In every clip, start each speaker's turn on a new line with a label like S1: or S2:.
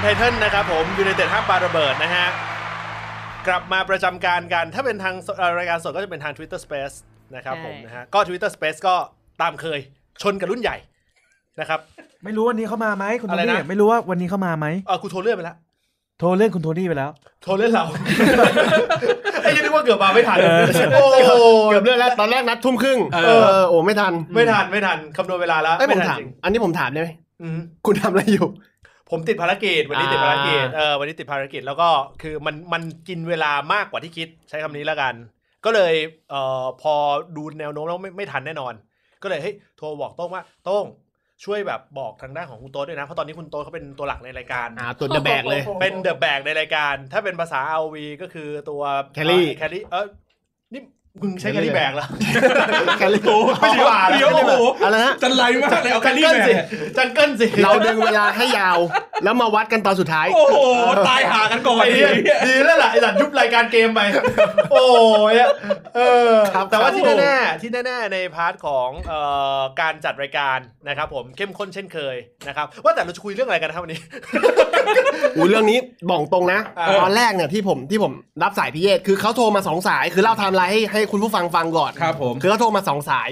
S1: ไททันนะครับผมยู i นเต็ดห้ามปาระเบิดนะฮะ กลับมาประจำการกัน ถ้าเป็นทางเอ่อรายการสดก็จะเป็นทาง Twitter Space นะครับ
S2: ใช่
S1: ผมนะฮะ ก็ Twitter Space ก็ตามเคยชนกับรุ่นใหญ่นะครับ
S3: ไม่รู้วันนี้เข้ามาไหมคุณโท
S1: อะไร
S3: นี่
S1: นะ
S3: ไม่รู้ว่าวันนี้เข้ามาไหม
S1: เออกูโทรเลื่อนไปแล้ว
S3: โทรเรื่องคุณโทนี่ไปแล้ว
S1: โทรเล่นเรา ไอ้ยังนึกว่าเกือบมาไม่ทัน โอ้
S4: เกือบเรื่องแล้วตอนแรกนัดทุ่มครึ่งเออโอ้ไม่ทัน
S1: ไม่ทัน ไม่ทันคำนวณเวลาแล้ว
S4: ไอ้ยผม
S1: ทั
S4: ถาม
S1: จริง
S4: อันนี้ผมถามได้ไหม
S1: อืม
S4: คุณทำอะไรอยู่
S1: ผมติดภารกิจวันนี้ติดภารกิจ
S4: อ่า
S1: เออวันนี้ติดภารกิจแล้วก็คือมันมันกินเวลามากกว่าที่คิดใช้คำนี้แล้วกัน ก็เลยเอ่อพอดูแนวโน้มแล้วไม่ไม่ทันแน่นอน ก็เลยเฮ้ยโทรบอกโต้งว่าโต้งช่วยแบบบอกทางด้านของคุณโต้ด้วยนะเพราะตอนนี้คุณโต้เขาเป็นตัวหลักในรายการ
S4: อ่าตัวเดอะแบกเลย
S1: เป็นเดอะแบกในรายการ ถ้าเป็นภาษา RV ก็คือตัว
S4: Carry
S1: แคลรี่อ Carry เออนี่มึงใช้แคลรี่แบกแล้ว
S4: แคลิโอ
S1: ไม่ใช่ว่า
S5: เดี๋ยวโอ้โห
S4: อะไรนะ
S5: จันไรมากเลยเอาแค
S1: จัน
S5: รี่
S1: เกิล
S5: แบ
S1: สิ
S5: ก
S1: จันเกิลสิ
S4: เราดึงเวลาให้ยาว แล้วมาวัดกันตอนสุดท้าย
S5: โอ้โห ตายหากันก่อน
S1: ไอ้เหี้ยดีแล้วล่ะไอ้สัตว์ยุบรายการเกมไป โอ้ยอะเออ
S4: ครับ
S1: แต่ว่าที่
S4: ครับ
S1: แน่ๆที่แน่ๆในพาร์ทของเอ่อการจัดรายการนะครับผมเข้มข้นเช่นเคยนะครับว่าแต่เราจะคุยเรื่องอะไรกันนะครับวันนี้
S4: อู้เรื่องนี้บอกตรงนะ
S1: เออ
S4: ตอนแรกเนี่ยที่ผมที่ผมรับสายพี่เยศคือเขาโทรมาสองสายคือเล่าไทม์ไลน์ให้ให้คุณผู้ฟังฟังก่อน
S5: ครับผม
S4: คือเขาโทรมาสองสาย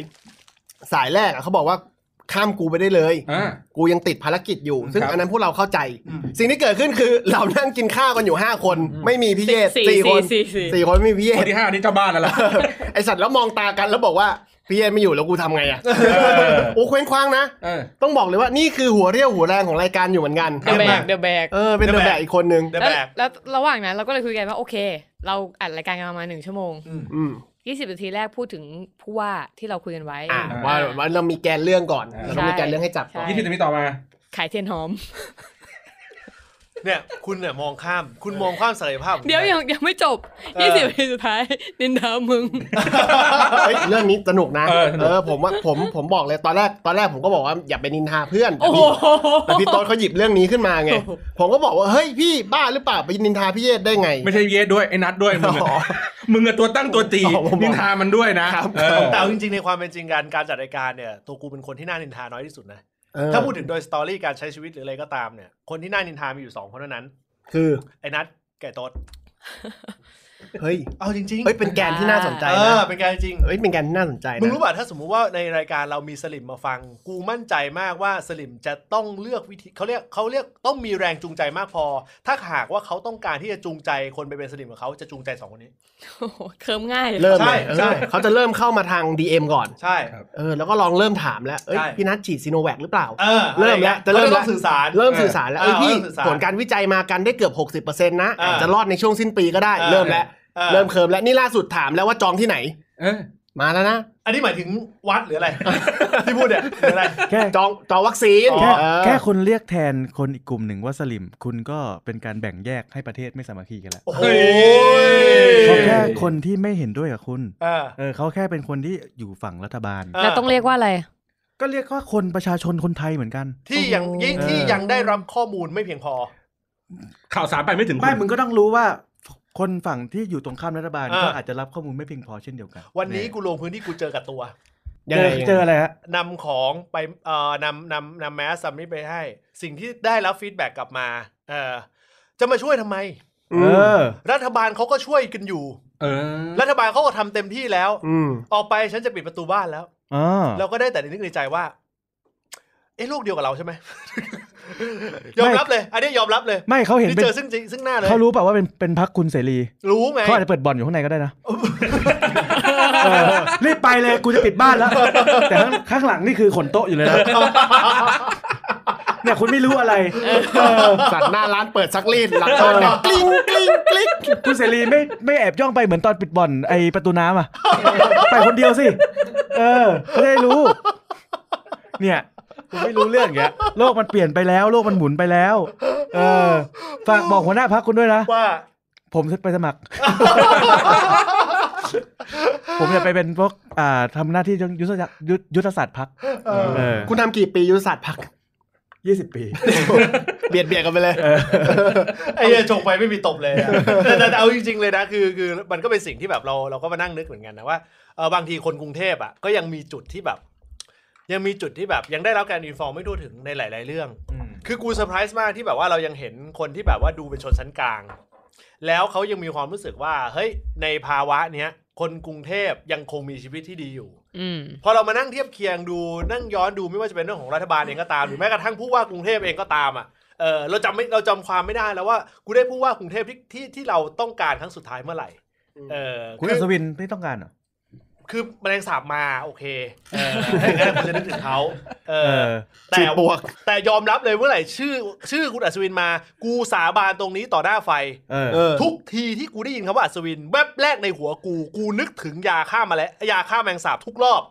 S4: สายแรกอะเขาบอกว่าข้ามกูไปได้เลย
S5: อ่า
S4: กูยังติดภารกิจอยู่ ซึ่ง
S5: ครับ
S4: อันนั้นพวกเราเข้าใจ สิ่งที่เกิดขึ้นคือ เรานั่งกินข้าวกันอยู่ 5 คน ไม่มีพี่เยศ
S2: สี่
S4: สี่คน
S2: สี่สี่
S4: สี่คนไม่มีพี่เย
S5: ค
S4: ศ
S5: นที่ห้านี่เจ้าบ้านแล้วล่ะ
S4: ไอสัตว์แล้วมองตากันแล้วบอกว่าพี่เยศไม่อยู่แล้วกูทำไงอะ
S5: อ
S4: โอ้เคว้งคว้างนะ
S5: เออ
S4: ต้องบอกเลยว่านี่คือหัวเรี่ยวหัวแรงของรายการอยู่เหมือนกัน
S2: เดอะแบกเดอะแบก
S4: เออเป็นเดอะแบกอีกคนนึง
S1: เดอะ
S2: แล้ว
S1: แบก
S2: แล้วระหว่างนั้นเราก็เลยคุยกันว่าโอเค เราอัดรายการกันประมาณหนึ่งชั่วโมง
S4: อืม
S2: 20 นาทีแรกพูดถึงผู้ว่าที่เราคุยกันไว้
S4: อ่ะ
S5: อ่า
S4: ว่าว่าเรามีแกนเรื่องก่อน
S5: อ่า
S4: เรามีแกนเรื่องให้จับก่อน
S2: ใช่
S5: ยี่สิบนาทีต่อมา
S2: ขายเทียนหอม
S1: เนี่ยคุณเนี่ยมองข้ามคุณมองข้ามศักยภาพของ
S2: เดี๋ยว
S1: ผมไป
S2: ยังยังไม่จบ
S1: เออ
S2: 20 นาทีสุดท้าย นินทามึง
S4: เฮ้ยเรื่องนี้สนุกนะ
S5: เออสนุก
S4: เออผมว่าผมผมบอกเลยตอนแรกตอนแรกผมก็บอกว่าอย่าไปนินทาเพื่อน
S2: โอ้โห
S4: แต่พี่โต๊ดเขาหยิบเรื่องนี้ขึ้นมาไง
S2: โอ้โห
S4: ผมก็บอกว่าเฮ้ยพี่บ้าหรือเปล่าไปนินทาพี่เยศได้ไง
S5: ไม่ใช่เยสด้วยไอ้นัดด้วยมึง
S4: อ๋อ
S5: อะมึงอะตัวตั้งตัวตี
S4: อ๋อผมบอก
S5: นินทามันด้วยนะครับ เออ
S1: แต่เอาจริงๆในความเป็นจริงการการจัดรายการเนี่ยตัวกูเป็นคนที่น่านินทาน้อยที่สุดนะ
S4: เออ
S1: ถ้าพูดถึงโดยสตอรี่การใช้ชีวิตหรืออะไรก็ตามเนี่ยคนที่น่านินทามีอยู่สองคนเท่านั้น
S4: คือ
S1: ไอ้นัทไก่โต๊ด
S4: เฮ้ย
S1: เอาจริง
S4: เฮ้ยเป็นแกนที่น่าสนใจ
S1: ๆเออ
S4: นะ
S1: เป็นการจริง
S4: เฮ้ยเป็นแกนที่น่าสนใจ
S1: มึง
S4: นะ
S1: รู้ป่ะถ้าสมมุติว่าในรายการเรามีสลิมมาฟัง กูมั่นใจมากว่าสลิมจะต้องเลือกวิธีเขาเรียกเขาเรียกต้องมีแรงจูงใจมากพอ ถ้าหากว่าเขาต้องการที่จะจูงใจคนไปเป็นสลิมของเขาจะจูงใจสองคนนี้
S2: โอ้โหเคิมง่าย
S4: เริ่ม
S1: ใช่
S4: เลยเออ
S1: ใช่
S4: เขาจะเริ่มเข้ามาทาง DM ก่อน
S1: ใช่
S4: เออแล้วก็ลองเริ่มถามแล้วเอ้ย
S1: ใช่
S4: พี่นัทฉีดซีโนแวคหรือเปล่า
S1: เออ
S4: เริ่มแล้วจะเริ่ม
S1: ขา
S4: แล้ว
S1: ต้องสื่อสาร
S4: เริ่มสื่อสารแล้วเอ้ย
S1: เออ
S4: พี่
S1: เริ่มสื่อสาร
S4: ผลการวิจัยมากันได้เกือบ 60%นะ
S1: อ่า
S4: อาจจะรอดในช่วงสิ้นปีก็ได้
S1: อ่า
S4: เริ่มแล้ว
S1: ออ
S4: เริ่มเคิมแล้วนี่ล่าสุดถามแล้วว่าจองที่ไหน
S5: เออ
S4: มาแล้วนะ
S1: อันนี้หมายถึงวัดหรืออะไร ที่พูดเนี่ยหรืออะไร
S3: แค่
S4: จองจองวัคซีน
S3: แค่
S4: เออ
S3: แค่คุณเรียกแทนคนอีกกลุ่มหนึ่งว่าสลิม คุณก็เป็นการแบ่งแยกให้ประเทศไม่สามัคคีกันแล้ว
S1: โอ้โห
S5: เอ้
S3: เขา
S5: ย
S3: แค่คนที่ไม่เห็นด้วยกับคุณ
S1: เออ
S3: เออเขาแค่เป็นคนที่อยู่ฝั่งรัฐบาล
S1: เออ
S2: เราต้องเรียกว่าอะไร
S3: ก็เรียกว่าคนประชาชนคนไทยเหมือนกัน
S1: ที่ยังยิ่งที่ยังได้รับข้อมูลไม่เพียงพอ
S5: ข่าวสารไปไม่ถึงคุ
S3: ไม่
S5: ณ
S3: มึงก็ต้องรู้ว่า คนฝั่งที่อยู่ตรงข้ามรัฐบาล
S1: อ่า
S3: ก็อาจจะรับข้อมูลไม่เพียงพอเช่นเดียวกัน
S1: วันนี้กูลงพื้นที่กูเจอกับตัว
S4: ยั
S3: เจ
S4: งไง
S3: อเจออะไรฮะ
S1: นำของไปเอ่อนำนำนำแมสซัมมิไปให้ สิ่งที่ได้รับฟีดแบ็กกลับมาเออจะมาช่วยทำไม
S4: อื
S3: เอ
S4: ม
S3: อ
S1: รัฐบาลเขาก็ช่วยกันอยู่
S5: เออ
S1: รัฐบาลเขาก็ทำเต็มที่แล้ว
S4: อืม
S1: ออกไปฉันจะปิดประตูบ้านแล้ว
S3: อ่า
S1: เราก็ได้แต่นึกในใจว่า เอ๊ะโลกเดียวกับเราใช่ไหม ยอมรับเลย อันนี้ยอมรับเลย
S3: ไม่เขาเห็น
S1: นี่
S3: เป็น
S1: เจอซึ่งจริงซึ่งหน้าเลย
S3: เขารู้เปล่าว่าเป็นเป็นพักคุณเสรี
S1: รู้ไง
S3: เขาอาจจะเปิดบ่อนอยู่ข้างในก็ได้นะเออรีบไปเลยกูจะปิดบ้านแล้ว แต่ข้างข้างหลังนี่คือขนโต๊ะอยู่ เลยนะเนี่ยคุณไม่รู้อะไรเออ
S4: สัตว์หน้าร้านเปิดซักรีดหลังร้านเนี่ยกลิ้งกลิ้งกลิ้ง
S3: คุณเสรีไม่ไม่แอบย่องไปเหมือนตอนปิดบ่อนไอประตูน้ำอ่ะไปคนเดียวสิเออเขาจะได้รู้ เนี่ยคุณไม่รู้เรื่องอย่างเงี้ยโลกมันเปลี่ยนไปแล้ว โลกมันหมุนไปแล้ว เออฝากบอกหัวหน้าพักคุณด้วยนะ
S1: ว่า
S3: ผมไปส มัคร ผมอยากไปเป็นพวกอ่าทำหน้าที่ยุทธศาสตร์ยุทธยุทธศาสตร์พัก
S4: คุณทำกี่ปียุทธศาสตร์พัก
S3: ยี่สิบปี
S4: เบียดเบียดกันไปเลย
S1: ไอ้เหี้ยจงไปไม่มีตบเลยอะ แต่แต่แต่เอาจริงๆเลยนะคือคือมันก็เป็นสิ่งที่แบบเราเราก็มานั่งนึกเหมือนกันนะว่าเออบางทีคนกรุงเทพอ่ะก็ยังมีจุดที่แบบ ยังมีจุดที่แบบยังได้รับการอินฟอร์มไม่ทั่วถึงในหลาย ๆ เรื่อง คือกูเซอร์ไพรส์มากที่แบบว่าเรายังเห็นคนที่แบบว่าดูเป็นชนชั้นกลาง แล้วเขายังมีความรู้สึกว่า เฮ้ย ในภาวะเนี้ย คนกรุงเทพยังคงมีชีวิตที่ดีอยู่
S2: อืม
S1: พอเรามานั่งเทียบเคียงดูนั่งย้อนดูไม่ว่าจะเป็นเรื่องของรัฐบาลเองก็ตาม หรือแม้กระทั่งผู้ว่ากรุงเทพเองก็ตามอ่ะเออเราจำไม่เราจำความไม่ได้แล้วว่ากูได้ผู้ว่ากรุงเทพที่ที่ที่เราต้องการครั้งสุดท้ายเมื่อไหร่เออ
S3: คุณ
S1: คื
S3: อั
S1: อ
S3: ศวินไม่ต้องการเหรอ
S1: คือแมลงสาบมาโอเคเออถ้าอย่างนั้นกูจะนึกถึงเขาเอ
S3: เอ
S1: อ
S3: อ
S1: แต่
S4: ฉีดปวก
S1: แต่ยอมรับเลยเมื่อไหร่ชื่อ ชื่อคุณอัศวินมา กูสาบานตรงนี้ต่อหน้าไฟ
S3: เออ
S4: เออ
S1: ทุกทีที่กูได้ยินคำว่าอัศวินแวบแรกในหัวกู กูนึกถึงยาฆ่าแมาแล้วยาฆ่าแมลงสาบทุกรอบ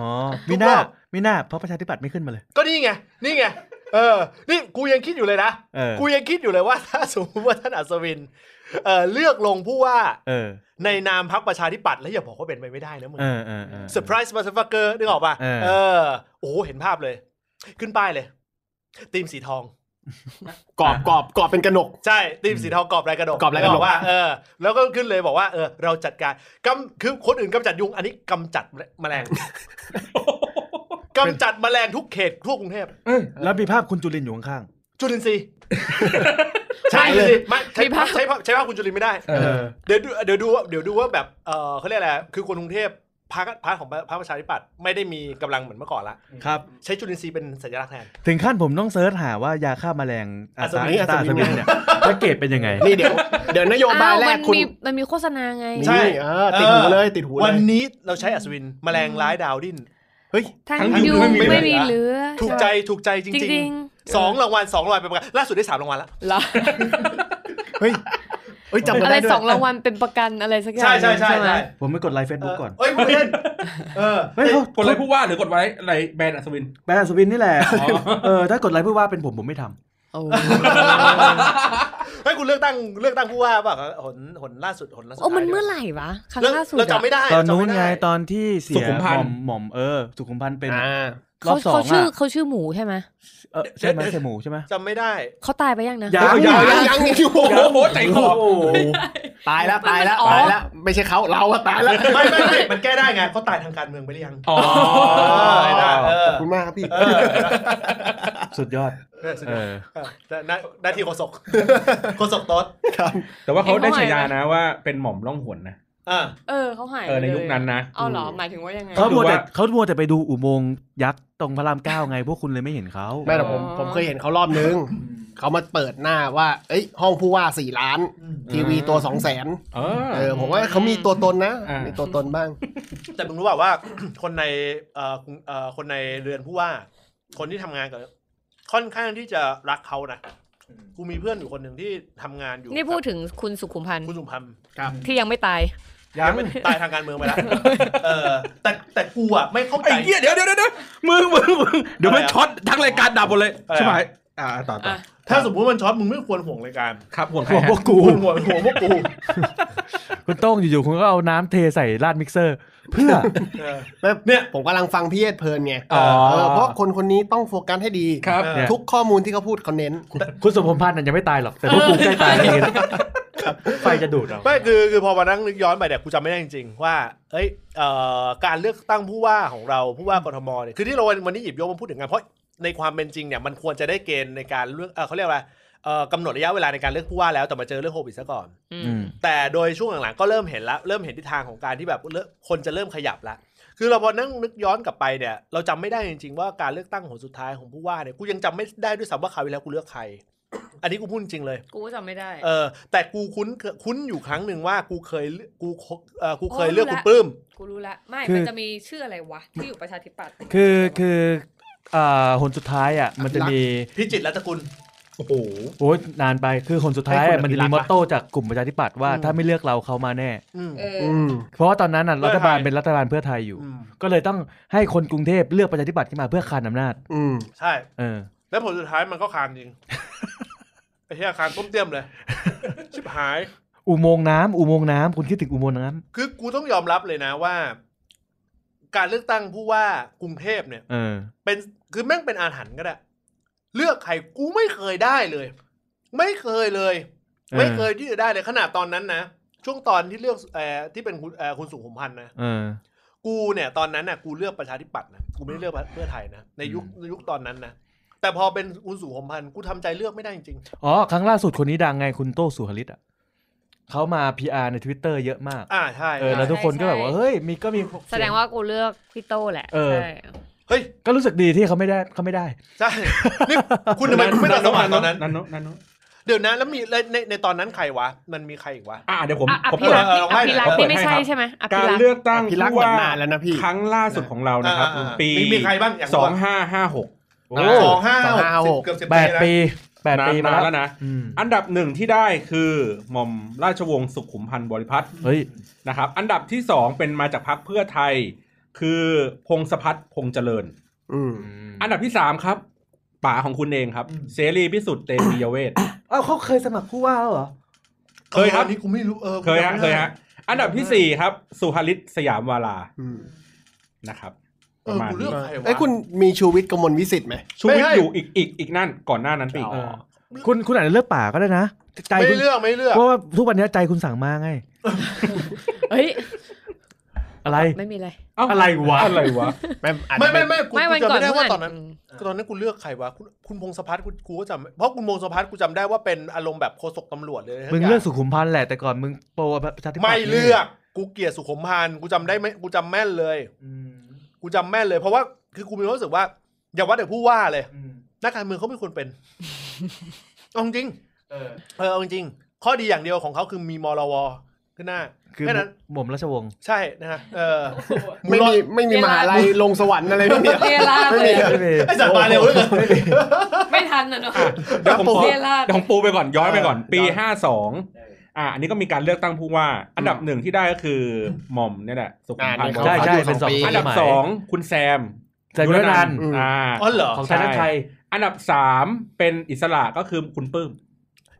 S3: อ๋อ
S1: ทุ
S3: มี
S1: ก
S3: หน้าร
S1: อบ
S3: มีหน้าเพราะประชาธิปัตย์ไม่ขึ้นมาเลย
S1: ก็นี่ไง นี่ไง เออ นี่กูยังคิดอยู่เลยนะ
S3: เออ
S1: กูยังคิดอยู่เลยว่า ถ้าสมมติว่าท่านอัศวิน เออเลือกลงผู้ว่า
S3: เออ
S1: ในนามพักประชาธิปัตย์แล้วอย่าบอกว่าเป็นไปไม่ได้นะมึง
S3: เออเออเออ
S1: เซอร์ไพรส์มาสฟักเกอร์นึกออกป่ะ
S3: เออ
S1: เออ โอ้โห เห็นภาพเลย ขึ้นป้ายเลยตีมสีทอง
S4: กรอบกรอบกรอบเป็นกระหนก
S1: ใช่ตีมสีเทากรอบลายกระดก
S4: กรอบลายกระดก
S1: แวว่าเออแล้วก็ขึ้นเลยบอกว่าเออเราจัดการกำคือคนอื่นกำจัดยุงอันนี้กำจัดแมลงกำจัดแมลงทุกเขตทั่วกรุงเทพ
S3: แล้วมีภาพคุณจุลินอยู่ข้าง
S1: จุลินทรีย์
S4: ใช่เลย
S1: ไม่ใช้
S2: มีภาพ
S1: ใช้ภาพใช้ภาพคุณจุลินไม่ได้
S3: ๆ เออ
S1: เดี๋ยวดูเดี๋ยวดูว่าเดี๋ยวดูว่าแบบเออเขาเรียกอะไรคือคนกรุงเทพพรรคพรรคของพรรคประชาธิปัตย์ไม่ได้มีกำลังเหมือนเมื่อก่อนละ
S3: ครับ
S1: ใช้จุลินทรีย์เป็นสัญลักษณ์แทน
S3: ถึงขั้นผมต้องเซิร์ชหาว่ายาฆ่าแมลงอา
S1: อัศ
S3: ซา
S1: วิน
S3: อาซาอาซาบินเนี่ยแพ็กเกจเป็นยังไง
S4: นี่เดี๋ยว เดี๋ยวนโยบายแร
S2: อ้าวมั
S4: กคุณ
S2: มีมันมีโฆษณาไง
S1: ใช่
S4: นี่เออติดหูเลยติดหูเล
S1: วัน
S4: ย
S1: นี้เราใช้อัศวินแมลงร้ายดาวดิ้น
S4: เฮ้ย
S2: ทั้ง
S5: ทั้งยุ
S2: ยุ
S5: ง
S2: ง
S5: ไม่มี
S2: ไม่มีเหลือ
S1: ถูกใจถูกใจจ
S2: จริงจ
S1: ริ
S2: ริ
S1: ง
S2: ง
S1: ๆสองรางวัลสองรางวัลเป็นประกันล่าสุดได้สามรางวัลแล้ว
S2: เหรอ
S4: เฮ้ย เฮ้ยจำกัน
S2: อะไร
S4: ได้ด้วย
S2: สองรางวัลเป็นประกันอะไรสักอย่าง
S1: ใช่ใช่ใช่
S2: ไหม
S1: ใช่
S3: ผมไปกดไลค์เฟซบุ๊กก่อน
S1: เอ้ยคุณเล่นเออ
S3: เฮ้ยเขา
S5: กดไลค์ผู้ว่าหรือกดไว้อะไรแบรนด์อัศวิน
S3: แบรนด์อัศวินนี่แหละ
S5: อ๋อ
S3: เออถ้ากดไลค์ผู้ว่าเป็นผมผมไม่ทำ
S2: โอ้
S1: เฮ้ยคุณเลือกตั้งเลือกตั้งผู้ว่าป่ะหนหนล่าสุดหนล่าสุด
S2: โอ้มันเมื่อ
S1: ท้าย
S2: ไหร่วะครั้ง
S1: เรื่อง
S2: ล่าสุด
S1: เรา
S2: อะ
S1: จำไม่ได้
S3: ตอน
S1: เราจำ
S3: นู้
S1: ม่
S3: น
S1: ด้
S3: ไงตอนที่เสี
S5: สุ
S3: ย
S5: ขุมพัน
S3: หม่
S5: ธ์
S3: อมหม่อมเออสุขุมพันธ์เป็น
S4: อ่า
S3: รอ
S2: เขา
S3: บสอง
S2: เขาชื่อ
S3: อ่ะ
S2: เขาชื่อหมูใช่ไหม
S3: เออใช่ไหมใช่หมูใช่ไหม
S1: จำไม่ได้
S2: เขาตายไปยังนะ
S3: ยัง
S4: ยังยังยังอยู่
S5: โอ้โหโหใจคอ
S4: ตายแล้วตายแล้ว
S2: มันมันอ๋อ
S4: ตายแล้วไม่ใช่เขาเราอะตายแล้ว
S1: ไม่ไม่ไม่มันแก้ได้ไงเขาตายทางการเมืองไปหรือยัง
S5: อ๋อ
S1: เออไอ้น่าเอ
S4: ข
S1: อ
S4: อบคุณมากครับพี่
S1: เออ
S3: สุดยอด
S1: เออสุด
S3: เอย
S1: อด
S3: อ
S1: เออหน้าหน้าที่โฆษกโฆษกโต๊ด
S5: แต่ว่าเขาได้ฉายา
S2: เห็นเขาหายไป
S5: นะว่าเป็นหม่อมล่องหวนนะ
S1: อ่า
S2: เออเขาหาย
S5: เออใน
S2: ไปเล
S5: ยุคนั้นนะ
S2: เอาเหรอหมายถึงว่ายังไง
S3: เขา
S5: ดู
S3: มัวแต่
S5: ว่า
S3: เขามัวแต่ไปดูอุโมงค์ยักษ์ตรงพระรามเก้าไงพวกคุณเลยไม่เห็นเขา
S4: ไม่หรอกผม
S2: อ๋อ
S4: ผมเคยเห็นเขารอบนึง เขามาเปิดหน้าว่า เอ้ย ห้องผู้ว่าสี่ล้าน ทีวีตัวสองแสน
S5: เออ
S4: เออผมว่าเขามีตัวตนนะ
S5: อ่ามี
S4: มีตัวตนบ้าง
S1: แต่มึงรู้ป่าวว่า คนในเอ่อกรุงเอ่อคนในเรือนผู้ว่า คนที่ทำงานกับค่อนข้างที่จะรักเขานะกูมีเพื่อนอยู่คนหนึ่งที่ทำงานอยู่
S2: นี่พูดถึงคุณสุขุมพันธ์
S1: คุณสุพันธ์
S2: ที่ยังไม่ตาย
S1: ยังไม่ตายทางการเมืองไปแล้วเออ แต่แต่กูอ่ะไม่เข้า
S5: ไอ้
S1: ใจ
S5: เหี้ยเดี๋ยวเดี๋ยวเดี๋ยวมึงมึงมึงเดี๋ยวมัน
S1: อะไรอะ
S5: ช็อตทั้งรายการดับหมดเลย
S1: อะไรอะ
S5: ใช่ไหมอ่าต่อต่อ
S2: อ่ะ
S1: ถ้าสมมติมันช็อตมึงไม่ควรห่วงรายการ
S5: ครับห่วงใคร
S3: ห่วง
S5: ฮะ
S3: พวกกู
S1: ห่วงห่วงห่วงพวกกู
S3: คุณโต้งอยู่ๆคุณก็เอาน้ำเทใส่ราดมิกเซอร์ เพื่อ
S1: เออ
S4: เนี่ยผมกำลังฟังพี่เอสเพลินไง
S5: อ๋อ
S4: เออเพราะคนคนนี้ต้องโฟกัสให้ดี
S5: ครับ
S1: เออ
S4: ทุกข้อมูลที่เขาพูดเขาเน้น
S3: คุณสมพงษ์พันธ์น่ะยังไม่ตายหรอก แต่พวกกูใกล้ตายแล้วเองไฟจะดูดเอา
S1: ไม่คือคือพอมานั่งนึกย้อนไปเนี่ยกูจำไม่ได้จริงๆว่าเอ้ยเอ่อการเลือกตั้งผู้ว่าของเราผู้ว่ากทมเนี่ยคือที่เราวันวันนี้หยิบยกมาพูดถึงกันเพราะในความเป็นจริงเนี่ยมันควรจะได้เกณฑ์ในการเลือกเอ่อเขาเรียกว่าเอ่อกำหนดระยะเวลาในการเลือกผู้ว่าแล้วแต่มาเจอเรื่องโควิดซะก่อน
S2: อืม
S3: อืม
S1: แต่โดยช่วงหลังๆก็เริ่มเห็นละเริ่มเห็นทิศทางของการที่แบบเริ่มคนจะเริ่มขยับละคือเราพอนั่งนึกย้อนกลับไปเนี่ย เราจำไม่ได้จริงๆว่าการเลือกตั้งหนสุดท้ายของผู้ว่าเนี่ยกูยังจำไม่ได้ด้วยซ้ำว่าคราวที่แล้วกูเลือกใคร อันนี้กูพูดจริงๆเลย
S2: กูก็จำไม่ได้
S1: เออแต่กูคุ้นเคคุ้นอยู่ครั้งหนึ่งว่ากูเคยเลือกกูเคเออกูเคย
S2: โอ้
S1: เลือก
S2: รู้
S1: คุณ
S2: ละ
S1: ปลื้ม
S2: กูรู้ละไม่
S3: คือ
S2: มันจะมีชื่ออะไรวะที่อยู่ประชาธิปัตย์
S3: คือคืออ่าหนสุดท้ายอ่ะ มันจะมี
S1: พิจิตรรัตกุล
S5: โอ้โห
S3: โอ้ยนานไปคือหนสุดท้าย
S4: ให้
S3: อะ
S4: คุณ
S3: มันจะ
S4: อภิรั
S3: มี
S4: กษ์
S3: มอต
S4: ปะ
S3: โต้จากกลุ่มประชาธิปัตย์ว่าถ้าไม่เลือกเราเขามาแน่
S1: อืม
S2: เออ
S4: อืม
S3: เพราะว่าตอนนั้นน่ะ
S1: เพื่
S3: รั
S1: อไทย
S3: ฐบาลเป็นรัฐบาลเพื่อไทยอยู่
S1: อืม
S3: ก็เลยต้องให้คนกรุงเทพเลือกประชาธิปัตย์ขึ้นมาเพื่อคานอำนาจ
S4: อืม
S1: ใช่
S3: เออ
S1: แล้วผลสุดท้ายมันก็คานจริง ไอ้เหี้ยคานต้มเตี้ยมเลย ชิบหาย
S3: อุโมงค์น้ำอุโมงค์น้ำคุณคิดถึงอุโมงค์น้ำ
S1: คือกูต้องยอมรับเลยนะว่า การเลือกตั้งผู้ว่ากรุงเทพเนี่ย
S3: เออ
S1: เป็นคือแม่งเป็นอาถรรพ์ก็ได้ เลือกใครกูไม่เคยได้เลย ไม่เคยเลย
S3: เออ
S1: ไม่เคยที่จะได้เลยขนาดตอนนั้นนะช่วงตอนที่เลือกเอ่อที่เป็นคุณเอ่อคุณสุขุมพันธ์นะ
S3: เออ
S1: กูเนี่ยตอนนั้นน่ะกูเลือกประชาธิปัตย์นะกูไม่ได้เลือกเพื่อไทยนะในยุคยุคตอนนั้นนะ แต่พอเป็นคุณสู่หมพันธ์กูทำใจเลือกไม่ได้จริง
S3: อ๋อ ครั้งล่าสุดคนนี้ดังไงคุณโต้สุหฤทธิ์อ่ะเขามา PR ใน Twitter เยอะมาก
S1: ๆอ่าใช่
S3: เออ แล้วทุกคนก็แบบว่า
S2: ใช่
S3: เฮ้ย มีก็มี
S2: แสดงว่ากูเลือกพี่โตแหละ
S3: เออ
S2: ใช่
S1: เฮ้ย
S3: ก็รู้สึกดีที่เขาไม่ได้เขาไม่ได้
S1: ใช่นี่คุณทำไมคุณไม่ตัดสมานตอนนั้น
S5: นันโนนันโน
S1: เดี๋ยวนะแล้วมีแล้วในในตอนนั้นใครวะ มันมีใครอีกวะ
S5: อ่ะเดี๋ยวผม
S2: อ่ะ
S5: ผม
S2: พี่รัก
S1: เออลองไล่หน่อย
S2: พี่รักนี่ไม่ใช่ใช่ไหมอ่ะ
S5: กา
S2: พี่
S5: ร
S2: รัก
S5: เลือกตั้ง
S4: พี่รัก
S5: ผู้ว่า
S4: เหมือนนานแล้วนะพี่
S5: ครั้งล่าสุดของเรานะครับ
S1: อ่าอ่า
S5: ปี
S1: มีมีใครบ้างอยากรู้
S5: สอ
S1: อะ
S5: งห้าห้าหก
S3: โอ้
S1: สองห้า
S4: สองห้า
S1: ห
S4: ห
S1: ก
S4: ก
S1: เกือบสิบ
S3: แปด
S1: นะ
S3: ปีแปดปีมา
S5: นา
S3: แล้ว
S5: นแล้วนะ
S3: อืม
S5: อันดับหนึ่งที่ได้คือหม่อมราชวงศ์สุขุมพันธ์บริพัตร
S3: เฮ้ย
S5: นะครับ อันดับที่สองเป็นมาจากพรรคเพื่อไทย คือพงศพัฒน์พงษ์เจริญ
S4: อืม
S5: อันดับที่สามครับป๋าของคุณเองครับ เสรีพิสุทธิ์เตมียเวท
S3: เอ้าเขาเคยสมัครผู้ว่าแล้วเหรอ
S5: เคยครับ
S1: อันนี้กูไม่รู้เออกู
S5: เคยฮะ
S1: จำไม่
S5: เค
S1: ได้
S5: ยฮะอันดับที่สี่ครับ สุภลิตสยามวาลา
S4: อืม
S5: นะครับป
S1: เอ
S5: ระ
S1: อ
S5: มาณ
S1: กูเลื
S5: นี้
S1: อกใครวะ
S4: ไอ้ยคุณมีชูวิทย์กมลวิสิทธิ์ไหม
S5: ชูวิท
S1: ไม่ให้
S5: ย์อยู่อีกอีกอีกนั่นก่อนหน้านั้นไปอีก
S3: อ๋อ คุณคุณอาจจะเลือกป่าก็ได้นะ ใจ
S1: ไม่
S3: คุณ
S1: เลือกไม่เลือก
S3: เพราะว่าทุกวันนี้ใจคุณสั่งมาไง
S2: เฮ้ย
S3: อะไร
S2: ไม่มีอะไร
S5: เา
S3: อะไรวะ
S5: อะไรวะ
S1: ไม่ไม่ไม่กู
S2: ไม่
S1: กู
S2: วัน
S1: จำไม่
S2: ก่อน
S1: ได้ว่าตอนนั้น
S2: เพิ่ง
S1: ต
S2: อ่า
S1: อนนั้นกูเลือกใครวะคุณคุณพงศพัฒน์กูกูก็จำเพราะคุณพงศพัฒน์กูจำได้ว่าเป็นอารมณ์แบบโฆษกตำรวจเลยนะ
S3: มึงเลือกสุขุมพันธ์แหละแต่ก่อนมึงโปรประชาธิปัตย์
S1: ไม่เลือกกูเกลียดสุขมพันธ์กูจำได้ไหมกูจำแม่นเลย
S3: อืม
S1: กูจำแม่นเลย เพราะว่าคือกูมีความรู้สึกว่า อย่าว่าแต่ผู้ว่าเลย
S3: อืม
S1: นักการเมืองเขาไม่ควรเป็นเอาจริง
S3: เออ
S1: เออเอาจริงข้อดีอย่างเดียวของเขาคือมีมรวขึ้นหน้า
S3: คือ
S1: แค่นั้น
S3: หม่อมราชวงศ์
S1: ใช่นะฮะเออ
S4: ไม่มีไม่มีมหาลัยลงสวรรค์อะไรไม่มี
S2: เรียราดเลย
S3: ไม่มี
S1: ไอสัตว์มาเร็วเหลย
S2: ไม่ทันนะเนาะ
S5: เดี๋ยวผมขอ
S2: เรียราด
S5: เดี๋ยวผมปูไปก่อนย้อนไปก่อน
S1: เออ
S5: ปี
S1: ย้อน
S5: ห้าสองอ่าอันนี้ก็มีการเลือกตั้งผู้ว่า อันดับหนึ่งที่ได้ก็คือหม่อมเนี่ยแหละสุขุมพันธ์
S4: อ่า
S5: บ
S3: ใช่
S5: ริพัตร
S3: ใช่เป็นสอง
S4: ปี
S5: อันดับ
S3: สมัย
S5: สองคุณแซม
S3: แต่ยุรนันท์
S5: ท์อ่า
S1: อ๋อเหรอ
S3: ของไทยรักไทย
S5: อันดับสามเป็นอิสระก็คือคุณปื้ม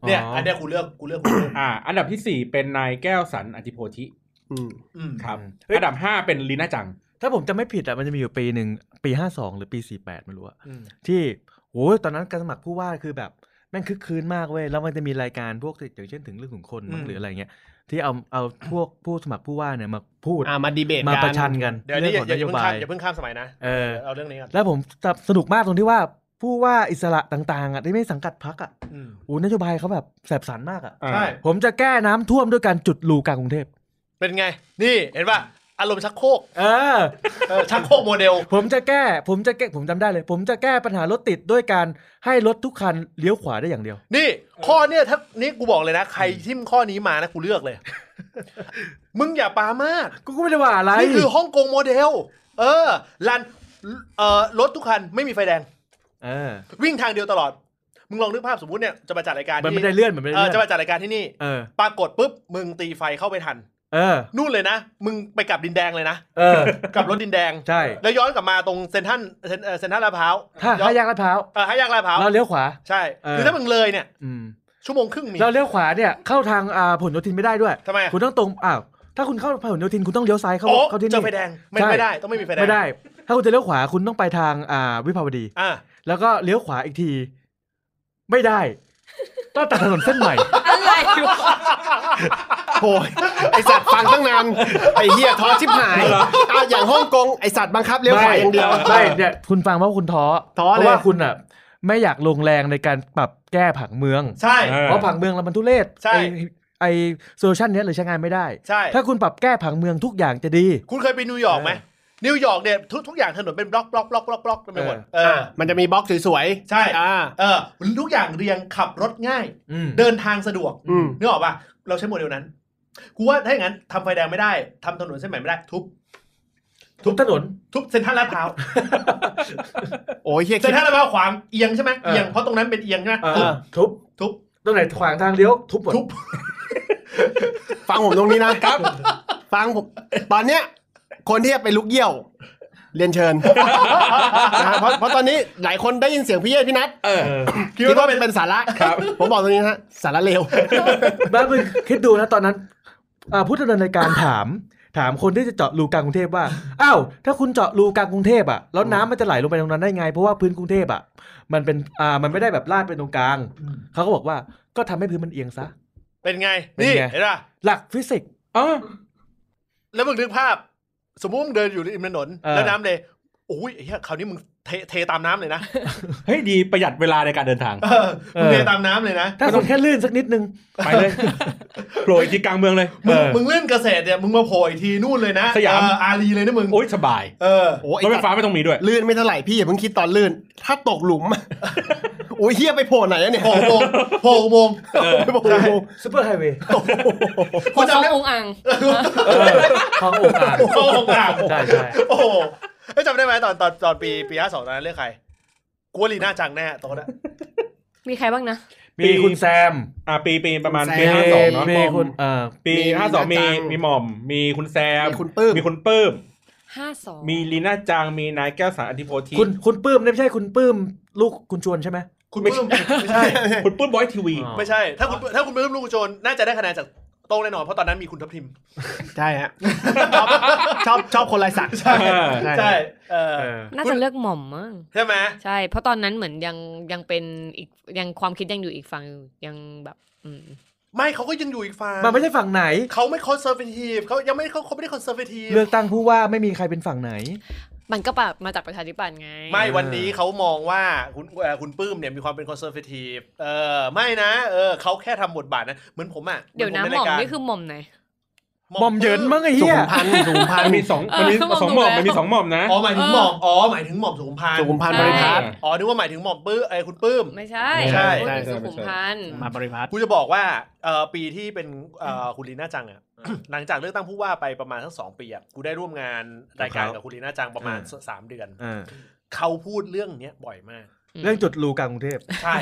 S1: เนี่ย
S3: อ๋ออั
S1: อันเนี้ยกูเลือกกูเลือกกูเลือก
S5: อ่า อันดับที่สี่เป็นนายแก้วสันอธิโพธิ
S4: อืม
S1: อืม
S5: ครับ
S3: เฮ้ย
S5: อันดับห้าเป็นลีน่าจัง
S3: ถ้าผมจะไม่ผิดอ่ะมันจะมีอยู่ปีหนึ่งปีห้าสองหรือปีสี่แปดไม่รู้อะ
S1: อืม
S3: ที่โอ้ยตอนนั้นการสมัครผู้ว่าคือแบบแม่งคึกคืนมากเว้ยแล้วมันจะมีรายการพวกอย่างเช่นถึงเรื่องของคนมั้ง
S1: อืม
S3: หรืออะไรเงี้ยที่เอาเอาพวกผู้สมัครผู้ว่าเนี่ยมาพูด
S4: อ่ามาดีเบต
S3: มา
S4: กั
S3: ประชันกัน
S1: เดี๋ยวนี้
S3: เรื่
S1: อ
S3: ข
S1: ย่าอย่า
S3: อง
S1: น
S3: โย
S1: เพิ่ง
S3: บา
S1: ข้าม
S3: ย
S1: อย่าเพิ่งข้ามสมัยนะ
S3: เออ
S1: เอาเรื่องนี้ก่อน
S3: แล้วผมสนุกมากตรงที่ว่าผู้ว่าอิสระต่างๆอ่ะที่ไม่สังกัดพรรคอ่ะ
S1: อืม
S3: โอ้นโยบายเขาแบบแสบสันมากอ่ะ
S5: อ่า
S1: ใช่
S3: ผมจะแก้น้ำท่วมด้วยการจุดรูกลางกรุงเทพ
S1: เป็นไง นี่เห็นป่ะอารมณ์ชักโครก
S3: เออ
S1: เออชักโครกโมเดล
S3: ผมจะแก้ ผมจะแก้ ผมจำได้เลย ผมจะแก้ปัญหารถติดด้วยการให้รถทุกคันเลี้ยวขวาได้อย่างเดียว
S1: นี่ ข้อเนี่ยถ้านี่กูบอกเลยนะ ใครทิมข้อนี้มานะกูเลือกเลย มึงอย่าปามาก
S3: กูก็ไม่ได้ว่าอะไร
S1: นี่คือฮ่องกงโมเดล เออลันเอ่อรถทุกคันไม่มีไฟแดง
S3: เออ
S1: วิ่งทางเดียวตลอด มึงลองนึกภาพสมมติเนี่ยจะมาจัดรายการ
S3: มันไม่ได้
S1: ที่
S3: เลื่อน มันไม่ได้
S1: เออ
S3: เลื่อน
S1: จะมาจัดรายการที่นี่
S3: เออ
S1: ปรากฏปุ๊บมึงตีไฟเข้าไปทัน
S3: เออ
S1: นู่นเลยนะ มึงไปกลับดินแดงเลยนะ
S3: เออ
S1: กลับรถดินแดง
S3: ใช่
S1: แล้วย้อนกลับมาตรงเซนทรันเซนเอ่อเซนทรันลาดพร้าว
S3: ถ้า
S1: ย้อน
S3: ให้ยางลาดพร้าว
S1: เออห้าแยกลาดพร้าว
S3: เราเลี้ยวขวา
S1: ใช่
S3: เออ
S1: คือถ้ามึงเลยเนี่ย
S3: อืม
S1: ชั่วโมงครึ่งมี
S3: เราเลี้ยวขวาเนี่ย เข้าทางอ่าผลโยธินไม่ได้ด้วย
S1: ทำไมอะ
S3: คุณต้องตรง อ้าว ถ้าคุณเข้าผลโยธินคุณต้องเลี้ยวซ้ายเข้า
S1: โอ้
S3: เข้าที่
S1: เจ
S3: นี่
S1: อไฟแดงไม่
S3: ใช่
S1: ไม่ได้ต้องไม่มีไฟแดง
S3: ไม่ได้ ถ้าคุณจะเลี้ยวขวาคุณต้องไปทางอ่าวิภาวดี
S1: อ่า
S3: แล้วก็เลี้ยวขวาอีกที ไม่ได้ ต้องตัดถนนเส้นใหม่
S2: อะไรวะ
S4: โอ้ยไอสัตว์ฟังตั้งนานไอเฮียท้อชิบหาย
S5: เหรอ
S4: อ่ะอย่างฮ่องกงไอสัตว์บังคับ เลี้ยวขวาอย่างเดียว
S3: ไม่ไม่เนี่ยคุณฟังว่าคุณท้อ
S4: ท้อ
S3: เพ
S4: เลย
S3: ราะว่าคุณอ่ะ ไม่อยากลงแรงในการปรับแก้ผังเมือง
S1: ใช่
S5: เออ
S3: เพราะผังเมืองเรามันทุเรศ
S1: ใช่
S3: ไอไอโซลูชันเนี้ยเลยใช้งานไม่ได้
S1: ใช่
S3: ถ้าคุณปรับแก้ผังเมืองทุกอย่างจะดี
S1: คุณเคยไปนิวยอร์กไหมนิวยอร์กเนี่ยทุกทุกอย่างถนนเป็นบล็อกบล็อกบล็อกบล็อกบล็อกไปหมดเออ
S4: มันจะมีบล็อกสวยๆ
S1: ใช่
S4: อ่า
S1: เออทุกอย่างเรียงขับรถง่าย
S3: อืม
S1: เดินทางสะดวก
S4: อืม
S1: นึกออกป่ะเราใช้โมเดลนั้นกูว่าถ้าอย่างนั้นทำไฟแดงไม่ได้ทำถนนเส้นใหม่ไม่ได้ ทุบ
S3: ทุบถนน
S1: ทุบเซนทรันลาดพ ร้าว
S4: โอ้ยเฮีย
S1: เซ็
S4: คิ
S1: น
S4: ด
S1: ทรัลลาดพร้าวขวางเอียงใช่ไหม
S3: เออ
S1: เอียงเพราะตรงนั้นเป็นเอียงใช่ไหม
S3: เออทุบ
S1: ทุบ
S3: ตรงไหนขวางทางเลี้ยวทุบหมด
S1: ทุบ
S4: ฟังผมตรงนี้นะครับ ฟังผม ตอนเนี้ย คนที่จะไปลุกเยี่ยว เรียนเชิญนะฮะเพราะเพราะตอนนี้หลายคนได้ยินเสียงพี่เย่พี่นัท
S5: เออ
S3: เออ
S4: คิดว่าเป็นเป็นสาระ
S5: ครับ
S4: ผมบอกตรงนี้นะฮะสาระเลว
S3: แล้วมึงคิดดูนะตอนนั้นอ่าผู้ดำเนินรายการถาม ถามคนที่จะเจาะรูกลางกรุงเทพว่าอ้าวถ้าคุณเจาะรูกลางกรุงเทพอ่ะแล้วน้ำมันจะไหลลงไปตรงนั้นได้ไง เพราะว่าพื้นกรุงเทพอ่ะ มันเป็นอ่ามันไม่ได้แบบลาดไปตรงกลาง เขาก็บอกว่าก็ทำให้พื้นมันเอียงซะ
S1: เป็นไง
S3: เป็น
S1: นี่
S3: ไง
S1: เห็นป่ะ
S3: หลักฟิสิกส์
S5: เออ
S1: แล้วมึงนึกภาพ สมมุติมึงเดินอยู่ริมถนน
S3: เออ
S1: แล้วน้ำเลยโอ้ยไอ้เหี้ยคราวนี้มึง เทเทตามน้ำเลยนะ
S5: เฮ้ยดีประหยัดเวลาในการเดินทาง
S1: เออมึงเทตามน้ำเลยนะ
S6: ถ้าคุณแค่ลื่นสักนิดนึง
S5: ไปเลยโผล่อีกทีกลางเมืองเลย
S1: มึ
S5: เอง อ
S1: มึงเล่นเกษตรเนี่ยมึงมาโผล่อีกทีนู่นเลยนะ
S5: สยาม
S1: เอออารีเลยนะมึง
S5: โอ๊ยสบาย
S1: เออ
S4: โอ้ย
S5: รถไฟฟ้าไม่ต้องมีด้วย
S4: ลื่นไม่เท่าไหร่พี่อย่าเพิ่งคิดตอนลื่น ถ้าตกหลุม อะโอ้ยเฮียไปโผล่ไหนอะเนี่ย
S1: โผล่อุโมงค์โผล่อุโมงค์
S4: ไปโผล่อุโมงค์
S6: ซูเปอร์ไฮเวย์
S1: คุณจำ
S2: เขา
S1: ได้
S2: องอัง
S6: ทองโอกอ่าง
S1: โผล่อุโมงค์อ่าง
S6: ใช่ใช่
S1: โอ้โหเอ้ยจำได้ไหมตอนตอนตอนปีปีห้าสองตอนนั้นเลือกใครกวลีน่าจังแน่โตอนนั้น
S2: มีใครบ้างนะ
S5: มี
S6: มีคุณแซม
S5: อ่าปีปีประมาณ
S4: แซ
S5: ปีห้าสองเนาะ
S6: มีคุณเอ่อ
S5: ปีห้าสองมีมีหม่อม มีคุณแซม
S4: มีคุณปื้ม
S5: มีคุณปื้ม
S2: ห้าสอง
S5: มีลีน่าจัง มีนายแก้วสารอธิโพธิ
S6: คุณคุณปื้มเนี่ยไม่ใช่คุณปื้ม ลูกคุณชวนใช่ไหม
S1: คุณไม่ไม่ใช่
S5: คุณปื้มบอยทีวี
S6: อ๋อ
S1: ไม่ใช่ ถ้าคุณถ้าคุณไม่ร่วมลูกโจรน่าจะได้คะแนนจากโต้งแน่นอนเพราะตอนนั้นมีคุณทัพทิม
S4: ใช่ฮะ ชอบชอบชอบคนลายสัก
S1: ใช่
S5: ใช่
S1: ใช่เออ
S2: น่าจะเลือกหม่อมมั้ง
S1: ใช่ไหม
S2: ใช่ เพราะตอนนั้นเหมือนยังยังเป็นอีกยังความคิดยังอยู่อีกฝั่งอยู่ยังแบบอืม
S1: ไม่เขาก็ยังอยู่อีกฝั่ง
S6: มันไม่ใช่ฝั่งไหน
S1: เขาไม่คอนเซอร์เวทีฟเขายังไม่เขาเขาไม่ได้คอนเซอร์เวทีฟ
S6: เลือกตั้งผู้ว่าไม่มีใครเป็นฝั่งไหน
S2: มันก็แบบมาจากประชาธิปัตย์ไง
S1: ไม่วันนี้เขามองว่าคุณเอ่อคุณปื้มเนี่ยมีความเป็นคอนเซอร์ t ทีฟเออไม่นะเออเขาแค่ทำบทบาทนะเหมือนผมอ่ะ
S2: เดี๋ยวนะ
S1: เห
S2: ห
S1: ผ
S2: ม่อม
S1: ใรายการ
S2: นี่คือหม่อมไหน
S6: หม่อมเหยินมั้งไอ้
S4: สุ
S6: เหี้ย
S4: ขุมพันธ์สุขุมพัน
S5: มั
S4: ธ์
S5: นมีสอง
S2: เออ
S5: มันมี
S2: เขามอง
S5: สองหม่อม
S2: ดูแล้ว
S5: มันมีสองหม่อมนะ
S1: อ๋อหมายถึงหม่อมอ๋อหมายถึงหม่อมสุขุมพันธ์
S4: สุขุมพันธ์บริพัตร
S1: อ๋อนึกว่าหมายถึงหม่อมปื้มไอ้ยคุณปื้ม
S2: ไม่ใช่
S1: ไม่ใช่
S2: พูดถึง
S4: ใช่
S2: สุขุมพันธ์
S4: มาบริพัตร
S1: กูจะบอกว่าเออปีที่เป็นเออคุณลีน่าจังอ่ะ หลังจากเลือกตั้งผู้ว่าไปประมาณทั้งสองปีอ่ะกูได้ร่วมงานรายการกับคุณลีน่าจังประมาณสามเดือน
S6: อ่า
S1: เขาพูดเรื่องเนี้ยบ่อยมาก
S6: เรื่องจุดรูกลางกรุงเทพ
S1: ใช่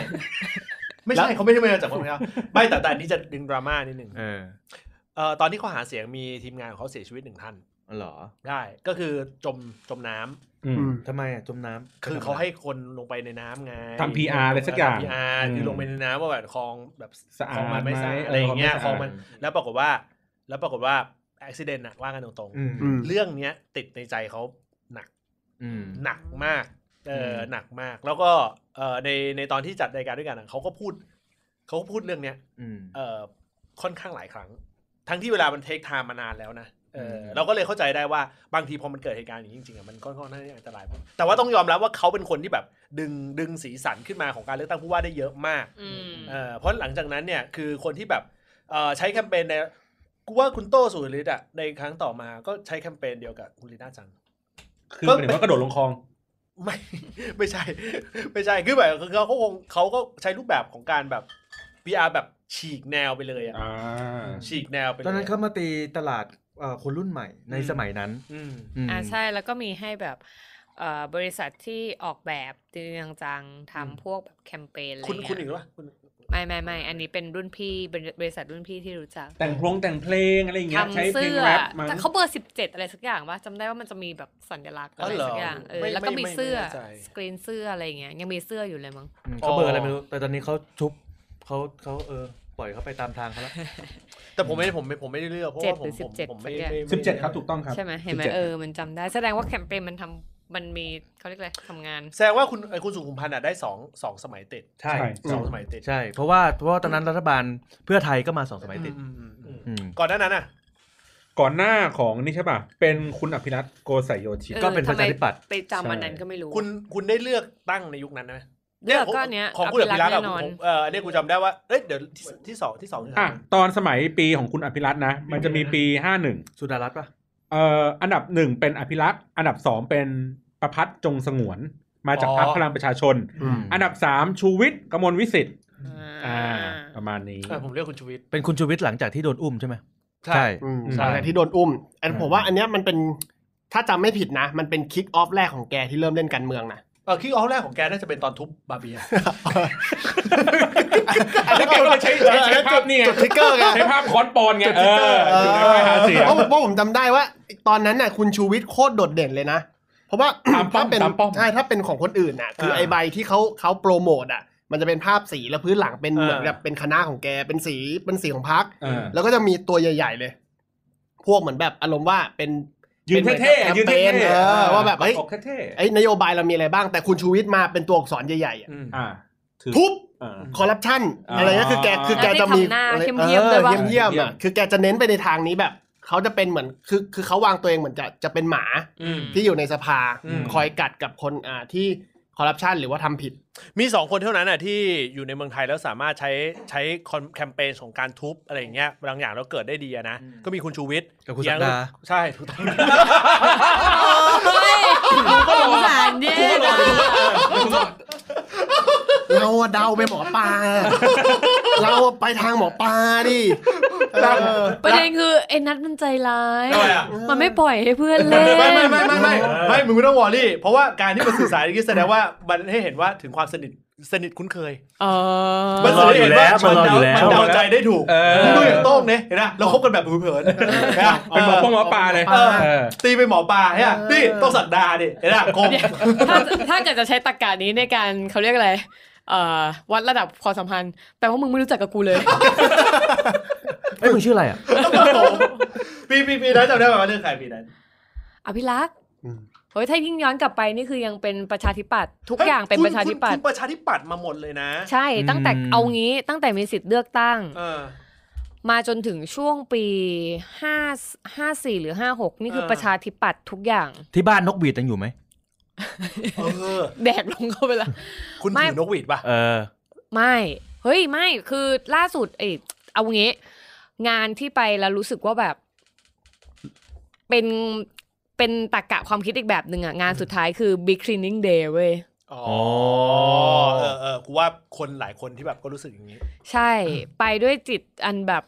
S1: ไม่ใช่เขาไม่ได้มาจากคนเดียวไม่แต่แต่อันนี้จะดึงดราม่านิดหนึ่ง
S6: เออ
S1: เอ่อตอนที่เขาหาเสียงมีทีมงานของเขาเสียชีวิตหนึ่งท่าน
S6: เหรอ
S1: ได้ ก็คือจมจมน้ำ
S5: อืม
S6: ทำไมอ่ะจมน้ำ
S1: คือเขาให้คนลงไปในน้ำไง
S5: ทำ PR อะไรสักอย่าง
S1: ทำ PR คือ
S5: ม
S1: ลงไปในน้ำว่าแบบคลองแบบ
S5: สะอา
S1: คลองมั
S5: ด
S1: นไม่
S5: ห
S1: สะอาดอะไรอย่างเงี้ย
S5: สะ
S1: คลองมันแล้วปรากฏว่า แล้วปรากฏว่าอุบิเหตุน่ะว่ากันตรง
S6: อืม
S4: อืม
S1: ๆเรื่องเนี้ยติดในใจเขา
S6: อืม
S1: หนักมากเออ
S6: ม
S1: อหนักมาก แล้วก็เอ่อในในตอนที่จัดรายการด้วยกันอะเขาก็พูดเขาก็พูดเรื่องเนี้ย
S6: อืม
S1: เอ่อค่อนข้างหลายครั้ง ทั้งที่เวลามันเทคไทม์มานานแล้วนะเอออ
S6: ม
S1: เราก็เลยเข้าใจได้ว่าบางทีพอมันเกิดเหตุการณ์อย่างนี้จริงๆอ่ะมันค่อนข้างน่าจะอันตราย แต่ว่าต้องยอมรับว่าเขาเป็นคนที่แบบดึงดึงสีสันขึ้นมาของการเลือกตั้งผู้ว่าได้เยอะมาก
S2: อืม
S1: เออเพราะหลังจากนั้นเนี่ยคือคนที่แบบเอ่อใช้แคมเปญในกูว่าคุณโต้สุริฤทธิ์อ่ะในครั้งต่อมาก็ใช้แคมเปญเดียวกับคุณลีน่าจัง
S5: คือหมายถึงว่ากระโดดลงคลอง
S1: ไม่ ไม่ใช่ ไม่ใช่คือแบบคือเขาก็คงเขาก็ใช้รูปแบบของการแบบ PR แบบฉีกแนวไปเลยอ่ะ
S5: อ่า
S1: ฉีกแนวไปเลย
S6: ตอนนั้นเขามาตีตลาดเอ่อคนรุ่นใหม่ใน
S1: อืม
S6: สมัยนั้น
S1: อืม
S6: อืม
S2: อ่าใช่แล้วก็มีให้แบบเอ่อบริษัทที่ออกแบบจริงจังๆทำพวกแบบแคมเปญอะไร
S1: คุณ
S2: เงี้
S1: คุณอีก
S2: ย
S1: หรือเปล่าคุณ
S2: ไม่ไม่ไม่อันนี้เป็นรุ่นพี่เป็นบริษัทรุ่นพี่ที่รู้จัก
S5: แต่งโครงแต่งเพลงอะไรอย่างเงี้ยใช้
S2: ทำ
S5: เพล
S2: เสื้
S5: ง
S2: อ
S5: แรปมั้ง
S2: แต่เขาเบอร์สิบเจ็ดอะไรสักอย่างว่าจำได้ว่ามันจะมีแบบสัญลักษณ์อะไรสักอย่างเออแล้วก็มีเสื้อสกรีนเสื้ออะไรเงี้ยยังมีเสื้ออยู่เลยมั้ง
S6: อืมเขาเบอร์อะไรไม่รู้ แต่ตอนนี้เขาชุบเขาเขาเออปล่อยเขาไปตามทางเขาแล้ว
S1: แต่ผมไม่ผมไม่ผมไม่ได้เลือกเพราะว่า
S2: 7
S1: ผ
S2: หรื
S1: ม
S2: อ
S1: ผม
S2: 17
S1: ผมไม่
S2: สักอย่าง
S1: ไม่ไม่
S5: สิบเจ็ดครับถูกต้องครับ
S2: ใช่ไหมเห็นไหม
S5: 17
S2: เออมันจำได้แสดงว่าแคมเปญมันทำมันมีเขาเรียกอะไรทำงาน
S1: แสดงว่าคุณเอ่อคุณสุขุมพันธ์อะได้สองสองสมัยติด
S6: ใช่
S1: สองสมัยติด
S6: ใช่ เพราะว่าเพราะว่าตอนนั้นรัฐบาลเพื่อไทยก็มาสองสมัยติด
S1: อืมอืมอืม
S6: อืม
S1: ก่อนหน้านั้นอะ
S5: ก่อนหน้าของนี่ใช่ป่ะ เป็นคุณอภิรัตน์โกสัยโยชิ
S2: ออ
S6: ก็เป็นประชาธิปัตย์
S2: ทำไมไปจำวันนั้นก็ไม่รู้
S1: คุณคุณได้เลือกตั้งในยุคนั้นไหม
S2: เลือกก็อันเนี้ย
S1: ของคุณอภิรักษ์
S2: แน่
S1: อะ
S2: นอน
S1: ผมเออเนี่ยกูจำได้ว่าเอ้ยเดี๋ยวที่ที่สองที่สองที่สอง
S5: อ่ะตอนสมัยปีของคุณอภิรัตน์นะ มันจะมีปีห้าหนึ่ง
S6: สุดารัตน์ปะ
S5: เอ่ออันดับหนึ่งเป็นอภิรักษ์อันดับสองเป็นประพัฒน์จงสงวน มาจากพรรคพลังประชาชน
S4: อืม
S5: อันดับสามชูวิทย์กมลวิสิทธิ์
S2: อ่า
S5: อ่า ประมาณนี้
S1: เออผมเลือกคุณชูวิทย์
S6: เป็นคุณชูวิทย์หลังจากที่โดนอุ้มใช่ไหม
S4: อืม
S5: อืม
S4: หลังจากที่โดนอุ้มอันผมว่าอันเนี้ยมันเป็นถ้าจำไม่ผิดนะ มันเป็นคิกออฟแรกของแกที่เริ่มเล่นการเมืองนะ
S1: เออคิกออฟแรกของแกน่าจะเป็นตอนทุบบาเบีย
S5: อันนี้เกี่ยวกับใช้ใช้ใช้ภาพนี่ไง
S4: จุดทริกเกอร์ไง
S5: ใช้ภาพคอนปอนไง
S4: จุด
S5: เอ
S4: ทริกเกอร์
S5: อจุดไฟหาเสียง
S4: เพราะผมเพราะผมจำได้ว่า ตอนนั้นน่ะคุณชูวิทย์โคตรโดดเด่นเลยนะ เพราะว่า
S5: ตาม ป้อ
S4: ถ้าม เป็น
S5: ตามป้อม
S4: ใช่ถ้าเป็นของคนอื่นน่ะ คือ
S1: เออ
S4: ไอใบที่เขาเขาโปรโมทอ่ะ มันจะเป็นภาพสีแล้วพื้นหลังเป็น
S1: เออ
S4: เหมือนกับเป็นคณะของแกเป็นสีเป็นสีของพรรค
S5: เออ
S4: แล้วก็จะมีตัวใหญ่ ๆ เลย พวกเหมือนแบบอารมณ์ว่าเป็น
S5: ยืนเท่ๆยืนเท่
S4: ป็นหมือกับแคมปญเออว่าแบบเฮ้ย
S5: ออกเท่
S4: ไอ้นโยบายเรามีอะไรบ้างแต่คุณชูวิทย์มาเป็นตัวอักษรใหญ่ๆอะ
S1: อืม
S5: ๆอ่าถือ
S4: ทุบ
S5: เออ
S4: คอร์รัปชัน
S5: อ่า
S4: อะไรเงี้ยคือแกคือแกจะมี
S2: แล้วที่ทำหน้า
S4: อะไร
S2: เข้มเยี่ยม
S4: เอ
S2: ด้วย
S4: อ
S2: ว่า
S4: เยี่ยมๆอ่ะคือแกจะเน้นไปในทางนี้แบบ เขาจะเป็นเหมือนคือคือเขาวางตัวเองเหมือนจะจะเป็นหมา
S1: อืม
S4: ที่อยู่ในสภา
S1: อืม
S4: คอยกัดกับคนอ่าที่คอร์รัปชันหรือว่าทำผิด
S1: มีสองคนเท่านั้นน่ะที่อยู่ในเมืองไทยแล้วสามารถใช้ใช้คอนแคมเปญของการทุบอะไรอย่างเงี้ยบางอย่างแล้วเกิดได้ดีอะนะ ก็มีคุณชูวิทย์
S3: กับคุณศักดา
S1: ใช่ถูกต้อง
S2: ก็สงสารเย็นอะ
S4: เราอะเดาไปหมอปลา เราอะไปทางหมอปลาดิเออ
S2: ประเด็นคือไอ้นัทมันใจร้าย
S1: ทำไมอะ
S2: มันไม่ปล่อยให้เพื่อนเล่น
S1: ไม่ไม่ไม่ไม่ไม่ไม่มึงไม่ต้องวอรี่ เพราะว่าการที่มันสื่อสารอย่างนี้แสดงว่ามันให้เห็นว่าถึงความสนิทสนิทคุ้นเคย
S2: เออ
S1: มันแสดงให้เห็นว่า
S3: มันรออยู่แล้ว
S1: ชนเดามันเดาใจได้ถูก
S5: เออ
S1: มึงดูอย่างโต้งเนี่ยเห็นไหมเราคบกันแบบผิวเผินนะ
S5: เป็นหมอปงหมอปลาเลย
S4: เออ
S5: เออ
S1: ตีไปหมอปลาเนี่ยนี่ต้องสักดาดิเห็นไหมคม
S2: ถ้าถ้าเกิดจะใช้ตรรกะนี้ในการเขาเรียกอะไรเอ่อวัดระดับความสัมพันธ์แปลว่ามึงไม่รู้จักกับกูเลย
S6: เอ้ยมึงชื่ออะไรอ่ะ
S1: ปีปีปีนั้นจำได้ไหมว่าเรื่องใครปีนั้น
S2: อภิรักษ์
S4: อืม
S2: เฮ้ยถ้ายิ่งย้อนกลับไปนี่คือยังเป็นประชาธิปัตย์ทุกอย่างเป็นประชาธิปัต
S1: คุ
S2: ย์
S1: ณประชาธิปัตย์มาหมดเลยนะ
S2: ใช่ตั้งแต่
S3: อืม
S2: เอางี้ตั้งแต่มีสิทธิ์เลือกตั้ง
S1: เออ
S2: มาจนถึงช่วงปี5 54หรือ56นี่คือ
S1: เออ
S2: ประชาธิปัตย์ทุกอย่าง
S3: ที่บ้านนกหวีดยังอยู่ไหม
S1: เออ
S2: แดกลงเข้าไปละ
S1: คุณ
S2: ไม่
S1: ถือนกหวีดป่ะ
S3: เออ
S2: ไม่ เฮ้ย ไม่ คือล่าสุดไอ้เอางี้ งานที่ไปแล้วรู้สึกว่าแบบ เป็น เป็นตรกกะความคิดอีกแบบหนึ่งอะงานสุดท้ายคือ Big Cleaning Day เว้ย
S1: อ๋อ
S3: อ
S1: เออเออกูว่าคนหลายคนที่แบบก็รู้สึกอย่างนี้
S2: ใช่ ไปด้วยจิตอันแบบ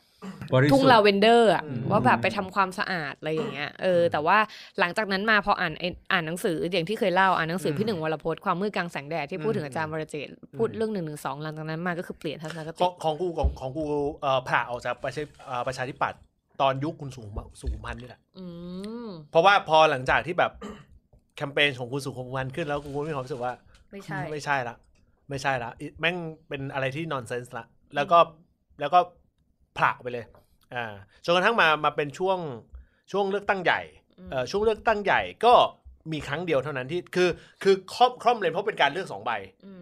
S5: บริสุ
S2: ทุ่
S5: ท
S2: ง
S5: ธิ์
S2: ลาเวนเดอร์อะ
S1: อืม
S2: ว่าแบบไปทำความสะอาดอะไรอย่างเงี้ยเออแต่ว่าหลังจากนั้นมาพออ่านไอ้อ่านหนังสืออย่างที่เคยเล่าอ่านหนังสืออพี่หนึ่งวรพจน์ความมืดกลางแสงแดดที่พูดถึงอาจารย์วรเจตน์พูดเรื่องหนึ่งหนึ่งสองหลังจากนั้นมาก็คือเปลี่ยนทัศนค
S1: ขอ
S2: ติ
S1: งของกูของของกูเอ่อผ่าออกจากประชาเอ่อประชาธิปัตย์ตอนยุคคุณสุขุมสุขุมพันธ์นี่แหละ
S2: อืม
S1: เพราะว่าพอหลังจากที่แบบ แคมเปญของคุณสุขุมพันธ์ขึ้นแล้วกูก็มีความรู้สึกว่า
S2: ไม่ใช่
S1: ไม่ใช่ละไม่ใช่ละอิแม่งเป็นอะไรที่นอนเซนส์ละแล้วก็แล้วก็ผลักไปเลยอ่าจนกระทั่งมามาเป็นช่วงช่วงเลือกตั้งใหญ่เอ่อช่วงเลือกตั้งใหญ่ก็มีครั้งเดียวเท่านั้นที่คือคือครอบคร่อมเลนเพราะเป็นการเลือกสองใบ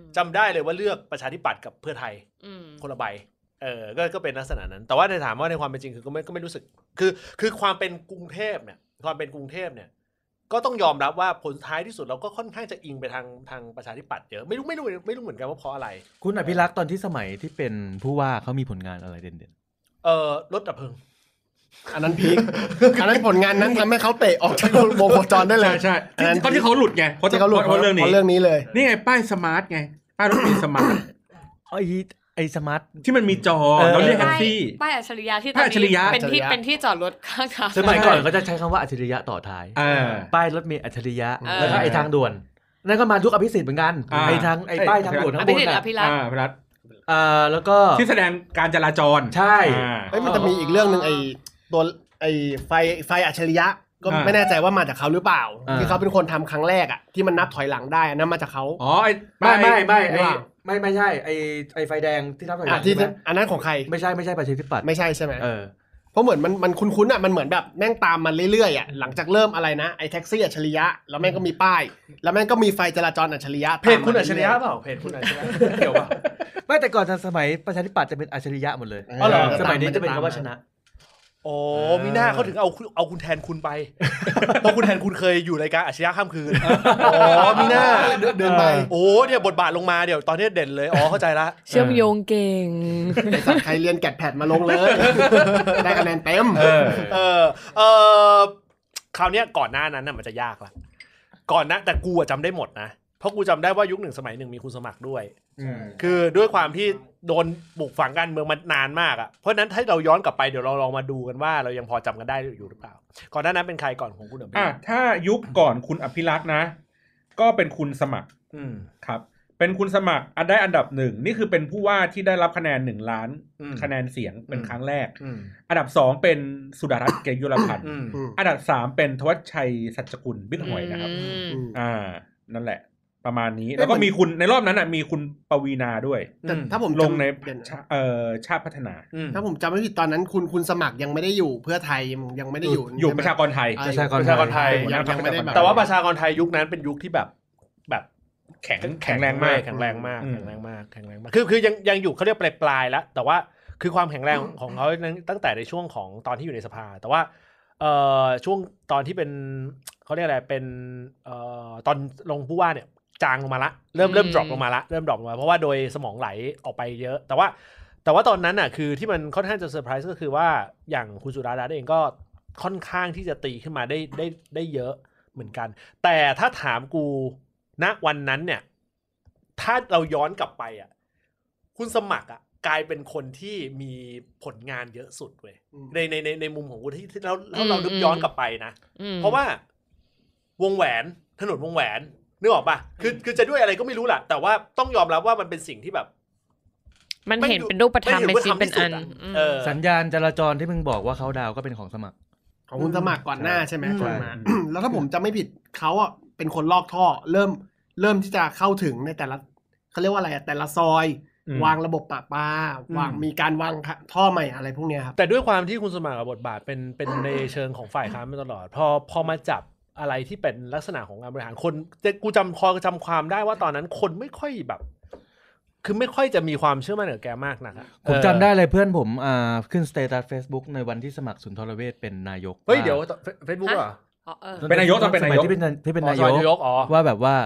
S2: ม
S1: จำได้เลยว่าเลือกประชาธิปัตย์กับเพื่อไทย
S2: อืม
S1: คนละใบเออก็ก็เป็นลักษณะนั้น แต่ว่าในถามว่าในความเป็นจริงคือก็ไม่ก็ไม่รู้สึก คือคือความเป็นกรุงเทพเนี่ยความเป็นกรุงเทพเนี่ย ก็ต้องยอมรับว่าผลท้ายที่สุดเราก็ค่อนข้างจะอิงไปทางทางประชาธิปัตย์เยอะไม่รู้ไม่รู้ไม่รู้เหมือนกันว่าเพราะอะไร
S3: คุณอภิรักษ์ตอนที่สมัยที่เป็นผู้ว่าเขามีผลงานอะไรเด่น
S1: เออรถดับเพลิง
S4: อันนั้นพีคอันนั้นผลงานนั้นทำให้เขาเตะออกจากวงโคจรได้เล
S5: ใช่
S4: ย
S5: ใช่
S4: อันนั้น
S5: ที่เขาที่เขาหลุดไงเพราะ
S4: ที่เขาหลุด
S5: เพราะเรื่องนี้
S4: เรื่องนี้เลย
S5: นี่ไงป้ายสมาร์ทไงป้ายรถเมล์สมาร์ท
S3: ๆไอ้ไอ้สมาร์ท
S5: ที่มันมีจอ
S3: เออ
S5: แล้วเรียกแท็กซี่
S2: ป้ายอัจฉริยะที่ตน
S5: ป้ายอัจฉริยะ
S2: เป็นที่
S4: อัจฉริยะ
S2: เป็นที่จอดรถข้างทาง
S3: สมัยก่อนเขาจะใช้คำว่าอัจฉริยะต่อท้าย
S5: เออ
S3: ป้ายรถเมล์อัจฉริยะ
S2: เออ
S3: แล้วก็ไอ้ทางด่วน นั่นก็มายุคอภิสิทธิ์เหมือนกัน
S5: อ่า
S3: ไอ้ทางไอ้ป้ายทางด่วน
S2: อ
S3: ข้างบ
S2: ภิ
S3: น
S2: สิทธิ์อ
S3: อ่ะ
S2: ภิรักษ์
S5: อ่าพรัต
S3: อ่าแล้วก็
S5: ที่แสดงการจราจร
S3: ใช่
S5: อ่า
S4: เอ้ยมันจะมีอีกเรื่องหนึ่งไอ้ตัวไอ้ไฟไฟอัจฉริยะ ก็
S5: อ่า
S4: ไม่แน่ใจว่ามาจากเขาหรือเปล่า
S3: อ่า
S4: ที่เขาเป็นคนทำครั้งแรกอะที่มันนับถอยหลังได้อันนั้นมาจากเขา
S5: อ๋อไอ้
S3: ไม่ไม่ไม่ไอ้
S4: ว่า
S3: ไม่ไม่ใช่ไอ้ไอ้ไฟแดงที่ทับถอยห
S4: อ่ะ
S3: ลัง
S4: ที่
S3: ใช่ไหม
S4: อันนั้นของใคร
S3: ไม่ใช่ไม่ใช่ประชาธิปัตย์
S4: ไม่ใช่ใช่ไหม
S3: เออ
S4: เพราะเหมือนมันมันคุ้นๆอะมันเหมือนแบบแม่งตามมันเรื่อยๆอะหลังจากเริ่มอะไรนะไอ้แท็กซี่อัจฉริยะแล้วแม่งก็มีป้าย แล้วแม่งก็มีไฟจราจรอัจฉริยะ
S1: เพจคุณอัจฉริยะเปล่าเพจคุณอัจฉริยะเกี่ยวป่ะ
S3: ไม่แต่ก่อนสมัยประชาธิปัตย์จะเป็นอัจฉริยะหมดเลย
S1: อ๋อเหรอ
S3: สมัยนี้จะเป็นคำว่าชนะ
S1: โอ้มีหน้าเขาถึงเอาคุณเอาคุณแทนคุณ ไป เพราะคุณแทนคุณเคยอยู่รายการอาชญาข้ามคืนอ๋ อมีหน้า
S4: เดินไป
S1: โอ้เนี่ยบทบาทลงมาเดี๋ยวตอนนี้เด่นเลยอ๋อเข้าใจละ
S2: เชื่อมโยงเก่ง
S4: ไอ้สัตว์ใครเรียนแกดแพดมาลงเลย ได้คะแนนเต็ม
S5: เออ
S1: เออเออคราวเนี้ยก่อนหน้านั้นน่ะมันจะยากละก่อนหนะแต่กูอะจำได้หมดนะ เพราะกูจำได้ว่ายุคหนึ่งสมัยหนึ่งมีคุณสมัครด้วย คือด้วยความที่โดนบุกฝังการเมืองมานานมากอะ่ะเพราะฉะนั้นถ้าเราย้อนกลับไปเดี๋ยวเราลองมาดูกันว่าเรายังพอจำกันได้อยู่หรือเปล่า ก่อนหน้านั้นเป็นใครก่อนของคุณเดิม
S5: อ่ะถ้ายุคก่อนคุณอภิรักษ์นะ ก็เป็นคุณสมัคร
S1: อืม
S5: ครับ เป็นคุณสมัครอันได้อันดับหนึ่งนี่คือเป็นผู้ว่าที่ได้รับคะแนนหนึ่งล้าน
S1: อืม
S5: คะแนนเสียงเป็น
S1: อืม
S5: ครั้งแรก
S1: อืม
S5: อันดับสองเป็นสุดารัตน์เกยุรพันธ์
S1: อืม
S5: อันดับสามเป็นทวัชชัยสัจกุลบิ๊กหอยนะครับ
S4: อืม
S5: อ่า นั่นแหละ ประมาณนี้
S4: เอ๊ะ
S5: แล้วก็
S4: มัน
S5: มีคุณในรอบนั้นน่ะมีคุณปวีนาด้วย
S4: แต่ถ้าผม
S5: ล
S4: จำ
S5: งใน
S4: เดี๋ยวนะ
S5: ชาเอ่อชาติพัฒนา
S1: อืม
S4: ถ้าผมจำไม่ผิดตอนนั้นคุณคุณสมัครยังไม่ได้อยู่เพื่อไทยยังไม่ได้อยู่
S5: อยู่
S4: ใไหม
S5: ประชากรไทย
S4: อ่
S3: ประชากร
S1: ประชากรไทย
S5: หัวห
S4: ยัง
S5: น้าพรรค
S4: ยังไม่ได้
S5: ประชาธิปัตย์
S1: แต่ว่าประชากรไทยยุคนั้นเป็นยุคที่แบบแบบ
S5: แข็งแข็งแรงมาก
S1: แข็งแรงมาก
S5: อืม
S1: แข็งแรงมากแข็งแรงมากคือคือยังยังอยู่เขาเรียกปลายปลายๆแล้วแต่ว่าคือความแข็งแรงของเขานั้นตั้งแต่ในช่วงของตอนที่อยู่ในสภา แต่ว่า เอ่อช่วงตอนที่เป็นเขาเรียกอะไรเป็นเอ่อตอนลงผู้ว่าเนี่ยจางลงมาละเริ่มเริ่ม
S2: อืม
S1: ดรอปลงมาละเริ่มดรอปลงมาเพราะว่าโดยสมองไหลออกไปเยอะ แต่ว่าแต่ว่าตอนนั้นน่ะคือที่มันค่อนข้างจะเซอร์ไพรส์ก็คือว่าอย่างคุณสุดารัตน์เองก็ค่อนข้างที่จะตีขึ้นมาได้ได้ได้เยอะเหมือนกัน แต่ถ้าถามกูณวันนั้นเนี่ย ถ้าเราย้อนกลับไปอ่ะคุณสมัครอ่ะกลายเป็นคนที่มีผลงานเยอะสุดเว้ย ในในในในมุมของกูที่ที่เราเราเรา
S2: อืม
S1: นึกย้อน
S2: อืม
S1: กลับไปนะ
S2: อืม
S1: เพราะว่าวงแหวนถนนวงแหวนนึกออกปะคือคือจะด้วยอะไรก็ไม่รู้แหละแต่ว่าต้องยอมรับว่ามันเป็นสิ่งที่แบบ
S2: มันเห็น
S1: ไม่ดู
S2: เป็นรูปธรรม
S1: ไม่
S2: เป็น
S1: เห็น
S2: ชิ้นเป็น
S1: รูปธรรม
S2: อัน
S1: ที่สุดอะ
S2: อืม
S1: เออ
S3: สัญญาณจราจรที่มึงบอกว่าเขาดาวก็เป็นของสมัคร
S4: ของคุณสมัครก่อนหน้าใช่ไหม
S1: อืม
S4: ก่อนมา แล้วถ้าผมจำไม่ผิดเขาอ่ะเป็นคนลอกท่อ เริ่มเริ่มที่จะเข้าถึงในแต่ละเขาเรียกว่าอะไรอะแต่ละซอย
S5: อืม
S4: วางระบบปะปา วางมีการวางท่อใหม่อะไรพวกเนี้ยครับ
S1: แต่ด้วยความที่คุณสมัครกับบทบาทเป็นเป็นในเชิงของฝ่ายค้านมาตลอด พอพอมาจับอะไรที่เป็นลักษณะของการบริหารคนแต่กูจำคอจำความได้ว่าตอนนั้นคนไม่ค่อยแบบ คือไม่ค่อยจะมีความเชื่อมั่นกับแกมากนักอะ
S3: ผมจำได้เลยเพื่อนผมอ่าขึ้นสเตตัส Facebook ในวันที่สมัครสุนทรเวชเป็นนายก
S1: เฮ้ยเดี๋ยวเฟซบุ๊กเหรอ
S2: อ๋อเออ
S3: ตอ
S5: เป็นนายกตอนเป็นนาย
S3: ส
S5: ก
S3: มัที่เป็นที่เป็
S1: อ๋อน
S3: นาย
S1: สมั
S3: ก
S1: ยกอ๋อ
S3: ว่าแบบว่า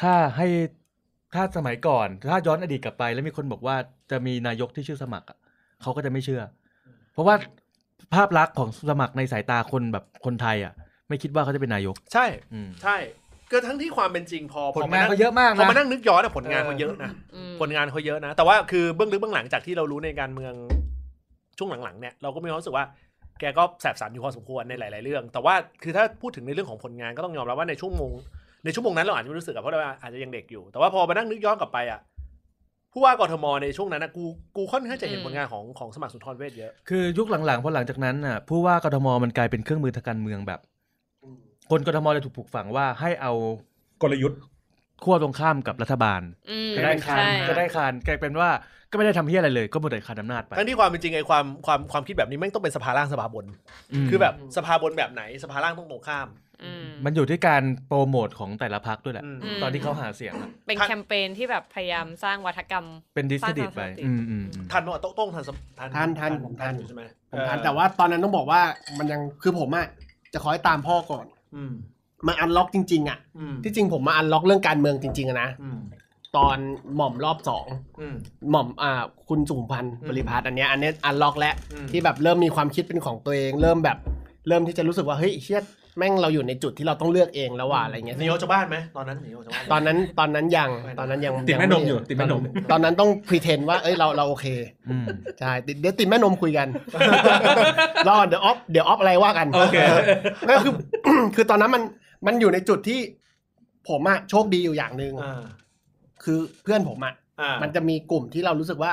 S3: ถ้าให้ถ้าสมัยก่อน ถ้าย้อนอดีตกลับไป แล้วมีคนบอกว่าจะมีนายกที่ชื่อสมัครอะเขาก็จะไม่เชื่อ เพราะว่าภาพลักษณ์ของสมัครในสายตาคนแบบคนไทยอ่ะ ไม่คิดว่าเขาจะเป็นนายก
S1: ใช่
S3: อืม
S1: ใช่ก็ทั้งที่ความเป็นจริงพอ
S3: ผ
S1: พ
S3: ล
S1: ม
S3: งาน
S1: ง
S3: เขาเยอะมาก
S1: พอ
S3: นะ
S1: มานั่งนึกย้อนอะผลงานเขาเยอะนะ
S2: อืม
S1: ผลงานเขาเยอะนะ แต่ว่าคือเบื้องลึกเบื้องหลังจากที่เรารู้ในการเมืองช่วงหลังๆเนี่ยเราก็มีความรู้สึกว่าแกก็แสบสันอยู่พอสมควรในหลาย ๆ เรื่อง แต่ว่าคือถ้าพูดถึงในเรื่องของผลงานก็ต้องยอมรับว่าในช่วงโมงในชั่วโมงนั้นเราอาจจะไม่รู้สึกอะเพราะเราอาจจะยังเด็กอยู่ แต่ว่าพอมานั่งนึกย้อนกลับไปอะผู้ว่ากทมในช่วงนั้นนะกูกูค่อนข้างจะเห็นผลงานของของสมัครสุนทรเวชเยอะ
S3: คือยุคหลังๆพอหลังจากนั้นน่ะผู้ว่ากทมมันกลายเป็นเครื่องมือทางการเมืองแบบ คนกทมเลยถูกปลูกฝังว่าให้เอา
S5: กลยุทธ์
S3: ขั้วตรงข้ามกับรัฐบาล
S2: อืม
S4: จะได้คาน
S2: ใช่
S3: ก็ได้คานกลายเป็นว่าก็ไม่ได้ทำเพี้ยอะไรเลย ก็หมดแต่คานอำนาจไป
S1: ทั้งที่ความเป็นจริงไอ้ความความความคิดแบบนี้แม่งต้องเป็นสภาล่างสภาบน
S3: ม
S1: คือแบบสภาบนแบบไหนสภาล่างต้องตรงข้าม
S2: อืม
S3: มันอยู่ที่การโปรโมทของแต่ละพักด้วยแหละ
S1: อืม
S3: ตอนที่เขาหาเสียงอะ
S2: เป็นแคมเปญที่แบบพยายามสร้างวัฒกรรม
S3: เป็นดิสเครดิตไป
S2: สร้างความสับสน
S3: อืมอืมอืม
S1: ทันว่าโต๊ะโต้งทันสมทัน
S4: ทันทัน
S1: ผม
S4: ทั
S1: ทัน
S4: น
S1: อยู่ใช่ไหม
S4: ผมทัน
S1: เออ
S4: แต่ว่าตอนนั้นต้องบอกว่ามันยังคือผมอ่ะจะขอให้ตามพ่อก่อน
S1: อืม
S4: มาอันล็อกจริง ๆ อ่ะ
S1: อืม
S4: ที่จริงผมมาอันล็อกเรื่องการเมืองจริงๆอะนะ
S1: อืม
S4: ตอนหม่อมรอบสอง
S1: อืม
S4: หม่อมอ่าคุณสุขุมพันธ์
S1: อืม
S4: บริพัตรอันเนี้ยอันเนี้ยอันล็อกแล้ว
S1: อืม
S4: ที่แบบเริ่มมีความคิดเป็นของตัวเอง เริ่มแบบเริ่มที่จะรู้สึกว่าเฮ้ยเชียแม่งเราอยู่ในจุดที่เราต้องเลือกเองแล้วว่ะอะไรเงี้ย
S1: หนีออกจากบ้านไหมตอนนั้นหนีออกจากบ้านไหม
S4: ตอนนั้นตอนนั้นยังตอนนั้นยัง
S5: ติดแม่นมอยู่ ติดแม่นม
S4: ตอนนั้นต้องพรีเทนว่าเอ้ยเราเราโอเค
S3: อืม
S4: ใช่ติดเดี๋ยวติดแม่นมคุยกัน รอเดี๋ยวออฟเดี๋ยวออฟอะไรว่ากัน
S5: โอเค
S4: ก็คือ คือตอนนั้นมันมันอยู่ในจุดที่ ผมอะโชคดีอยู่อย่างหนึ่ง
S1: อ่า
S4: คือเพื่อนผมอะ
S1: อ่า
S4: มันจะมีกลุ่มที่เรารู้สึกว่า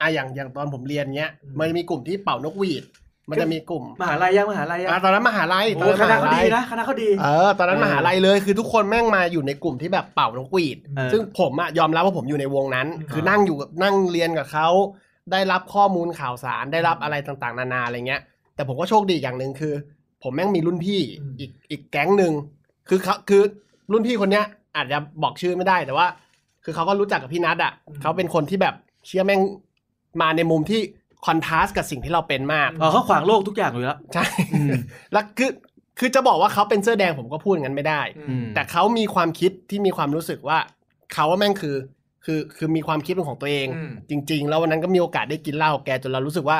S4: อะอย่างอย่างตอนผมเรียนเนี้ย
S1: อืม
S4: มันจะมีกลุ่มที่เป่านกหวีด มันจะมีกลุ่ม
S6: มหาลัยยังมหาลัยยัง
S4: อ่ะตอนนั้นมหาลัยตอน
S6: โอ้
S4: นั้น
S6: คณะ
S4: มหา
S6: เขา
S4: ลั
S6: ดี
S4: ย
S6: นะคณะเขาดี
S4: เออ ตอนนั้นมหาลัยเลยคือทุกคนแม่งมาอยู่ในกลุ่มที่แบบเป่านกหวีด
S3: เออ
S4: ซึ่งผมอะยอมรับว่าผมอยู่ในวงนั้น คือนั่งอยู่กับนั่งเรียนกับเขาได้รับข้อมูลข่าวสารได้รับอะไรต่างๆ นานาอะไรเงี้ย แต่ผมก็โชคดีอย่างหนึ่งคือ ผมแม่งมีรุ่นพี่
S1: อืม
S4: อีกอีกแก๊งหนึ่งคือเขาคือรุ่นพี่คนเนี้ย อาจจะบอกชื่อไม่ได้แต่ว่า คือเขาก็รู้จักกับพี่นัทอ่ะเขาเป็นคนที่แบบเชื่อแม่งมาในมุมที่คอนทราสต์กับสิ่งที่เราเป็นมาก
S3: เออเขาขวางโลกทุกอย่างอยู่แล้ว
S4: ใช่
S3: อืม
S4: แล้วคือคือจะบอกว่าเขาเป็นเสื้อแดงผมก็พูดงั้นไม่ได้
S1: อืม
S3: อืม
S4: แต่เขามีความคิดที่มีความรู้สึกว่าเขาว่าแม่งคือ คือคือมีความคิดเป็นของตัวเอง
S1: อืม
S4: จริง ๆ แล้ววันนั้นก็มีโอกาสได้กินเหล้าแกจนเรารู้สึกว่า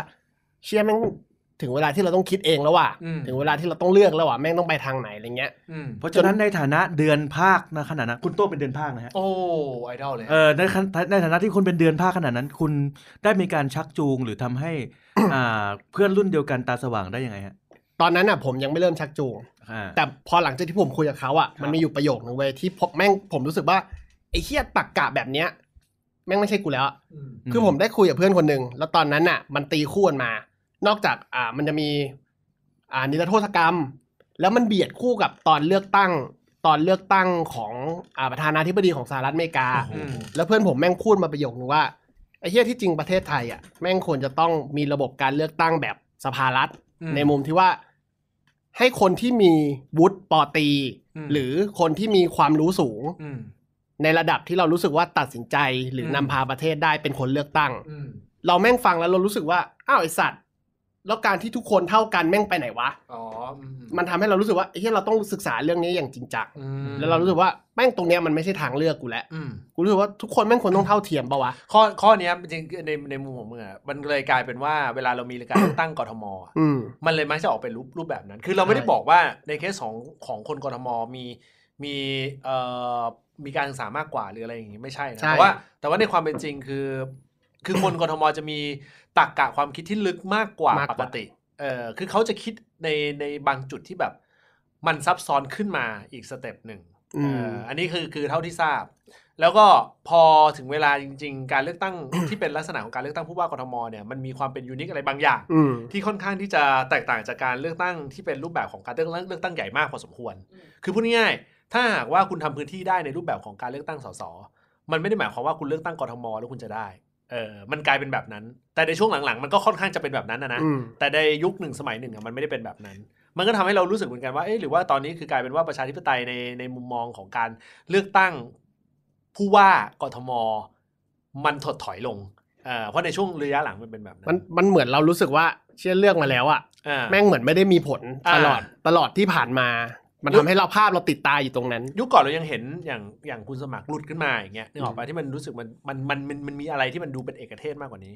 S4: เชื่อแม่งถึงเวลาที่เราต้องคิดเองแล้วว่ะ
S1: อืม
S4: ถึงเวลาที่เราต้องเลือกแล้วว่ะแม่งต้องไปทางไหนอะไรเงี้ย
S1: อืม
S3: เพราะฉะนั้นในฐานะเดือนภาคนะขนาดนั้นคุณโต้งเป็นเดือนภาคนะฮะ
S1: โอ้ไอดอลเลย
S3: เออในขณะในฐานะที่คุณเป็นเดือนภาคขนาดนั้น คุณได้มีการชักจูงหรือทำ ให้ อ่าเพื่อนรุ่นเดียวกันตาสว่างได้ยังไงฮะ
S4: ตอนนั้นอ่ะผมยังไม่เริ่มชักจูง
S3: อ่า
S4: แต่พอหลังจากที่ผมคุยกับเขาอ่ะมันมีอยู่ประโยคนึงเว้ยที่ผมแม่งผมรู้สึกว่าไอ้เฮียตักกะแบบเนี้ยแม่งไม่ใช่กูแล้วอะ คือผมได้คุยกับเพื่อนคนหนึ่งแล้วตอนนั้นน่ะ มันตีคู่กันมา นอกจากอ่ามันจะมี อ่านิรโทษกรรม แล้วมันเบียดคู่กับตอนเลือกตั้ง ตอนเลือกตั้งของอ่าประธานาธิบดีของสหรัฐอเมริกา
S1: อืม
S4: แล้วเพื่อนผมแม่งพูดมาประโยคนึงว่าไอ้เหี้ยที่จริงประเทศไทยอ่ะแม่งควรจะต้องมีระบบการเลือกตั้งแบบสภารัฐ ในมุมที่ว่าให้คนที่มีวุฒิปอตรีหรือคนที่มีความรู้สูง
S1: อืม
S4: ในระดับที่เรารู้สึกว่าตัดสินใจหรืออ
S1: ม
S4: นำพาประเทศได้เป็นคนเลือกตั้ง
S1: อืม
S4: เราแม่งฟังแล้วเรารู้สึกว่า อ้าวไอสัตว์ แล้วการที่ทุกคนเท่ากันแม่งไปไหนวะ
S1: อ๋อ
S4: มันทำให้เรารู้สึกว่าไอ้ที่เราต้องศึกษาเรื่องนี้อย่างจริงจัง
S1: อืม
S4: แล้วเรารู้สึกว่าแม่งตรงเนี้ยมันไม่ใช่ทางเลือกกูแล้ว
S1: อืม
S4: กูรู้สึกว่าทุกคนแม่งควรต้องเท่าเทียมปะวะ
S1: ข้อข้อเนี้ยจริงๆในในมุมของมึงอะมันเลยกลายเป็นว่าเวลาเรามีการเลือกตั้งกทมอะ
S4: อืม
S1: มันเลยมักจะออกเป็นรูปรูปแบบนั้น คือเราไม่ได้บอกว่าในเคสของของคนกทมมีมีเอ่อมีการศึกษามากกว่าหรืออะไรอย่างงี้ไม่ใช่นะ
S4: ใช่
S1: แต่ว่าแต่ว่าในความเป็นจริงคือ คือคนกทมจะมีตรรกะความคิดที่ลึกมากกว่าปกติเออคือเขาจะคิดในในบางจุดที่แบบ มันซับซ้อนขึ้นมาอีกสเต็ปหนึ่ง
S4: อื
S1: เอ่
S4: ม
S1: ออันนี้คือคือเท่าที่ทราบ แล้วก็พอถึงเวลาจริง ๆ การเลือกตั้ง ที่เป็นลักษณะของการเลือกตั้งผู้ว่ากทมเนี่ยมันมีความเป็นยูนิคอะไรบางอย่าง
S4: อืม
S1: ที่ค่อนข้างที่จะแตกต่างจากการเลือกตั้งที่เป็นรูปแบบของการเลือกตั้งเลือกตั้งใหญ่มากพอสมควร คือพูดง่ายๆถ้าหากว่าคุณทำพื้นที่ได้ในรูปแบบของการเลือกตั้งสสมันไม่ได้หมายความว่าคุณเลือกตั้งกทมแล้วคุณจะได้เออมันกลายเป็นแบบนั้น แต่ในช่วงหลังๆ มันก็ค่อนข้างจะเป็นแบบนั้นนะนะ
S4: อืม
S1: แต่ในยุคหนึ่งสมัยหนึ่งอะมันไม่ได้เป็นแบบนั้น มันก็ทำให้เรารู้สึกเหมือนกันว่า เอ๊ะหรือว่าตอนนี้คือกลายเป็นว่าประชาธิปไตยในในมุมมองของการเลือกตั้งผู้ว่ากทม มันถดถอยลงเอ่อเพราะในช่วงระยะหลังมันเป็นแบบนั้น
S4: มันมันเหมือนเรารู้สึกว่าเชื่อเรื่องมาแล้วอะ
S1: อ่า
S4: แม่งเหมือนไม่ได้มีผล
S1: อ่า
S4: ตลอดตลอดที่ผ่านมา มันทำให้เราภาพเราติดตาอยู่ตรงนั้น
S1: ยุคก่อนเรายังเห็นอย่างอย่างคุณสมัครหลุดขึ้นมาอย่างเงี้ยนึกออกปะที่มันรู้สึกมันมันมันมันมันมีอะไรที่มันดูเป็นเอกเทศมากกว่านี้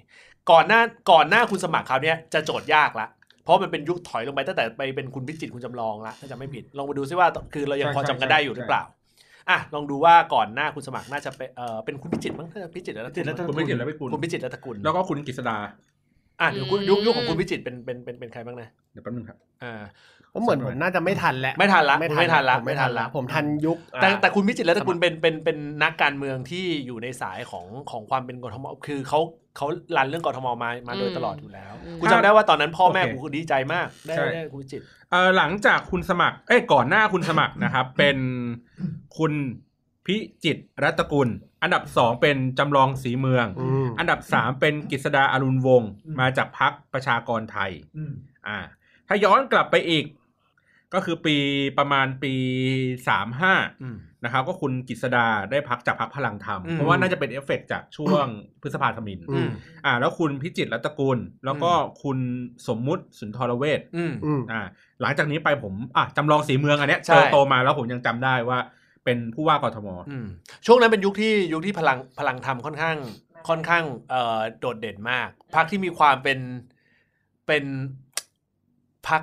S1: ก่อนหน้าก่อนหน้าคุณสมัครคราวเนี้ยจะโจทย์ยากละเพราะมันเป็นยุคถอยลงไปตั้งแต่ไปเป็นคุณพิจิตรคุณจำลองละถ้าจำไม่ผิดลองมาดูซิว่าคือเรายัง
S5: ใช่
S1: พอจำกันได้อยู่หรือเปล่าอ่ะลองดูว่าก่อนหน้าคุณสมัครน่าจะเป็นเออเป็นคุณพิจิตรมั้งถ้าจะพิจิตรแล้ว
S5: พิจิตรรัตนกุลคุณพิจิตรรัตนกุล
S1: คุณพิจิตรรัตนกุล
S5: แล้วก็คุณกฤษดา
S1: อ่ะเดี๋ยวคุณยุคยุคของคุณพิจิตรเป็นเป็นเป็นเป็นใครบ้างนะ
S5: เดี๋ยวแป๊บนึงครับ
S1: อ่า
S4: ก็เหมือนผมน่าจะไม่ทันแล้ว
S1: ไม่ทันละไม่ทันละ
S4: ผมไม่ทันละ
S1: ไม่ทันละ
S4: ผมทันยุค
S1: แต่
S4: อ่า
S1: แต่คุณวิจิตรและตระกูลเป็นเป็นเป็นนักการเมืองที่อยู่ในสายของของความเป็นกทมคือเขาเขาลันเรื่องกทมมามาโดยตลอดอยู่แล้ว
S2: อืม
S1: กูจำได้ว่าตอนนั้นพ่อแม่
S5: โอเค
S1: กูคือดีใจมากได้
S5: ใช่
S1: ได้คุณวิจิตร
S5: เอ่อหลังจากคุณสมัคร เอ้ยก่อนหน้าคุณสมัครนะครับ เป็นคุณพิจิตรรัตนกุล อันดับสองเป็นจำลองสีเมือง
S4: อืม
S5: อันดับสามเป็นกฤษดาอรุณวงศ์มาจากพักประชากรไทย อ่า ถ้าย้อนกลับไปอีก ก็คือปีประมาณปีสามห้า
S1: อืม
S5: นะครับก็คุณกฤษดาได้พักจากพักพลังธรรม
S1: อืม
S5: เพราะว่าน่าจะเป็นเอฟเฟกต์จากช่วงพฤษภาธมิน
S1: อืม
S5: อ่า แล้วคุณพิจิตรรัตนกุล แล้วก็คุณสมมุติสุนทรเวช
S1: อืม
S4: อืม
S5: อ่า หลังจากนี้ไปผมอ่ะจำลองสีเมืองอันเนี้ย
S1: ใช่
S5: เจอโตมาแล้วผมยังจำได้ว่าเป็นผู้ว่ากทม
S1: อืมช่วงนั้นเป็นยุคที่ยุคที่พลังพลังธรรมค่อนข้างค่อนข้างเอ่อโดดเด่นมากพักที่มีความเป็นเป็นพัก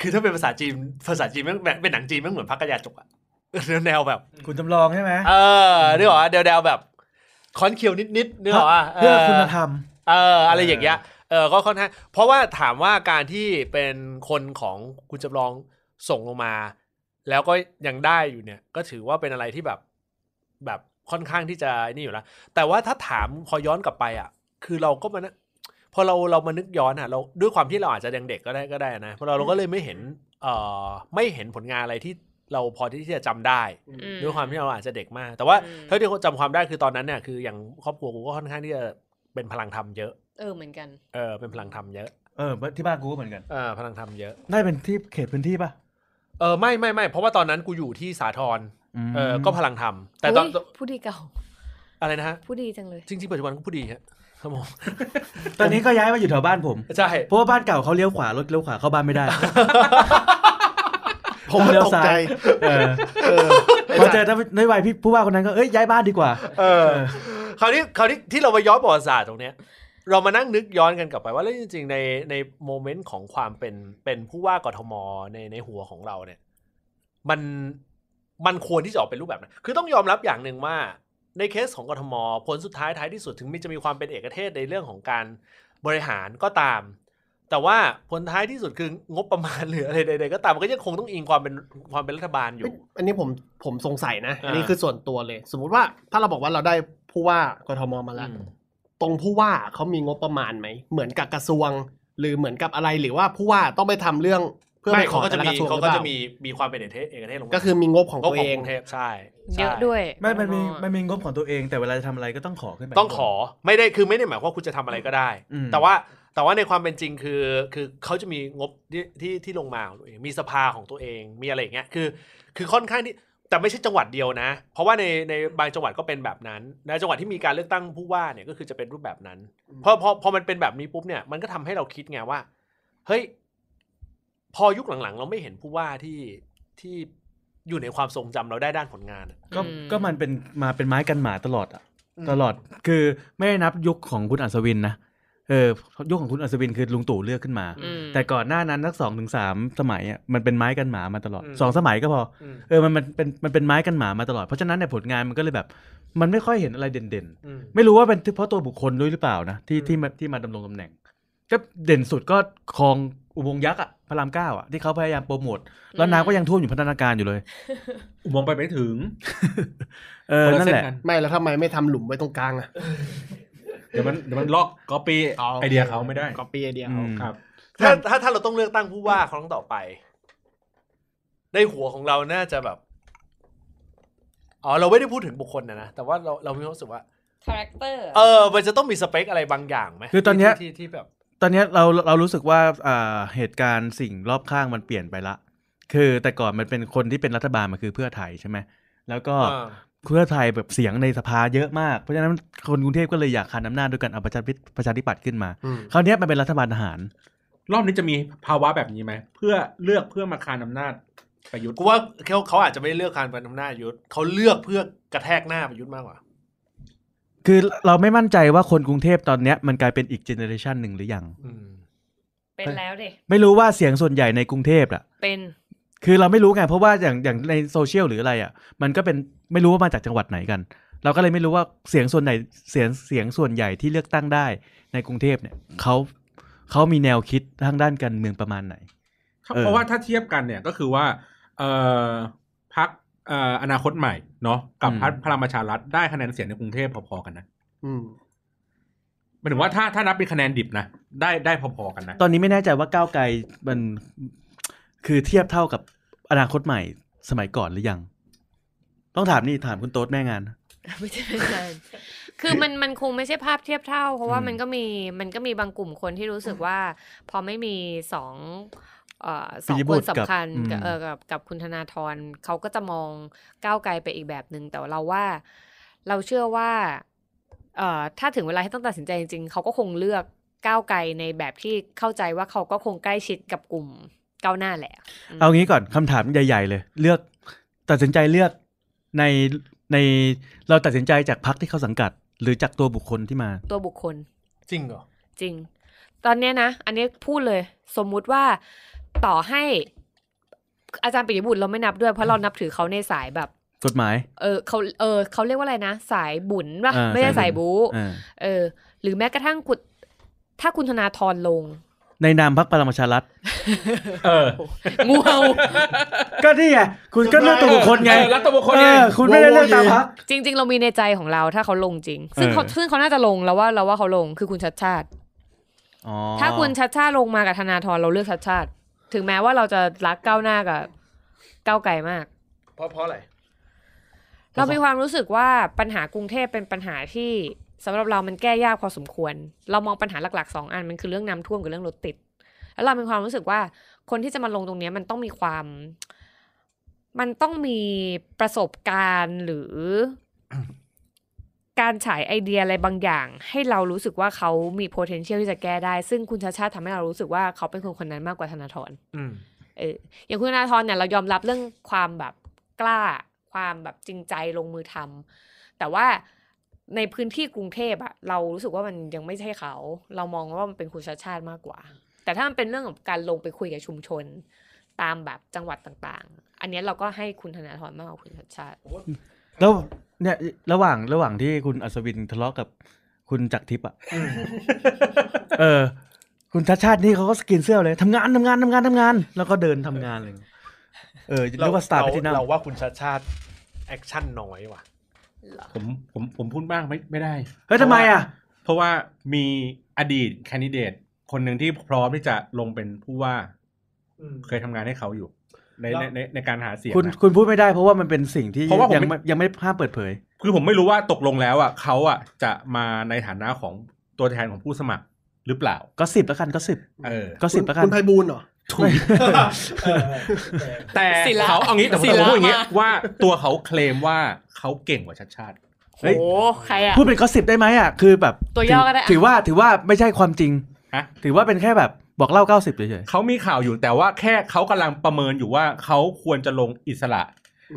S1: คือถ้าเป็นภาษาจีนภาษาจีนแม่งแบบเป็นหนังจีนแม่งเหมือนพักกระยาจกอะ แนวแบบ
S6: คุณจำลองใช่ไหม
S1: เออนึกออกปะเดาๆแบบค้อนเคียวนิดๆนึกออกปะ
S6: เพื่อคุณธรรม
S1: เอออะไรอย่างเงี้ยเออก็ค่อนข้างเพราะว่าถามว่าการที่เป็นคนของคุณจำลองส่งลงมา แล้วก็ยังได้อยู่เนี่ย ก็ถือว่าเป็นอะไรที่แบบแบบค่อนข้างที่จะนี่อยู่แล้วแต่ว่าถ้าถามพอย้อนกลับไปอ่ะ คือเราก็มานะพอเราเรามานึกย้อนอ่ะ เราด้วยความที่เราอาจจะยังเด็กก็ได้ก็ได้นะเพราะเราเราก็เลยไม่เห็นเอ่อไม่เห็นผลงานอะไรที่เราพอที่จะจำได้
S2: อืม
S1: ด้วยความที่เราอาจจะเด็กมาก แต่ว่า
S2: อืม
S1: เท่าที่จำความได้คือตอนนั้นเนี่ยคืออย่างครอบครัวกูก็ค่อนข้างที่จะเป็นพลังธรรมเยอะ
S2: เออเหมือนกัน
S1: เออเป็นพลังธรรมเยอะ
S6: เออที่บ้านกูก็เหมือนกัน
S1: เออพลังธรรมเยอะ
S6: ได้เป็นที่เขตพื้นที่ป่ะ
S1: เออไม่ไม่ไม่เพราะว่าตอนนั้นกูอยู่ที่สาทร
S6: ม
S1: เออก็พลังธรรมแต่ตอน
S2: เฮ้ยผู้ดีเก่า
S1: อะไรนะฮะ
S2: ผู้ดีจังเลย
S1: จริงๆปัจจุบันก็พูดดีฮะครับผม
S6: ตอนนี้ก็ย้ายมาอยู่แถวบ้านผม
S1: ใช่
S6: เพราะว่าบ้านเก่าเขาเลี้ยวขวารถเลี้ยวขวาเข้าบ้านไม่ได้
S4: ผมก็
S6: เลี้ยว
S4: ตก
S6: ซ้าย
S4: ใจ
S6: เออพอเจอท่านนโยบายพี่ผู้ว่าคนนั้นก็เอ้ยย้ายบ้านดีกว่า
S1: เออคราวนี้คราวนี้ที่เราไปย้อนประวัติศาสตร์ตรงเนี้ย เรามานั่งนึกย้อนกันกลับไปว่าแล้วจริงๆในในโมเมนต์ของความเป็นเป็นผู้ว่ากทมในในหัวของเราเนี่ย มันมันควรที่จะออกเป็นรูปแบบไหนคือต้องยอมรับอย่างหนึ่งว่า ในเคสของกทมผลสุดท้ายท้ายที่สุดถึงมีจะมีความเป็นเอกเทศในเรื่องของการบริหารก็ตาม แต่ว่าผลท้ายที่สุดคืองบประมาณหรืออะไรใดๆก็ตามมันก็ยังคงต้องอิงความเป็นความเป็นรัฐบาลอยู่
S4: อันนี้ผมผมสงสัยนะ
S1: อ่า
S4: อันนี้คือส่วนตัวเลย สมมุติว่าถ้าเราบอกว่าเราได้ผู้ว่ากทมมาแล้ว
S1: อืม
S4: ตรงผู้ว่าเขามีงบประมาณไหม เหมือนกับกระทรวง หรือเหมือนกับอะไรหรือว่าผู้ว่าต้องไปทำเรื่องเพื่อไป
S1: ไม่
S4: ขอ
S1: เขาก็
S4: แต่
S1: จะ
S4: ละก
S1: มี
S4: ระทรวงห
S1: เขา
S4: รือ
S1: ก็
S4: เปล่า
S1: จะมีมีความเป็นเอกเทศเอกเทศลงมา
S4: ก็คือมีงบของ
S1: ก็
S4: ตัว
S1: ขอ
S4: เอง
S1: ก
S4: ง
S1: รุงเทพใช่ใช่
S2: เยอะด้วย
S6: ไม่มันมี
S2: กท
S6: มันมีงบของตัวเอง แต่เวลาจะทำอะไรก็ต้องขอขึ้นไป
S1: ต้องขอไม่ได้คือไม่ได้หมายความว่าคุณจะทำอะไรก็ได้
S6: อืม
S1: แต่ว่าแต่ว่าในความเป็นจริงคือคือเขาจะมีงบที่ที่ที่ลงมาของตัวเองมีสภาของตัวเองมีอะไรอย่างเงี้ยคือ คือค่อนข้างที่แต่ไม่ใช่จังหวัดเดียวนะ เพราะว่าในในบางจังหวัดก็เป็นแบบนั้นนะจังหวัดที่มีการเลือกตั้งผู้ว่าเนี่ยก็คือจะเป็นรูปแบบนั้นพอพอพอมันเป็นแบบนี้ปุ๊บเนี่ยมันก็ทำให้เราคิดไงว่า เฮ้ย พอยุคหลังๆ เราไม่เห็นผู้ว่าที่ที่อยู่ในความทรงจำเราได้ด้านผลงานอะ
S3: ก็
S2: อืม
S3: ก็มันเป็นมาเป็นไม้กันหมาตลอดอ่ะ
S1: อืม
S3: ตลอดคือไม่ได้นับยุคของคุณอัศวินนะเออยุคของคุณอัศวินคือลุงตู่เลือกขึ้นมา
S2: อืม
S3: แต่ก่อนหน้านั้นสักสองถึงสามสมัยอ่ะมันเป็นไม้กันหมามาตลอด
S1: อืม
S3: สองสมัยก็พอ
S1: อืม
S3: เออมันมันเป็นมันเป็นไม้กันหมามาตลอด เพราะฉะนั้นเนี่ยผลงานมันก็เลยแบบ มันไม่ค่อยเห็นอะไรเด่นๆ
S1: อืม
S3: ไม่รู้ว่าเป็นเพราะตัวบุคคลด้วยหรือเปล่านะที่
S1: อืม
S3: ที่มาที่มาดำรงตำแหน่ง ก็เด่นสุดก็คลองอุโมงค์ยักษ์อะพระรามเก้าอะที่เขาพยายามโปรโมทแล้วน้ำก็ยังท่วมอยู่พัฒนาการอยู่เลย
S5: อุโมงค์ไปไม่ถึง
S3: เออ นั่นแหละ
S5: คเส้กั
S4: ไม่แล้วทำไมไม่ทำหลุมไว้ตรงกลางอ่ะ
S5: เดี๋ยวมันเดี๋ยวมันลอกก๊อปปี้ไอเดียเขาไม่ได้
S4: ก็ปีไอเดีย
S3: อื
S4: เขา
S3: ม
S5: ครับ
S1: ถ้าถ้าถ้าเราต้องเลือกตั้งผู้ว่าครั้งต่อไป ในหัวของเราน่าจะแบบอ๋อเราไม่ได้พูดถึงบุคคลนะนะแต่ว่าเราเรามีความรู้สึกว่า
S2: คาแรคเตอร์
S1: เออ มันจะต้องมีสเปคอะไรบางอย่างไหม
S3: คือตอนเนี้ย
S1: ที่ที่ที่แบบ
S3: ตอนเนี้ยเราเรารู้สึกว่าอ่าเหตุการณ์สิ่งรอบข้างมันเปลี่ยนไปละ คือแต่ก่อนมันเป็นคนที่เป็นรัฐบาลมันคือเพื่อไทยใช่ไหมแล้วก็
S1: อ่า
S3: เพื่อไทยแบบเสียงในสภาเยอะมากเพราะฉะนั้นคนกรุงเทพก็เลยอยากคานอำนาจด้วยกันเอาประชาธิประชาธิปัตย์ขึ้นมา
S4: อืม
S3: คราวเนี้ยมันเป็นรัฐบาลทหาร
S5: รอบนี้จะมีภาวะแบบนี้ไหมเพื่อเลือกเพื่อมาคานอำนาจประยุทธ์
S1: กูว่าเขาเขาอาจจะไม่ได้เลือกการเป็นอำนาจประยุทธเขาเลือกเพื่อกระแทกหน้าประยุทธ์มากกว่า
S3: คือเราไม่มั่นใจว่าคนกรุงเทพตอนเนี้ยมันกลายเป็นอีกเจเนอเรชันหนึ่งหรือยัง
S1: อืม
S2: เป็นแล้วเด็
S3: ไม่รู้ว่าเสียงส่วนใหญ่ในกรุงเทพอ่ะ
S2: เป็น
S3: คือเราไม่รู้ไงเพราะว่าอย่างอย่างในโซเชียลหรืออะไรอ่ะ มันก็เป็นไม่รู้ว่ามาจากจังหวัดไหนกัน เราก็เลยไม่รู้ว่าเสียงส่วนไหนเสียงเสียงส่วนใหญ่ที่เลือกตั้งได้ในกรุงเทพเนี่ยเขาเขามีแนวคิดทางด้านการเมืองประมาณไหน เออ
S5: เพราะว่าถ้าเทียบกันเนี่ยก็คือว่าเอ่อพักอ่ออนาคตใหม่เนาะกับพักพลังประชารัฐได้คะแนนเสียงในกรุงเทพพอๆกันนะ
S4: อืม
S5: หมายถึงว่าถ้าถ้านับเป็นคะแนนดิบนะได้ได้พอๆกันนะ
S3: ตอนนี้ไม่แน่ใจว่าก้าวไกลมันคือเทียบเท่ากับอนาคตใหม่สมัยก่อนหรือยัง ต้องถามนี่ถามคุณโต๊ดแม่งาน
S2: ไม่ใช่ไม่ใช่ คือมันมันคงไม่ใช่ภาพเทียบเท่า เพราะว่ามันก็มีมันก็มีบางกลุ่มคนที่รู้สึกว่า พอไม่มีสองเอ่อสอง
S3: ปิย
S2: ค
S3: บุ
S2: น
S3: ตรกับ
S2: สำคัญ
S3: อืม
S2: กับเออกับกับคุณธนาธรเขาก็จะมองก้าวไกลไปอีกแบบหนึ่งแต่เราว่า เราเชื่อว่าเอ่อถ้าถึงเวลาที่ต้องตัดสินใจจริงๆเขาก็คงเลือกก้าวไกลในแบบที่เข้าใจว่าเขาก็คงใกล้ชิดกับกลุ่มก้าวหน้าแหละ อืม
S3: เอางี้ก่อนคำถามใหญ่ ๆ เลย เลือกตัดสินใจเลือกในในเราตัดสินใจจากพักที่เขาสังกัด หรือจากตัวบุคคลที่มา
S2: ตัวบุคคล
S1: จริงเหรอ
S2: จริง ตอนเนี้ยนะ อันนี้พูดเลย สมมุติว่าต่อให้อาจารย์ปิยบุตรเราไม่นับด้วยเพราะเรานับถือเขาในสายแบบ
S3: กฎหมาย
S2: เออเขาเออเขาเรียกว่าอะไรนะ สายบุญป่ะ
S3: อ่า
S2: ไม่ใช่สา
S3: สาย ยบุ
S2: บู
S3: ญ เออ
S2: เออ หรือแม้กระทั่งกุดถ้าคุณธนาธรล ง
S3: ในนามพักพลังประชารัฐ
S5: เออ
S2: งูเห่า
S3: ก็นี่ไงคุณก็เลือกตัวบุคคลไง
S5: เออรัฐบุคคล
S3: เอ
S5: ไง
S3: อคุณไม่ได้เลือกตามพรรค
S2: จริง ๆ เรามีในใจของเราถ้าเขาลงจริง ซึ่งเขา
S3: เออ
S2: ซึ่งเขาน่าจะลงเราว่าเราว่าเขาลงคือคุณชัดชาติ
S3: อ๋อ
S2: ถ้าคุณชัดชาติลงมากับธนาธรเราเลือกชัดชาติ ถึงแม้ว่าเราจะรักก้าวหน้ากับก้าวไกลมาก
S1: เพราะเพราะอะไร
S2: เรามีความรู้สึกว่าปัญหากรุงเทพเป็นปัญหาที่สำหรับเรามันแก้ยากพอสมควร เรามองปัญหาหลักๆสองอันมันคือเรื่องน้ำท่วมกับเรื่องรถติด แล้วเรามีความรู้สึกว่าคนที่จะมาลงตรงเนี้ยมันต้องมีความ มันต้องมีประสบการณ์หรือ การฉายไอเดียอะไรบางอย่าง ให้เรารู้สึกว่าเขามี potential ที่จะแก้ได้ ซึ่งคุณชาชาติทำให้เรารู้สึกว่าเขาเป็นคนคนนั้นมากกว่าธนาธร
S1: อืม
S2: เอออย่างคุณธนาธรเนี่ยเรายอมรับเรื่องความแบบกล้า ความแบบจริงใจลงมือทำแต่ว่าในพื้นที่กรุงเทพอะเรารู้สึกว่ามันยังไม่ใช่เขา เรามองว่ามันเป็นคุณชาติชาติมากกว่า แต่ถ้ามันเป็นเรื่องของการลงไปคุยกับชุมชน ตามแบบจังหวัดต่างๆ อันเนี้ยเราก็ให้คุณธนาธรมากกว่าคุณชาติชาติ
S3: แล้วเนี่ยระหว่างระหว่างที่คุณอัศวินทะเลาะกับคุณจักรทิพย์อ่ะเออ คุณชัดชาตินี่เขาก็สกินเสื้อเลยทำงานทำงานทำงานทำงาน แล้วก็เดินทำงานอะไรอย่างเลยเออเรียกว่าสตาร์ไปที่นั่น
S1: เราว่าคุณชาติชาติแอคชั่นน้อยว่ะ
S5: ผมผมผมพูดบ้างไม่ไม่ได้
S3: เฮ้ยทำไมอ่ะ
S5: เพราะว่ามีอดีตแคนดิเดตคนหนึ่งที่พร้อมที่จะลงเป็นผู้ว่า เคยทำงานให้เขาอยู่ ใน
S1: แล้ว
S5: ในในในการหาเสียง
S3: คุณ
S5: นะ
S3: คุณพูดไม่ได้เพราะว่ามันเป็นสิ่งที่
S5: เพราะว่าผม
S3: ยัง
S5: ไม่
S3: ไม่ยังไม่ห้ามเปิดเผย
S5: คือผมไม่รู้ว่าตกลงแล้วอ่ะเขาอ่ะจะมาในฐานะของตัวแทนของผู้สมัครหรือเปล่า
S3: ก็สิบแล้วกันก็สิบ
S5: เออ
S3: ก็สิบแล้วกัน
S4: คุณไพบูลย์เหรอ
S3: ถูก
S5: แต่
S2: ศิลา
S5: เขาเอางี้แต่ผม
S2: ศิ
S5: แต่
S2: ลา
S5: ผมพูดอย่างงี้
S2: มา
S5: ว่าตัวเขาเคลมว่าเขาเก่งกว่าชัดชาติ
S3: เฮ้
S2: โอ้
S3: ย
S2: โหใครอะ
S3: พูดเป็นก็สิบได้ไหมอ่ะคือแบบ
S2: ตัวย่อก็ได้อะ
S3: ถือว่าถือว่าไม่ใช่ความจริง
S5: ฮะ
S3: ถือว่าเป็นแค่แบบ บอกเล่า 90เฉย
S5: เขามีข่าวอยู่แต่ว่าแค่เขากำลังประเมินอยู่ว่าเขาควรจะลงอิสระ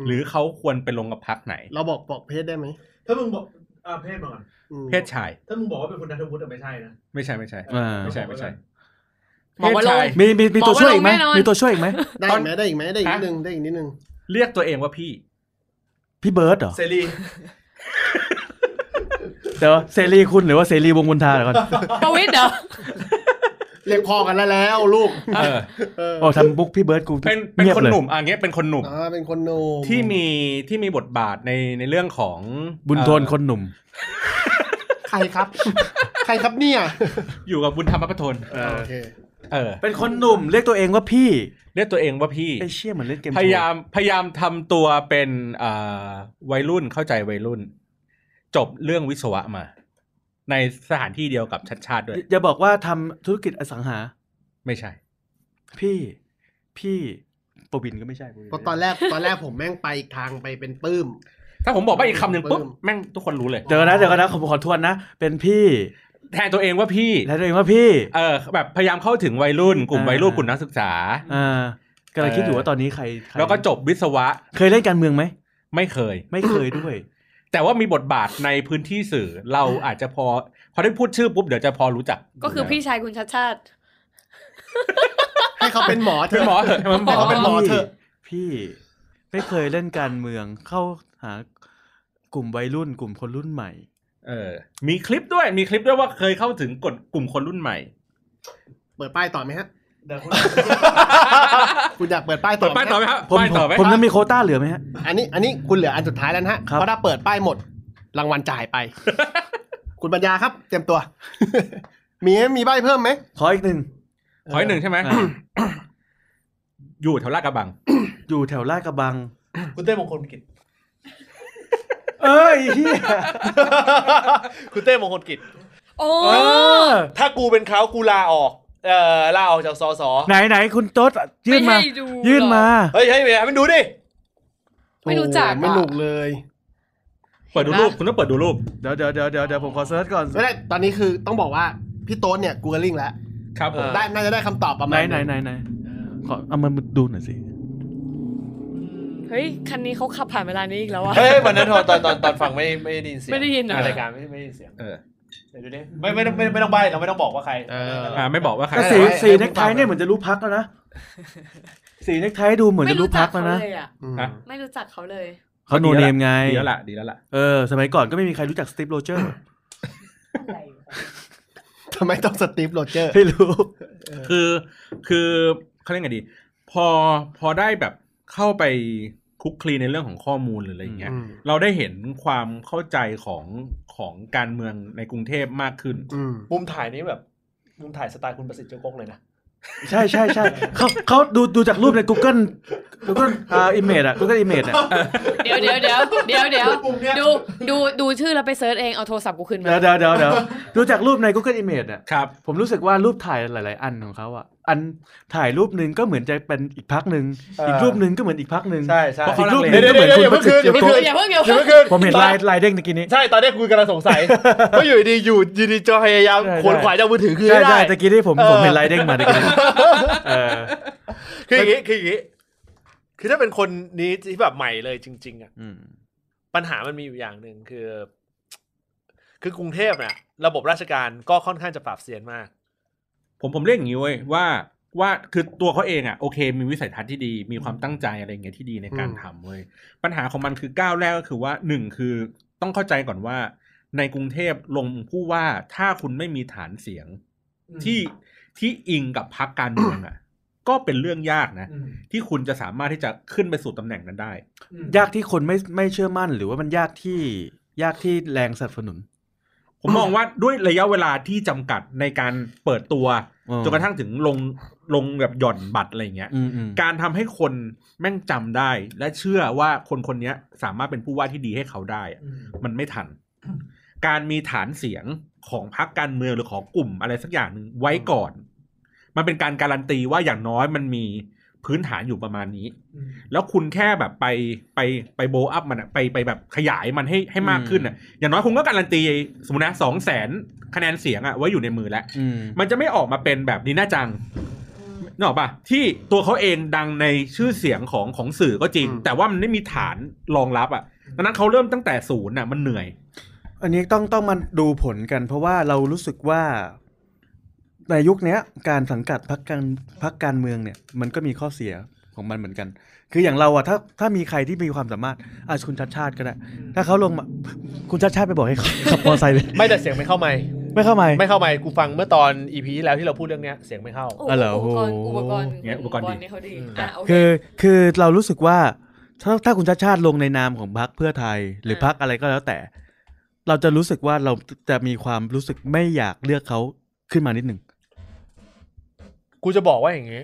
S5: หรือเขาควรไปลงกับพักไหน
S4: เราบอกบอกเพศได้ไหม
S7: ถ้ามึงบอกอ่าเพศมาก่อน
S4: อืม
S5: เพศชาย
S7: ถ้ามึงบอกว่าเป็นคุณนัทวุฒิอะไม่ใช่นะ
S5: ไม่ใช่ไม่ใช่
S3: ๆอ่า
S5: ไม่ใช่ไม่ใช่
S2: หมอวรงค์
S5: เพศชาย
S3: มีมีมีตัวช่วยอีกไหม
S2: บอกว่าลงแน่นอน
S3: มีตัวช่วยอีกไห ม
S4: ได้อีกไหมได้อีกไหมได้อีกนิด
S5: ฮะ
S4: นึงได้อีกนิดนึง
S5: เรียกตัวเองว่าพี่
S3: พี่เบิร์ดเหรอ
S7: เซรี
S3: เดี๋ยวเสรีคุณหรือว่าเสรีวงศ์บุญทาเดี๋ย วก่อน
S2: ประวิทย์เหรอ
S4: เรียกพ่อกันแล้วแล้วลูก
S5: เออ
S4: เออ
S3: โอ้ทำบุ๊กพี่เบิร์ดกู
S5: เป็นเป็น
S3: งียบ
S5: คน
S3: ลย
S5: หนุ่มอ่ะเงี้ยเป็นคนหนุ่ม
S4: อ่าเป็นคนโนม
S5: ที่มีที่มีบทบาทในในเรื่องของ
S3: บุญทน
S5: เอ่อ
S3: คนหนุ่ม
S4: ใครครับ ใครครับเนี่ย
S5: อยู่กับบุญธรรมประทน
S4: โอเค
S5: เออ
S3: เป็นคนหนุ่มเรียกตัวเองว่าพี่
S5: เรียกตัวเองว่าพี่
S3: ไอ้เชี่ยเหมือนเล่นเกม
S5: พยายามพยายามทำตัวเป็นเอ่อวัยรุ่นเข้าใจวัยรุ่น จบเรื่องวิศวะมา ในสถานที่เดียวกับชัดชาติด้วย
S3: อย่าบอกว่าทำธุรกิจอสังหา
S5: ไม่ใช่
S3: พี่พี่ปวินก็ไม่ใช่ปวิน
S4: เพราะตอนแรกตอนแรกผมแม่งไปอีกทางไปเป็นปื้ม
S5: ถ้าผมบอกว่าอีกคำหนึ่งปุ๊บ
S4: ปลื้ม
S5: แม่งทุกคนรู้เลย
S3: เดี๋ยวก่อนนะเดี๋ยวกันนะผมขอทวนนะ เป็นพี่
S5: แทนตัวเองว่าพี่
S3: แล้วตัวเองว่าพี่
S5: เออแบบพยายามเข้าถึงวัยรุ่น กลุ่มวัยรุ่นกลุ่มนักศึกษา
S3: อ่ากำลังคิดอยู่ว่าตอนนี้ใครใคร
S5: แล้วก็จบวิศวะ
S3: เคยเล่นการเมืองไหม
S5: ไม่เคย
S3: ไม่เคยด้วย
S5: แต่ว่ามีบทบาทในพื้นที่สื่อ เราอาจจะพอ พอได้พูดชื่อปุ๊บเดี๋ยวจะพอรู้จัก
S2: ก็คือพี่ชายคุณชัดชาติ
S4: ให้เขาเป็นหมอเถ
S5: เป็น
S4: อะ
S5: หมอเหรอะมันบ
S2: ให้
S5: อก
S2: ข
S5: ว่าเป็นหมอ
S3: พี่
S5: เถอะ
S3: พี่ไม่เคยเล่นการเมืองเข้าหากลุ่มวัยรุ่น กลุ่มคนรุ่นใหม่
S5: เออ มีคลิปด้วย มีคลิปด้วยว่าเคยเข้าถึงกดกลุ่มคนรุ่นใหม่
S4: เปิดป้ายต่อไหมฮะ
S7: เดี๋ยวคุณ
S4: คุณอยากเปิดป้ายต่อ
S5: เปิดป้ายต่อไหม
S4: ไหมฮะ
S5: ครับ
S3: ผม
S5: ป้ายต่อไหม
S3: ผมยังมีโควต้าเหลือไหมฮะ
S4: อันนี้อันนี้คุณเหลืออันสุดท้ายแล้วนะฮะ
S3: ครับ
S4: เพราะถ้าเปิดป้ายหมด รางวัลจ่ายไป คุณปัญญาครับ เตรียมตัว มีไหมมีใบเพิ่มไหม
S3: ขออีกหนึ่ง
S5: ขออีกหนึ่งใช่ไหม
S3: อ่า
S5: อยู่แถวลาดกระบัง
S3: อยู่แถวลาดกระบัง
S1: คุณเต้มงคลกิจ
S3: เอ้ยเหี้ย
S1: คุณเต้มงคลกิจ
S2: โอ้
S3: เออ
S1: ถ้ากูเป็นเขากูลาออก เอ่อลาออกจากสส
S3: ไหนไหนคุณโต๊ดยื่นมา
S2: ไให้ดู
S3: ยื่นมา
S2: หรอ
S1: เฮ้ยเฮ้ยเฮ้ยมันดูดิ
S2: ไม่รู้จัก
S4: โอ้โหไม่
S2: อะ
S4: หนุกเลย
S5: เปิดดูรูป คุณต้องเปิดดูรูป
S3: เดี๋ยวเดี๋ยวเดี๋ยวเดี๋ยวเดี๋ยวผมขอเซิร์ชก่อน
S4: ไม่ได้ตอนนี้คือต้องบอกว่าพี่โต๊ดเนี่ยกูเกลิงแล้ว
S5: ครับผม
S1: เออ
S4: ได้น่าจะได้คำตอบประ
S3: ไหน
S4: มาณ
S3: ไหนไหนไหนขอเอามันดูหน่อยสิ
S2: เฮ้ย คันนี้เขาขับผ่านเวลานี้อีกแล้วอะ
S1: เฮ้ยวันนั้นตอนตอนตอนตอนฟังไม่ไม่ได้ยินเสียง
S2: ไม่ได้ยินเหรอ
S1: รายการไม่ไม่ได้ยินเสียง
S5: เออ
S1: เดี๋ยวดูดิไม่ไม่ไม่ไม่ต้องใบเราไม่ต้องบอกว่าใคร
S4: เออ
S5: อ่า ไม่บอกว่าใคร
S3: แต่สีสีเน็กไทเนี่ยเหมือนจะรู้พักแล้วนะ สีเน็กไทดูเหมือนจะรู้พักแล้วนะ
S2: ไม่รู้จักเขาเลยอะ
S5: นะ
S2: ไม่รู้จักเขาเลย
S3: เขาโนเนมไง
S5: ดีแล้วล่ะ ดีแล้วล่ะ
S3: เออ สมัยก่อนก็ไม่มีใครรู้จักสตีฟโรเจอร์
S4: ทำไมต้องสตีฟโรเจอร์
S3: ไม่รู้
S5: คือคือเขาเรียกไงดี พอพอได้แบบเข้าไปคลุกคลีในเรื่องของข้อมูลหรืออะไรอย่างเงี้ย
S4: อืม
S5: เราได้เห็นความเข้าใจของของการเมืองในกรุงเทพมากขึ้น
S4: อืม
S1: มุมถ่ายนี้แบบ มุมถ่ายสไตล์คุณประสิทธิ์เจ้ากงเลยนะ
S3: ใช่ใช่ใช่เขาเขาดูดูจากรูปใน Google Google อ่าอิมเมจอะ Google Image อะ
S2: เดี๋ยวเดี๋ยวเดี๋ยวเดี๋ยวเดี๋ยว
S1: ปุ่มเนี่ย
S2: ดูดูดูชื่อแล้วไปเซิร์ชเอง เอาโทรศัพท์กูขึ้นมา
S3: เดี๋ยวเดี๋ยวเดี๋ยวเดี๋ยวดูจากรูปใน Google Image อะ
S5: ครับ
S3: ผมรู้สึกว่ารูปถ่ายหลาย ๆ อันของเขาอะอันถ่ายรูปหนึ่งก็เหมือนจะเป็นอีกพักหนึ่งอีกรูปหนึ่งก็เหมือนอีกพักหนึ่ง
S1: ใช่ใช่
S5: เพราะ
S3: อีก
S5: เขาลั
S3: รูปห
S5: ง
S3: นึง
S5: เล
S3: ก็เหมือนคุณ
S1: เดี๋ยว
S3: ประสิทธิ์
S1: เดี๋ยว
S3: จิต
S1: เดี๋ยว
S3: โต
S1: เดี๋ยว
S2: อย่าเพิ่งอย่า
S1: เดี๋ยว
S2: เพิ่ง
S1: เมื่อคืน
S3: ผมเห็น
S1: ตอ
S3: ลายลายเด้งตะกี้นี้
S1: ใช่ตอนแรกกูกำลังสงสัยว่าอยู่ดีอยู่ดีดีจอพยายามขวนขวายจะเอามือถือคืน
S3: ใช่
S1: ให้ได้
S3: ใช่ตะกี้ที่ผม
S1: เออ
S3: ผมเห็นลายเด้งมาตะ กี้นี้เออ
S1: คืออย่างงี้คืออย่างงี้คือถ้าเป็นคนนี้ที่แบบใหม่เลยจริง ๆอ่ะ
S3: อืม
S1: ปัญหามันมีอยู่อย่างหนึ่งคือ คือกรุงเทพเนี่ยระบบราชการก็ค่อนข้างจะปราบเซียนมาก
S5: ผมผมเรียกอย่างนี้เว้ยว่าว่าคือตัวเขาเองอะ่ะโอเค มีวิสัยทัศน์ที่ดี มีความตั้งใจอะไรอย่างเงี้ยที่ดีในการทำเว้ยปัญหาของมันคือก้าวแรกก็คือว่าหนึ่งคือต้องเข้าใจก่อนว่า ในกรุงเทพลงผู้ว่าถ้าคุณไม่มีฐานเสียง ที่ที่อิงกับพรรคการเมืองอะ่ะ ก็เป็นเรื่องยากนะ
S7: อืม
S5: ที่คุณจะสามารถที่จะขึ้นไปสู่ตำแหน่งนั้นได้
S7: อืม
S3: ยากที่คนไม่ไม่เชื่อมั่น หรือว่ามันยากที่ยากที่แรงสนับสนุน
S5: ผมมองว่าด้วยระยะเวลาที่จำกัดในการเปิดตัว
S3: อืม
S5: จนกระทั่งถึงลงลงแบบหย่อนบัตรอะไรอย่างเงี้ย
S3: อืมอืม
S5: การทำให้คนแม่งจำได้ และเชื่อว่าคนคนเนี้ยสามารถเป็นผู้ว่าที่ดีให้เขาได้อะ
S7: อืม
S5: มันไม่ทัน การมีฐานเสียงของพรรคการเมืองหรือของกลุ่มอะไรสักอย่างหนึ่งไว้ก่อน มันเป็นการการันตีว่าอย่างน้อยมันมี พื้นฐานอยู่ประมาณนี้
S7: อืม
S5: แล้วคุณแค่แบบไปไปไปโบอัพมันอะไปไปแบบขยายมันให้ให้มากขึ้นอะอย่างน้อยคุณก็การันตีสมมตินะสองแสนคะแนนเสียงอะไว้อยู่ในมือแล้ว
S3: อืม
S5: มันจะไม่ออกมาเป็นแบบนี้น่าจังนึกออกปะที่ตัวเขาเองดังในชื่อเสียงของของสื่อก็จริง
S4: อืม
S5: แต่ว่ามันไม่มีฐานรองรับอะดังนั้นเขาเริ่มตั้งแต่ศูนย์อะมันเหนื่อย
S3: อันนี้ต้องต้องมาดูผลกัน เพราะว่าเรารู้สึกว่าในยุคเนี้ย การสังกัดพักการพักการเมืองเนี่ย มันก็มีข้อเสียของมันเหมือนกัน คืออย่างเราอะถ้าถ้ามีใครที่มีความสามารถอาจคุณชัดชาติก็ได้ ถ้าเขาลงมาคุณชัดชาติไปบอกให้เขาขับมอเตอร์ไซค์เลย
S1: ไม่แต่เสียงไม่เข้าไม่
S3: ไม่เข้ามา
S1: ไม่เข้าไม่กูฟังเมื่อตอนอีพีแล้วที่เราพูดเรื่องเนี้ยเสียงไม่เข้า
S3: ะเหรอโอ้
S2: อุป
S3: โห
S2: กรณ์อุปกรณ์
S5: เนี่ยอุปกรณ์ดี
S2: เนี่ยเขาดี
S1: อืม
S2: อ่ะโอเค
S3: คือคือเรารู้สึกว่าถ้าถ้าคุณชาติชาติลงในนามของพรรคเพื่อไทย หรือ
S2: อ่า
S3: พรรคอะไรก็แล้วแต่ เราจะรู้สึกว่าเราจะมีความรู้สึกไม่อยากเลือกเขาขึ้นมานิดหนึ่ง
S1: กูจะบอกว่าอย่างงี้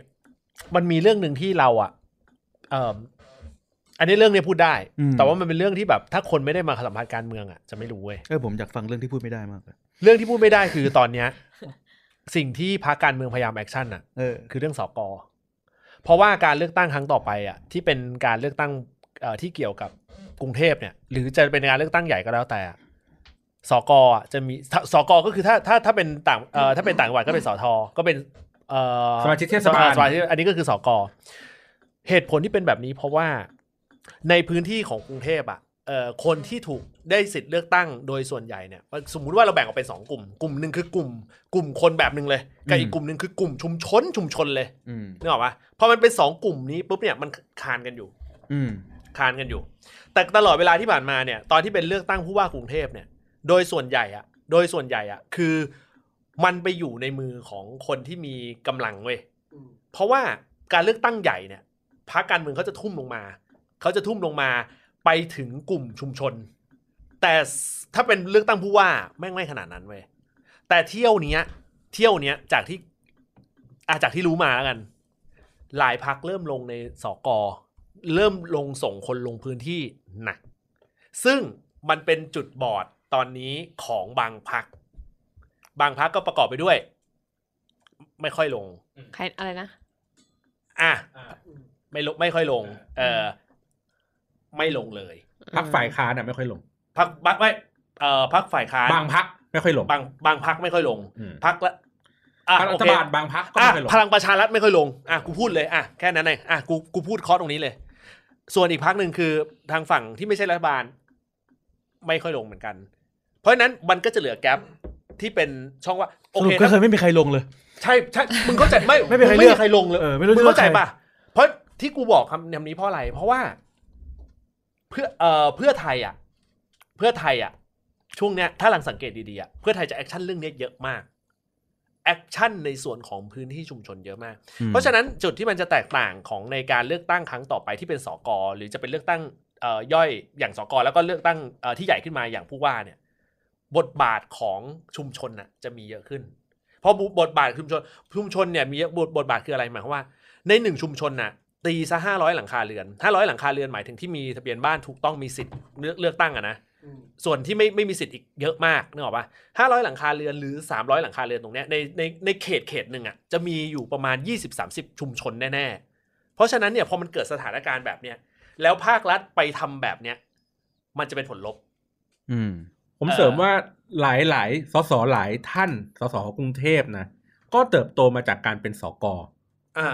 S1: มันมีเรื่องหนึ่งที่เราอ่ะเอ่มอันนี้เรื่องเนี้ยพูดได้
S3: อืม
S1: แต่ว่ามันเป็นเรื่องที่แบบ ถ้าคนไม่ได้มาสัมผัสการเมืองอ่ะจะไม่รู้เว้ย
S3: เออผมอยากฟังเรื่องที่พูดไม่ได้มากเลย
S1: เรื่องที่พูดไม่ได้คือตอนเนี้ย สิ่งที่พรรคการเมืองพยายามแอคชั่นอ่ะ
S3: เออ
S1: คือเรื่องสกเพราะว่าการเลือกตั้งครั้งต่อไปอ่ะที่เป็นการเลือกตั้งเอ่อที่เกี่ยวกับกรุงเทพเนี่ย หรือจะเป็นการเลือกตั้งใหญ่ก็แล้วแต่อะสกอ่ะจะมีถ้าสกก็คือถ้าถ้าถ้าเป็นต่างเอ่อถ้าเป็นต่างจังหวัดก็เป็นสทก็เป็นเอ่อ
S5: สมาชิกเทศบาล
S1: สมชิกอันนี้ก็คือสกเหตุผลที่เป็นแบบนี้ เพราะว่าในพื้นที่ของกรุงเทพอ่ะเอ่อคนที่ถูกได้สิทธิ์เลือกตั้งโดยส่วนใหญ่เนี่ยสมมุติว่าเราแบ่งออกเป็นสองกลุ่ม กลุ่มหนึ่งคือกลุ่ม กลุ่มคนแบบหนึ่งเลยกับอีกกลุ่มหนึ่งคือกลุ่มชุมชนชุมชนเลย
S3: อืม
S1: นึกออกปะพอมันเป็นสองกลุ่มนี้ปุ๊บเนี่ยมันคานกันอยู่
S3: อืม
S1: คานกันอยู่ แต่ตลอดเวลาที่ผ่านมาเนี่ย ตอนที่เป็นเลือกตั้งผู้ว่ากรุงเทพเนี่ย โดยส่วนใหญ่อะโดยส่วนใหญ่อะคือมันไปอยู่ในมือของคนที่มีกำลังเว้ย เพราะว่าการเลือกตั้งใหญ่เนี่ยพรรคการเมืองเขาจะทุ่มลงมา เขาจะทุ่มลงมาไปถึงกลุ่มชุมชน แต่สถ้าเป็นเลือกตั้งผู้ว่าแม่งไม่ขนาดนั้นเว้ย แต่เที่ยวเนี้ย เที่ยวเนี้ยจากที่อาจากที่รู้มาแล้วกัน หลายพักเริ่มลงในสกเริ่มลงส่งคนลงพื้นที่หนัก ซึ่งมันเป็นจุดบอดตอนนี้ของบางพัก บางพักก็ประกอบไปด้วย ไม่ค่อยลง
S2: ใครอะไรนะ
S1: อ่ะไม่ลงไม่ค่อยลง เออ ไม่ลงเลย
S5: พักฝ่ายค้านอะไม่ค่อยลง
S1: พักบักไม่เอ่อพักฝ่ายค้าน
S5: บางพักไม่ค่อยลง
S1: บางบางพักไม่ค่อยลง
S5: อืม
S1: พักละอ่ะ
S5: พรรครั
S1: โอ
S5: ฐ
S1: เค
S5: บาลบางพักก็
S1: อ่ะ
S5: ไม่ค่อยลง
S1: พลังประชารัฐไม่ค่อยลงอ่ะกูพูดเลยอ่ะแค่นั้นเองอ่ะกูกูพูดคอร์สตรงนี้เลย ส่วนอีกพักหนึ่งคือทางฝั่งที่ไม่ใช่รัฐบาล ไม่ค่อยลงเหมือนกัน เพราะฉะนั้นมันก็จะเหลือแกลบที่เป็นช่องว่าโอ
S3: สรุป
S1: เค
S3: ก็
S1: นะ
S3: เคยไม่มีใครลงเลย
S1: ใช่ใช่มึงเข้าใจไม่
S3: ไม่มีใคร
S1: ง
S3: เลือก
S1: ใครลงเลย
S3: เออไม่รู้
S1: มึงเข้าใจ
S3: จะเลือกใคร
S1: ป่ะ เพราะที่กูบอกคำคำนี้เพราะอะไร เพราะว่า เพื่อเอ่อเพื่อไทยอ่ะ เพื่อไทยอ่ะ ช่วงเนี้ยถ้าลังสังเกตดีๆอ่ะเพื่อไทยจะแอคชั่นเรื่องเนี้ยเยอะมากแอคชั่นในส่วนของพื้นที่ชุมชนเยอะมาก เพราะฉะนั้นจุดที่มันจะแตกต่างของในการเลือกตั้งครั้งต่อไปที่เป็นสกหรือจะเป็นเลือกตั้งเอ่อย่อยอย่างสกแล้วก็เลือกตั้งเอ่อที่ใหญ่ขึ้นมาอย่างผู้ว่าเนี่ย บทบาทของชุมชนน่ะจะมีเยอะขึ้น เพราะบทบาทชุมชนชุมชนเนี่ยมีเยอะบทบทบาทคืออะไรหมายความว่า ในหนึ่งชุมชนน่ะ ตีซะห้าร้อยหลังคาเรือนห้าร้อยหลังคาเรือนหมายถึงที่มีทะเบียนบ้านถูกต้องมีสิทธิ์เลือกเลือกตั้งอะนะส่วนที่ไม่ไม่มีสิทธิ์อีกเยอะมากนึกออกปะห้าร้อยหลังคาเรือนหรือสามร้อยหลังคาเรือนตรงเนี้ยในในในเขตเขตหนึ่งอะจะมีอยู่ประมาณยี่สิบสามสิบชุมชนแน่ๆ เพราะฉะนั้นเนี่ยพอมันเกิดสถานการณ์แบบเนี้ยแล้วภาครัฐไปทำแบบเนี้ยมันจะเป็นผลลบ
S3: อืม
S5: ผมเสริมว่าหลายหลายสสหลายท่านสสกรุงเทพนะก็เติบโตมาจากการเป็นสก
S1: อ่า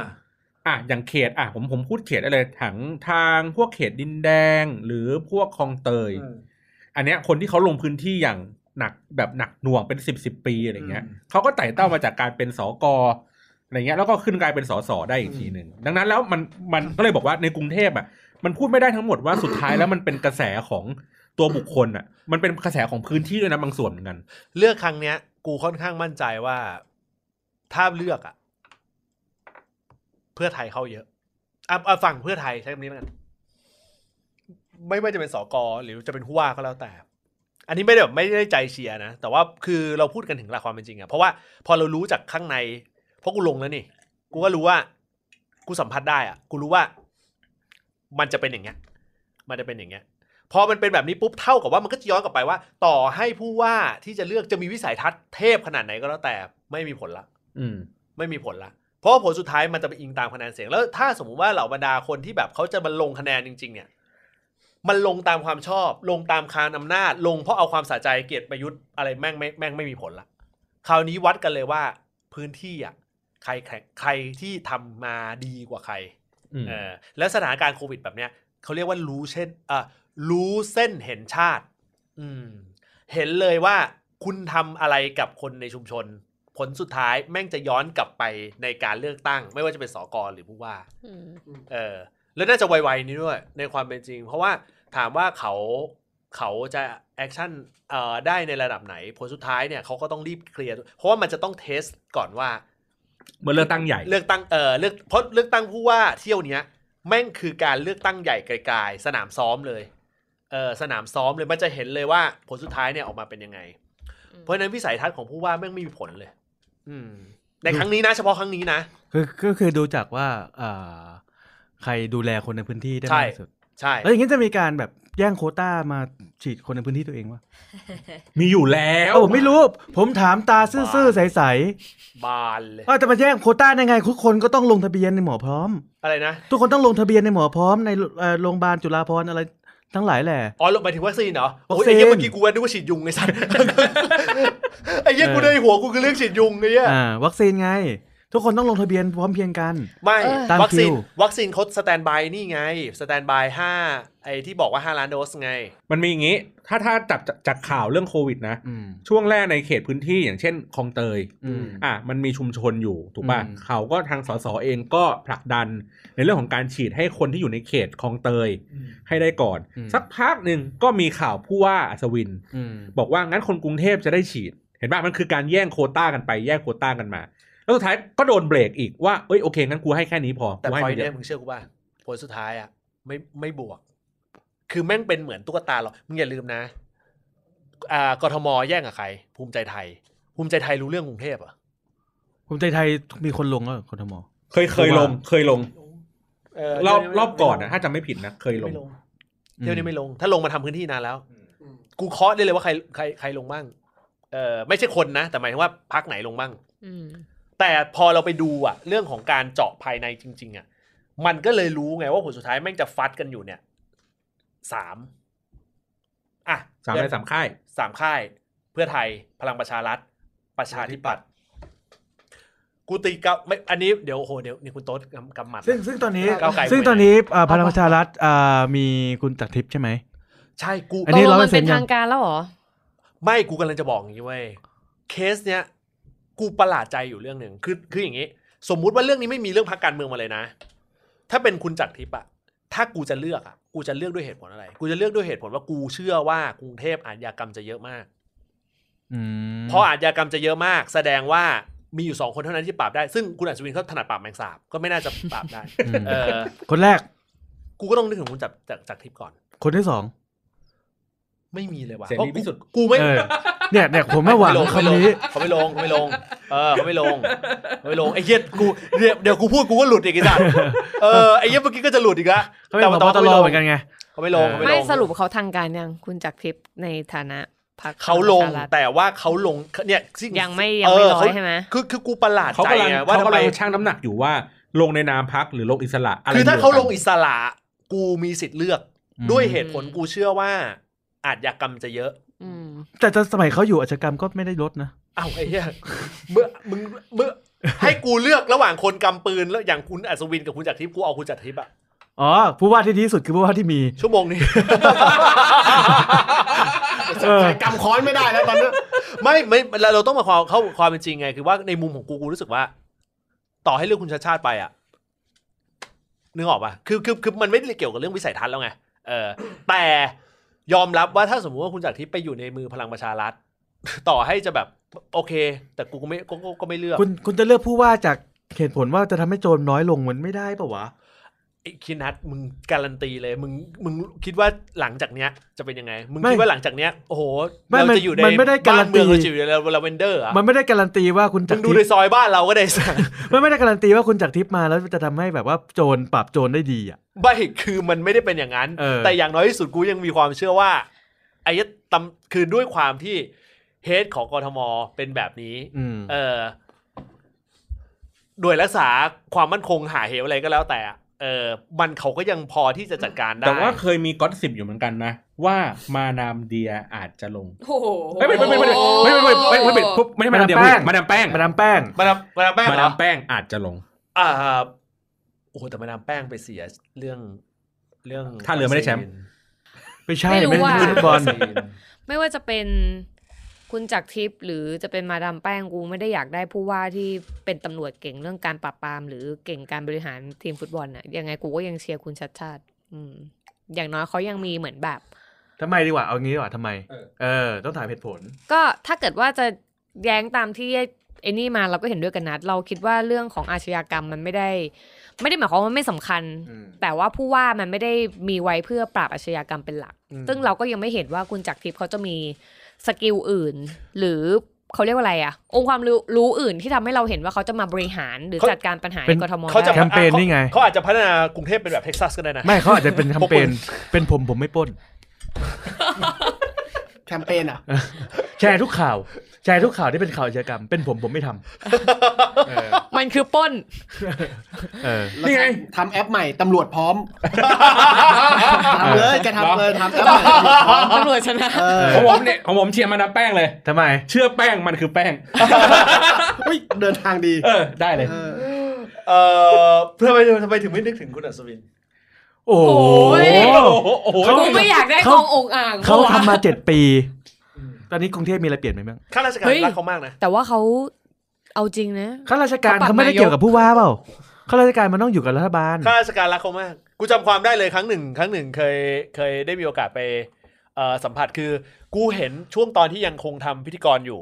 S5: อ่ะอย่างเขตอ่ะผมผมพูดเขตอะไรถังทางพวกเขตดินแดงหรือพวกคลองเตย อันเนี้ยคนที่เขาลงพื้นที่อย่างหนักแบบหนักหน่วงเป็นสิบสิบปีอะไรเงี้ย
S1: อืม
S5: เขาก็ไต่เต้ามาจากการเป็นสกอะไรเงี้ยแล้วก็ขึ้นกลายเป็นสสได้อีกทีหนึ่งดังนั้นแล้วมันมันก็เลยบอกว่าในกรุงเทพอ่ะมันพูดไม่ได้ทั้งหมดว่าสุดท้ายแล้วมันเป็นกระแสของตัวบุคคลอ่ะมันเป็นกระแสของพื้นที่ด้วยนะบางส่วนเหมือนกัน
S1: เลือกครั้งเนี้ย กูค่อนข้างมั่นใจว่าถ้าเลือกอะเพื่อไทยเข้าเยอะอ่ะอ่ะฝั่งเพื่อไทยใช้คำนี้แล้วกันไม่ว่าจะเป็นสกหรือจะเป็นผู้ว่าก็แล้วแต่ อันนี้ไม่ได้แบบไม่ได้ใจเชียร์นะแต่ว่าคือเราพูดกันถึงหลักความเป็นจริงอะเพราะว่าพอเรารู้จากข้างใน เพราะกูลงแล้วนี่ กูก็รู้ว่า กูสัมผัสได้อะกูรู้ว่า มันจะเป็นอย่างเงี้ย มันจะเป็นอย่างเงี้ย พอมันเป็นแบบนี้ปุ๊บเท่ากับว่ามันก็จะย้อนกลับไปว่า ต่อให้ผู้ว่าที่จะเลือกจะมีวิสัยทัศน์เทพขนาดไหนก็แล้วแต่ไม่มีผลละ
S5: อืม
S1: ไม่มีผลละ เพ ราะว่าผลสุดท้ายมันจะไปอิงตามคะแนนเสียง แล้วถ้าสมมุติว่าเหล่าบรรดาคนที่แบบเขาจะมาลงคะแนนจริง ๆ เนี่ย มันลงตามความชอบ ลงตามคานอำนาจ ลงเพราะเอาความสะใจเกียรติประยุทธ์อะไรแม่งไม่แม่งไม่มีผลละคราวนี้วัดกันเลยว่าพื้นที่อ่ะใครแข่งใครที่ทำมาดีกว่าใคร
S5: อืม
S1: เออแล้วสถานการณ์โควิดแบบเนี้ยเขาเรียกว่ารู้เช่นอ่ะรู้เส้นเห็นชาติ อืม เห็นเลยว่าคุณทำอะไรกับคนในชุมชน ผลสุดท้ายแม่งจะย้อนกลับไปในการเลือกตั้ง ไม่ว่าจะเป็นสกหรือผู้ว่า
S2: อืม
S1: เออแล้วน่าจะไวๆนี้ด้วยในความเป็นจริง เพราะว่าถามว่าเขาเขาจะแอคชั่นเอ่อได้ในระดับไหน ผลสุดท้ายเนี่ยเขาก็ต้องรีบเคลียร์เพราะว่ามันจะต้องเทสก่อนว่า
S5: เหมื่อนเลือกตั้งใหญ่
S1: เลือกตั้งเออเลือกเพราะเลือกตั้งผู้ว่าเที่ยวเนี้ยแม่งคือการเลือกตั้งใหญ่ไกลๆสนามซ้อมเลยเออสนามซ้อมเลยมันจะเห็นเลยว่าผลสุดท้ายเนี่ยออกมาเป็นยังไง
S2: อืม
S1: เพราะฉะนั้นวิสัยทัศน์ของผู้ว่าแม่งไม่มีผลเลย อืม ในครั้งนี้นะ เฉพาะครั้งนี้นะ
S3: คือก็คือดูจากว่าอ่าใครดูแลคนในพื้นที่ได้
S1: ใช่
S3: มากที่สุด
S1: ใช่
S3: แล้วอย่างนี้จะมีการแบบแย่งโควต้ามาฉีดคนในพื้นที่ตัวเองวะ
S5: มีอยู่แล้ว
S3: โอ้าไม่รู้ ผมถามตาซื่อๆใส
S1: บานเลย
S3: ๆว่าจะมาแย่งโควต้าได้ไงทุกคนก็ต้องลงทะเบียนในหมอพร้อม
S1: อะไรนะ
S3: ทุกคนต้องลงทะเบียนในหมอพร้อมในเอ่อโรงพยาบาลจุฬาภรณ์อะไรทั้งหลายแหละ
S1: อ๋อหมายถึงวัคซีนเหรอโอ้ย
S3: วัคซีน
S1: ไอ้เหี้ยเมื่อกี้กูว่านึกว่าฉีดยุงไอ้สัส ไอ้เหี้ยกูในหัวกูคือเรื่องฉีดยุงไอ้เหี้ย
S3: อ่าวัคซีนไง ทุกคนต้องลงทะเบียนพร้อมเพรียงกัน
S1: ไม่
S2: เออ
S3: ตาม
S1: วัคซีน
S3: คิว
S1: วัคซีนเขาสแตนบายนี่ไงสแตนบายห้าไอ้ที่บอกว่าห้าล้านโดสไง
S5: มันมีอย่างนี้ ถ้าถ้าจับจากข่าวเรื่องโควิดนะ
S3: อืม
S5: ช่วงแรกในเขตพื้นที่อย่างเช่นคลองเตย
S3: อืม
S5: อ่ะมันมีชุมชนอยู่ถูกป่ะ
S3: อืม
S5: เขาก็ทางสสเองก็ผลักดัน ในเรื่องของการฉีดให้คนที่อยู่ในเขตคลองเตยให้ได้ก่อน สักพักหนึ่งก็มีข่าวผู้ว่าอัศวิน
S3: อืม
S5: บอกว่างั้นคนกรุงเทพจะได้ฉีด เห็นป่ะมันคือการแย่งโควต้ากันไปแย่งโควต้ากันมา แล้วสุดท้ายก็โดนเบรกอีกว่าเอ้ยโอเคงั้นกูให้แค่นี้พอ
S1: แต่
S5: กูให้
S1: พอย
S5: ไม่เย
S1: เนี่ย
S5: อะ
S1: มึงเชื่อกูป่ะผลสุดท้ายอ่ะไม่ไม่บวก คือแม่งเป็นเหมือนตุ๊กตาหรอกมึงอย่าลืมนะอ่ากทมแย่งกับใคร ภูมิใจไทย ภูมิใจไทยรู้เรื่องกรุงเทพเหรอ่ะ
S3: ภูมิใจไทยมีคนลงแล้วเหรอคนทม
S5: เคยเคยลงเคยลง รอบรอบก่อนนะถ้าจำไม่ผิดนะเคยลง
S1: ไม่ลงเที่ยวนี้ไม่ลง ถ้าลงมาทำพื้นที่นานแล้ว
S4: อืม
S1: กูเคาะได้เลยว่าใครใครใครลงบ้างเออไม่ใช่คนนะ แต่หมายถึงว่าพักไหนลงบ้าง
S2: อืม
S1: แต่พอเราไปดูอะเรื่องของการเจาะภายในจริง ๆอะมันก็เลยรู้ไงว่าผลสุดท้ายแม่งจะฟัดกันอยู่เนี่ยสามอ่ะ
S5: สามในสามค่าย
S1: สามค่าย เพื่อไทยพลังประชารัฐ ประชาธิปัตย์กูตีกับไม่อันนี้เดี๋ยวโอ้โหเดี๋ยวนี่คุณโต๊ดกำกำหมัด
S3: ซึ่งซึ่งตอนนี้
S1: ก้าวไกล
S3: ซึ่งตอนนี้เอ่อพลังประชารัฐอ่ามีคุณจักรทิพย์ใช่ไหม
S1: ใช่กู
S3: อันนี้
S2: ตกลง
S3: 100%
S2: มันเป็น
S3: ยัง
S2: ทางการแล้วเหรอ
S1: ไม่กูกำลังจะบอกอย่างนี้เว้ยเคสเนี้ยกูประหลาดใจอยู่เรื่องหนึ่งคือคืออย่างนี้ สมมุติว่าเรื่องนี้ไม่มีเรื่องพักการเมืองมาเลยนะ ถ้าเป็นคุณจักรทิพย์อะถ้ากูจะเลือกอะกูจะเลือกด้วยเหตุผลอะไร กูจะเลือกด้วยเหตุผลว่ากูเชื่อว่ากรุงเทพอาชญากรรมจะเยอะมาก
S3: อืม
S1: เพราะอาชญากรรมจะเยอะมาก แสดงว่ามีอยู่สองคนเท่านั้นที่ปราบได้ ซึ่งคุณอัศวินเขาถนัดปราบแมงสาบก็ไม่น่าจะปราบได้
S3: อืม
S1: เออ
S3: คนแรก
S1: กูก็ต้องนึกถึงคุณจักรจักรจักรทิพย์ก่อน
S3: คนที่สอง
S1: ไม่มีเลยว่ะ
S5: เสรี
S1: เพราะ
S5: พิ
S1: กู
S5: สุทธิ์
S1: กูไม่
S3: เออ เนี่ยเนี่ยผมไม่หวัง
S1: เขาไม่
S3: คำ
S1: ลง
S3: นี้
S1: เขาไม่ลงเขาไม่ลง เออเขาไม่ลงเขาไม่ลงไอ้เหี้ยกูเดี๋ยวเดี๋ยวกูพูดกูก็หลุดอีกไอ้สัสเออไอ้เหี้ยเมื่อกี้ก็จะหลุดอีกละ
S3: เขาเป็นพบตรเหมือนกันไง
S1: เขาไม่ลงเขาไม่ล
S2: ไม่
S1: ง
S2: สรุปเขาทางการยังคุณจักรทิพย์ในฐานะพรรค
S1: เขาลง
S2: ประชรัฐ
S1: แต่ว่าเขาลงเนี่ยซึ่
S2: ยังไม่ยังไม่
S1: เ
S2: ร้อยใช่ไหม
S1: เขาคือคือกูประหลาด
S5: เขา
S1: ใจ
S5: กำลัง
S1: ไงว่า
S5: เขา
S1: ทำ
S5: กำ
S1: ไม
S5: ลังชั่งน้ำหนักอยู่ว่า ลงในนามพักหรือลงอิสระอะไร
S1: คือถ้า
S5: ยู่
S1: เขาลงอิสระกูมีสิทธิ์เลือก
S3: อืม
S1: ด้วยเหตุผลกูเชื่อว่าอาจยากรรมจะเยอะ
S2: อืม
S3: แต่ตอนสมัยเขาอยู่อาชญากรรมก็ไม่ได้ลดนะ
S1: อ้าวไอ้เหี้ย เมื่อมึงเมื่อให้กูเลือกระหว่างคนกำปืนแล้วอย่างคุณอัศวินกับคุณจักรทิพย์กูเอาคุณจักรทิพย์อะ
S3: อ๋อ ผู้ว่าที่ดีที่สุดคือผู้ว่าที่มี
S1: ชั่วโมงนี้
S3: เออ
S4: กำค้อนไม่ได้แล้วตอนนี้
S1: ไม่ไม่เราเราต้องมาความเข้าความเป็นจริงไง คือว่าในมุมของกูกูรู้สึกว่า ต่อให้เลือกคุณชาติชาติไปอ่ะนึกออกป่ะคือคือคือมันไม่ได้เกี่ยวกับเรื่องวิสัยทัศน์แล้วไงเออ แต่ยอมรับว่าถ้าสมมติว่าคุณจากรทิพย์ไปอยู่ในมือพลังประชารัฐ ต่อให้จะแบบ โอเค แต่กูก็ไม่ก็ก็ก็ไม่เลือก
S3: คุณคุณจะเลือกผู้ว่าจากเหตุผลว่าจะทำให้โจรน้อยลงมันไม่ได้ปะวะ
S1: ไอ้คิดนัทมึงการันตีเลย มึงมึงคิดว่าหลังจากเนี้ย จะเป็นยังไง มึง
S3: ไม่
S1: คิดว่าหลังจากเนี้ยโอ้โห
S3: ไม่
S1: เรา
S3: มัน
S1: จะอยู่ใน
S3: มันไม่ได้
S1: บ้
S3: การันตี
S1: เมืองเราจะอยู่ในลาเวนเดอร์อ่ะ
S3: มันไม่ได้การันตีว่าคุณจั
S1: มึ
S3: ก
S1: ง
S3: ร
S1: ดู
S3: ทิพ
S1: ใน
S3: ย์
S1: ซอยบ้านเราก็ได้สัก
S3: มันไม่ได้การันตีว่าคุณจักรทิพย์มาแล้วจะทำให้แบบว่าโจรปราบโจรได้ดีอ่ะ
S1: ไม่คือมันไม่ได้เป็นอย่างนั้น
S3: เออ
S1: แต่อย่างน้อยที่สุดกูยังมีความเชื่อว่าไอ้ตำคือด้วยความที่เฮดของกทมเป็นแบบนี้
S3: อืม
S1: เออ หน่วยรักษาความมั่นคงหาเหวอะไรก็แล้วแต่อะเออมันเขาก็ยังพอที่จะจัดการได้
S5: แต่ว่าเคยมีก็อตสิบอยู่เหมือนกันนะ ว่ามานามเดียอาจจะลง
S2: โอ้โห
S5: เอ้ยไม่ไม่ไม่ไม่ไม่ไม่ไม่ไม่ไม่ไม่ไม่ปุ๊บไม่ใช่มาดามเดีย
S3: มาดามแป้ง
S5: มาดามแป้ง
S3: มา
S1: มา
S3: ดามแป้ง
S1: ดามมาดามแป้ง
S5: มา
S1: เหร
S5: ดา
S1: อ
S5: มแป้งอาจจะลง
S1: อ่าโอ้โหแต่มาดามแป้งไปเสียเรื่องเรื่อง
S5: ท่าเรือไม่ได้แชมป์
S3: ไม่ใช่
S2: ไม่รู้
S3: ไม่
S2: ว่า
S3: ใช่ฟุตบอล
S2: ไม่ว่าจะเป็นคุณจักรทิพย์หรือจะเป็นมาดามแป้งกูไม่ได้อยากได้ผู้ว่าที่เป็นตำรวจเก่งเรื่องการปราบปราม หรือเก่งการบริหารทีมฟุตบอลน่ะยังไงกูก็ยังเชียร์คุณชัดชาติ อืม อย่างน้อยเขายังมีเหมือนแบบ
S3: ทำไมดีกว่าเอางี้ดีกว่าทำไม
S5: เออ
S3: เออ ต้องถามเหตุผล
S2: ก็ถ้าเกิดว่าจะแย้งตามที่ไอ้นี่มาเราก็เห็นด้วยกันนัดเราคิดว่าเรื่องของอาชญากรรมมันไม่ได้ ไม่ได้หมายความว่าไม่สำคัญ
S3: อืม
S2: แต่ว่าผู้ว่ามันไม่ได้มีไว้เพื่อปราบอาชญากรรมเป็นหลัก ซึ่งเราก็ยังไม่เห็นว่าคุณจักรทิพย์เขาจะมีสกิลอื่น หรือเขาเรียกว่าอะไรอะองค์ความรู้รู้อื่นที่ทำให้เราเห็นว่าเขาจะมาบริหารหรือจัดการปัญหา
S3: เป็
S2: ใน
S3: น
S2: กทม
S1: เขาจะ
S2: ได้
S3: แคมเปญนี่ไง
S1: เขาอาจจะพัฒนากรุงเทพเป็นแบบเท็กซัสก็ได้นะ
S3: ไม่เขาอาจจะเป็นแคมเปญเป็นผมผมไม่ปล้น
S4: แคมเปญอ่ะ
S3: แชร์ทุกข่าว แชร์ทุกข่าวที่เป็นข่าวอาชญากรรม เป็นผมผมไม่ทำเออ
S2: มันคือปล้น
S3: เออ
S4: นี่ไงทำแอปใหม่ตำรวจพร้อมทำเลยแกทำเลยทำแอปใหม่
S2: ตำรวจชนะ
S4: เออ
S5: ของผมเนี่ยของผมเชียร์มาดามแป้งเลย
S3: ทำไม
S5: เชื่อแป้งมันคือแป้ง
S4: อุ๊ยเดินทางดี
S5: เออ ได้เลย
S4: เออ
S1: เอ่อเพื่อไปทำไมถึงไม่นึกถึงคุณอัศวิน
S3: โอ้
S2: โอ้ย
S5: โอ้โหโอ้โห
S2: กูไม่อยากได้กององค์อ่าง
S3: เขา
S2: วะ
S3: ทำมาเจ็ดปี ตอนนี้กรุงเทพมีอะไรเปลี่ยนไหมบ้าง
S1: ข้าราชการ
S2: เฮ้ย
S1: รักเขามากนะ
S2: แต่ว่าเขาเอาจริงนะ
S3: ข้าราชการ
S2: เขาปรับ
S3: เขาไม่ได้
S2: นายก
S3: เกี่ยวกับผู้ว่าเปล่าข้าราชการมันต้องอยู่กับรัฐบาล
S1: ข้าราชการรักเขามาก กูจำความได้เลยครั้งหนึ่ง ครั้งหนึ่งเคยเคยได้มีโอกาสไปเอ่อสัมผัสคือ กูเห็นช่วงตอนที่ยังคงทำพิธีกรอยู่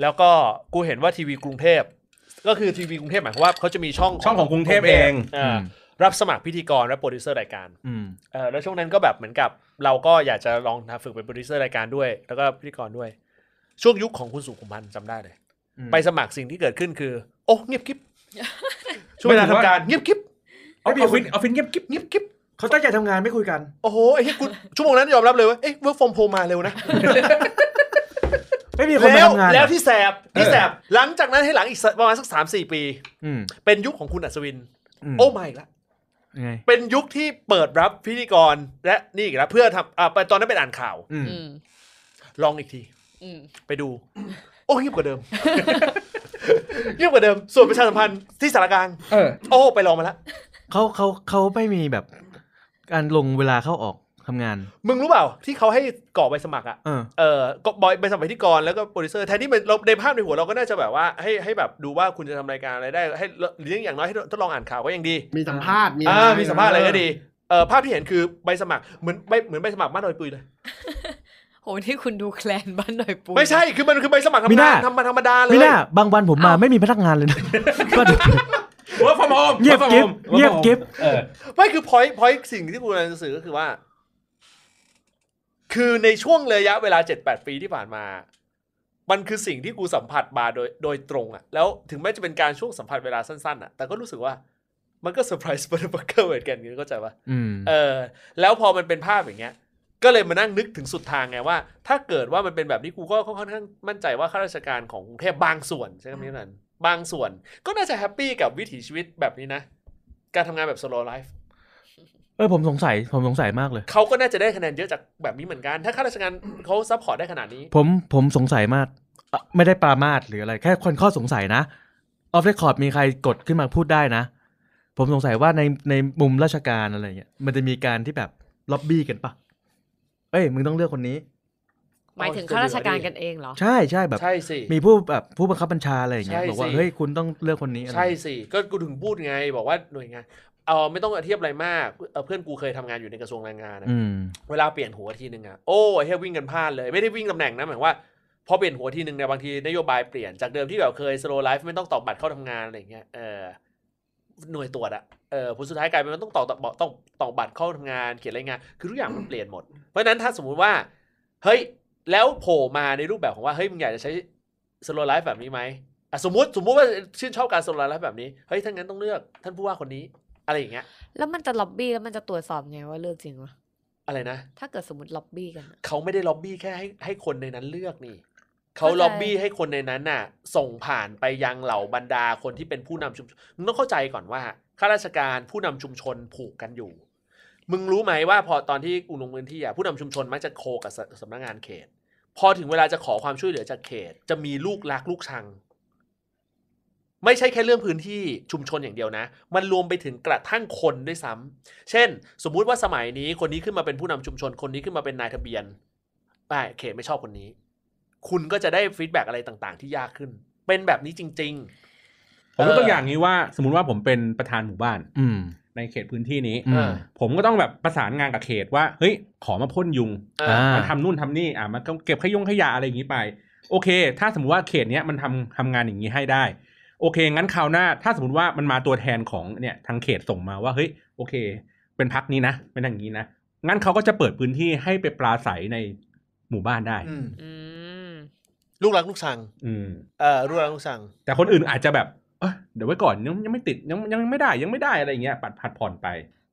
S1: แล้วก็กูเห็นว่าทีวีกรุงเทพ ก็คือทีวีกรุงเทพหมายความว่าเขาจะมีช่อง
S5: ช่องของกรุงเทพเอง
S1: อ่า
S3: อืม
S1: รับสมัครพิธีกรและโปรดิวเซอร์รายการ
S3: อืม
S1: เออแล้วช่วงนั้นก็แบบเหมือนกับ เราก็อยากจะลองทำฝึกเป็นโปรดิวเซอร์รายการด้วย แล้วก็พิธีกรด้วย ช่วงยุคของคุณสุขุมพันธ์จำได้เลย
S3: อืม
S1: ไปสมัครสิ่งที่เกิดขึ้นคือ โอ้เงียบกริบ ช่วงเวลาทำการเงียบกริบ
S5: ออฟฟิศออฟฟิศเงียบกิ๊บ
S1: เงียบกริบ
S3: เขาตั้งใจทำงานไม่คุยกัน
S1: โอ้โหไอ้ที่คุณชั่วโมงนั้นยอมรับเลยว่าเอ๊ะเวิร์กฟอร์มโมาเร็วนะ
S3: ไม่มีคนมา
S1: แล้ว
S3: ทำงาน
S1: แล้วที่แสบที่แสบหลังจากนั้นให้หลังอีกสักประมาณสักสามสี่ปี
S3: อืม
S1: เป็นยุคของคุณอัศวิน
S3: ม
S1: โอ้ไม่ละ
S3: ยังไง
S1: เป็นยุคที่เปิดรับพิธีกรและนี่อีกแล้วเพื่อทำอ่าไปตอนนั้นเป็นอ่านข่าว
S3: อืม
S2: อืม
S1: ลองอีกที
S2: อืม
S1: ไปดู โอ้เงียบกว่าเดิม เงียบกว่าเดิม ส่วนประชาสัมพันธ์ที่สารกลาง
S5: เออ
S1: โอ้ไปลองมาแล้ว
S3: เขาเขาเขาไม่มีแบบ การลงเวลาเข้าออกทำงาน
S1: มึงรู้เปล่า ที่เขาให้กรอกใบสมัครอะ
S3: เออ
S1: เออก็บอยใบสมัครพิธีกรแล้วก็โปรดิวเซอร์แทนที่มันเราในภาพในหัวเราก็น่าจะแบบว่า ให้ให้แบบดูว่าคุณจะทำรายการอะไรได้ ให้หรืออย่างน้อยให้ทดลองอ่านข่าวก็ยังดี
S4: มีสัมภาษณ์มี
S1: อ่ามีสัมภาษณ์อะไรก็ดีเออภาพที่เห็นคือใบสมัครเหมือนใบเหมือนใบสมัครบ้านดอยปุยเลย
S2: โหที่คุณดูแคลนบ้านหน่อยปุย
S1: ไม่ใช่คือมันคือใบสมัคร
S3: มี
S1: ทำ
S3: ห
S1: งา
S3: น้า
S1: นทำมาธรรมดาเลย
S3: ไม่น่าบางวันผมมาไม่มีพนักงานเลย นะ
S5: work from home
S3: เงียบ
S5: work from
S3: กิ๊บ
S5: home work from
S3: เงียบ
S5: home
S3: กิ๊บ
S5: เออ
S1: ไม่คือพอยพอยสิ่งที่กูกำลังจะสื่อก็คือว่า คือในช่วงระยะเวลาเจ็ดแปดปีที่ผ่านมา มันคือสิ่งที่กูสัมผัสมาโดยโดยตรงอะแล้วถึงแม้จะเป็นการช่วงสัมผัสเวลาสั้นๆอะแต่ก็รู้สึกว่า มันก็เซอร์ไพร ส์เบอร์เบอร์เกอร์เหมือนกันเข้าใจปะ
S3: อืม
S1: เออ แล้วพอมันเป็นภาพอย่างเงี้ย ก็เลยมานั่งนึกถึงสุดทางไงว่า ถ้าเกิดว่ามันเป็นแบบนี้กูก็ค่อนข้างมั่นใจว่าข้าราชการของกรุงเทพบางส่วนใช้คำนี้แล้วกันบางส่วน ก็น่าจะแฮปปี้กับวิถีชีวิตแบบนี้นะการทำงานแบบ slow life
S3: เออผมสงสัยผมสงสัยมากเลย
S1: เขาก็น่าจะได้คะแนนเยอะจากแบบนี้เหมือนกัน ถ้าข้าราช การเขาซัพพอร์ตได้ขนาดนี้
S3: ผมผมสงสัยมากเอ่อไม่ได้ปรามาสหรืออะไร แค่คนข้อสงสัยนะออฟเรคคอร์ดมีใครกดขึ้นมาพูดได้นะ ผมสงสัยว่าในในมุมราชการอะไรเงี้ยมันจะมีการที่แบบล็อบบี้กันปะเอ้ย มึงต้องเลือกคนนี้
S2: หมายถึงข้าราชการกันเองเหรอ
S3: ใช่ใช่แบบ
S1: ใช่สิ
S3: มีผู้แบบผู้บังคับบัญชาอะไรอย่างเงี้ย
S1: ใช่
S3: บอกว่า
S1: สิ
S3: เฮ้ยคุณต้องเลือกคนนี้อะไร
S1: ใช่สิก็กูถึงพูดไง บอกว่าหน่วยงานเออไม่ต้องเทียบอะไรมากเอ่อเพื่อนกูเคยทำงานอยู่ในกระทรวงแรงงานอะ
S3: อืม
S1: เวลาเปลี่ยนหัวทีนึงอะโอ้ยเฮียวิ่งกันพลาดเลยไม่ได้วิ่งตำแหน่งนะหมายความว่าพอเปลี่ยนหัวทีนึงเนี่ยบางทีนโยบายเปลี่ยนจากเดิมที่แบบเคย slow life ไม่ต้องตอกบัตรเข้าทำงานอะไรอย่างเงี้ยเออหน่วยตรวจอะเออผลสุดท้ายกลายเป็นว่าต้องตอกต้องต้องตอกบัตรเข้าทำงานเขียนรายงานคือทุกอย่างมันเปลี่ยนหมด เพราะฉะนั้นถ้าสมมุติว่า เฮ้ย แล้วโผล่มาในรูปแบบของว่า เฮ้ย มึงอยากจะใช้สโลไลฟ์แบบนี้ไหมอ่ะสมมติสมมติว่าชื่นชอบการสโลไลฟ์แบบนี้ เฮ้ยถ้างั้นต้องเลือกท่านผู้ว่าคนนี้ อะไรอย่างเงี้ย
S2: แล้วมันจะล็อบบี้แล้วมันจะตรวจสอบไงว่าเลือกจริงวะ
S1: อะไรนะ
S2: ถ้าเกิดสมมติล็อบบี้กันอะ
S1: เขาไม่ได้ล็อบบี้แค่ให้ให้คนในนั้นเลือกนี่
S8: เขา
S2: เข้าใจ
S8: ล็อบบี้ให้คนในนั้นน่ะ ส่งผ่านไปยังเหล่าบรรดาคนที่เป็นผู้นำชุมชนมึงต้องเข้าใจก่อนว่าข้าราชการผู้นำชุมชนผูกกันอยู่ มึงรู้ไหมว่าพอตอนที่กูลงพื้นที่อ่ะผู้นำชุมชนมักจะโคกับสสำนักงานเขต พอถึงเวลาจะขอความช่วยเหลือจากเขต จะมีลูกรักลูกชัง ไม่ใช่แค่เรื่องพื้นที่ชุมชนอย่างเดียวนะ มันรวมไปถึงกระทั่งคนด้วยซ้ำเช่น สมมุติว่าสมัยนี้คนนี้ขึ้นมาเป็นผู้นำชุมชน คนนี้ขึ้นมาเป็นนายทะเบียนแต่เขตไม่ชอบคนนี้ คุณก็จะได้ฟีดแบ็กอะไรต่างๆ ที่ยากขึ้น เป็นแบบนี้จริง
S5: ผมยกตั
S8: เอ
S5: ว
S8: อ
S5: อย่างนี้ว่า สมมติว่าผมเป็นประธานหมู่บ้าน
S3: อืม
S5: ในเขตพื้นที่นี้
S3: อืม
S5: ผมก็ต้องแบบประสานงานกับเขตว่า เฮ้ย ขอมาพ่นยุง
S8: ๆเออ
S3: อ่า
S5: มันทำนู่นทำนี่ อ่ะมันก็เก็บขยงขยะอะไรอย่างนี้ไป โอเค ถ้าสมมติว่าเขตเนี้ยมันทำทำงานอย่างนี้ให้ได้ โอเค งั้นคราวหน้า ถ้าสมมติว่ามันมาตัวแทนของเนี่ยทางเขตส่งมาว่า เฮ้ย โอเค เป็นพักนี้นะ เป็นอย่างนี้นะ งั้นเขาก็จะเปิดพื้นที่ให้ไปปราศัยในหมู่บ้านได้
S1: อืม
S2: อืม
S1: ลูกรักลูกชัง
S5: อืม
S1: เออลูกรักลูกชัง
S5: แต่คนอื่นอาจจะแบบเอ้ยเดี๋ยวไว้ก่อนยังยังไม่ติดยังยังไม่ได้ยังไม่ได้อะไรอย่างเงี้ยปัดผัดผ่อนไป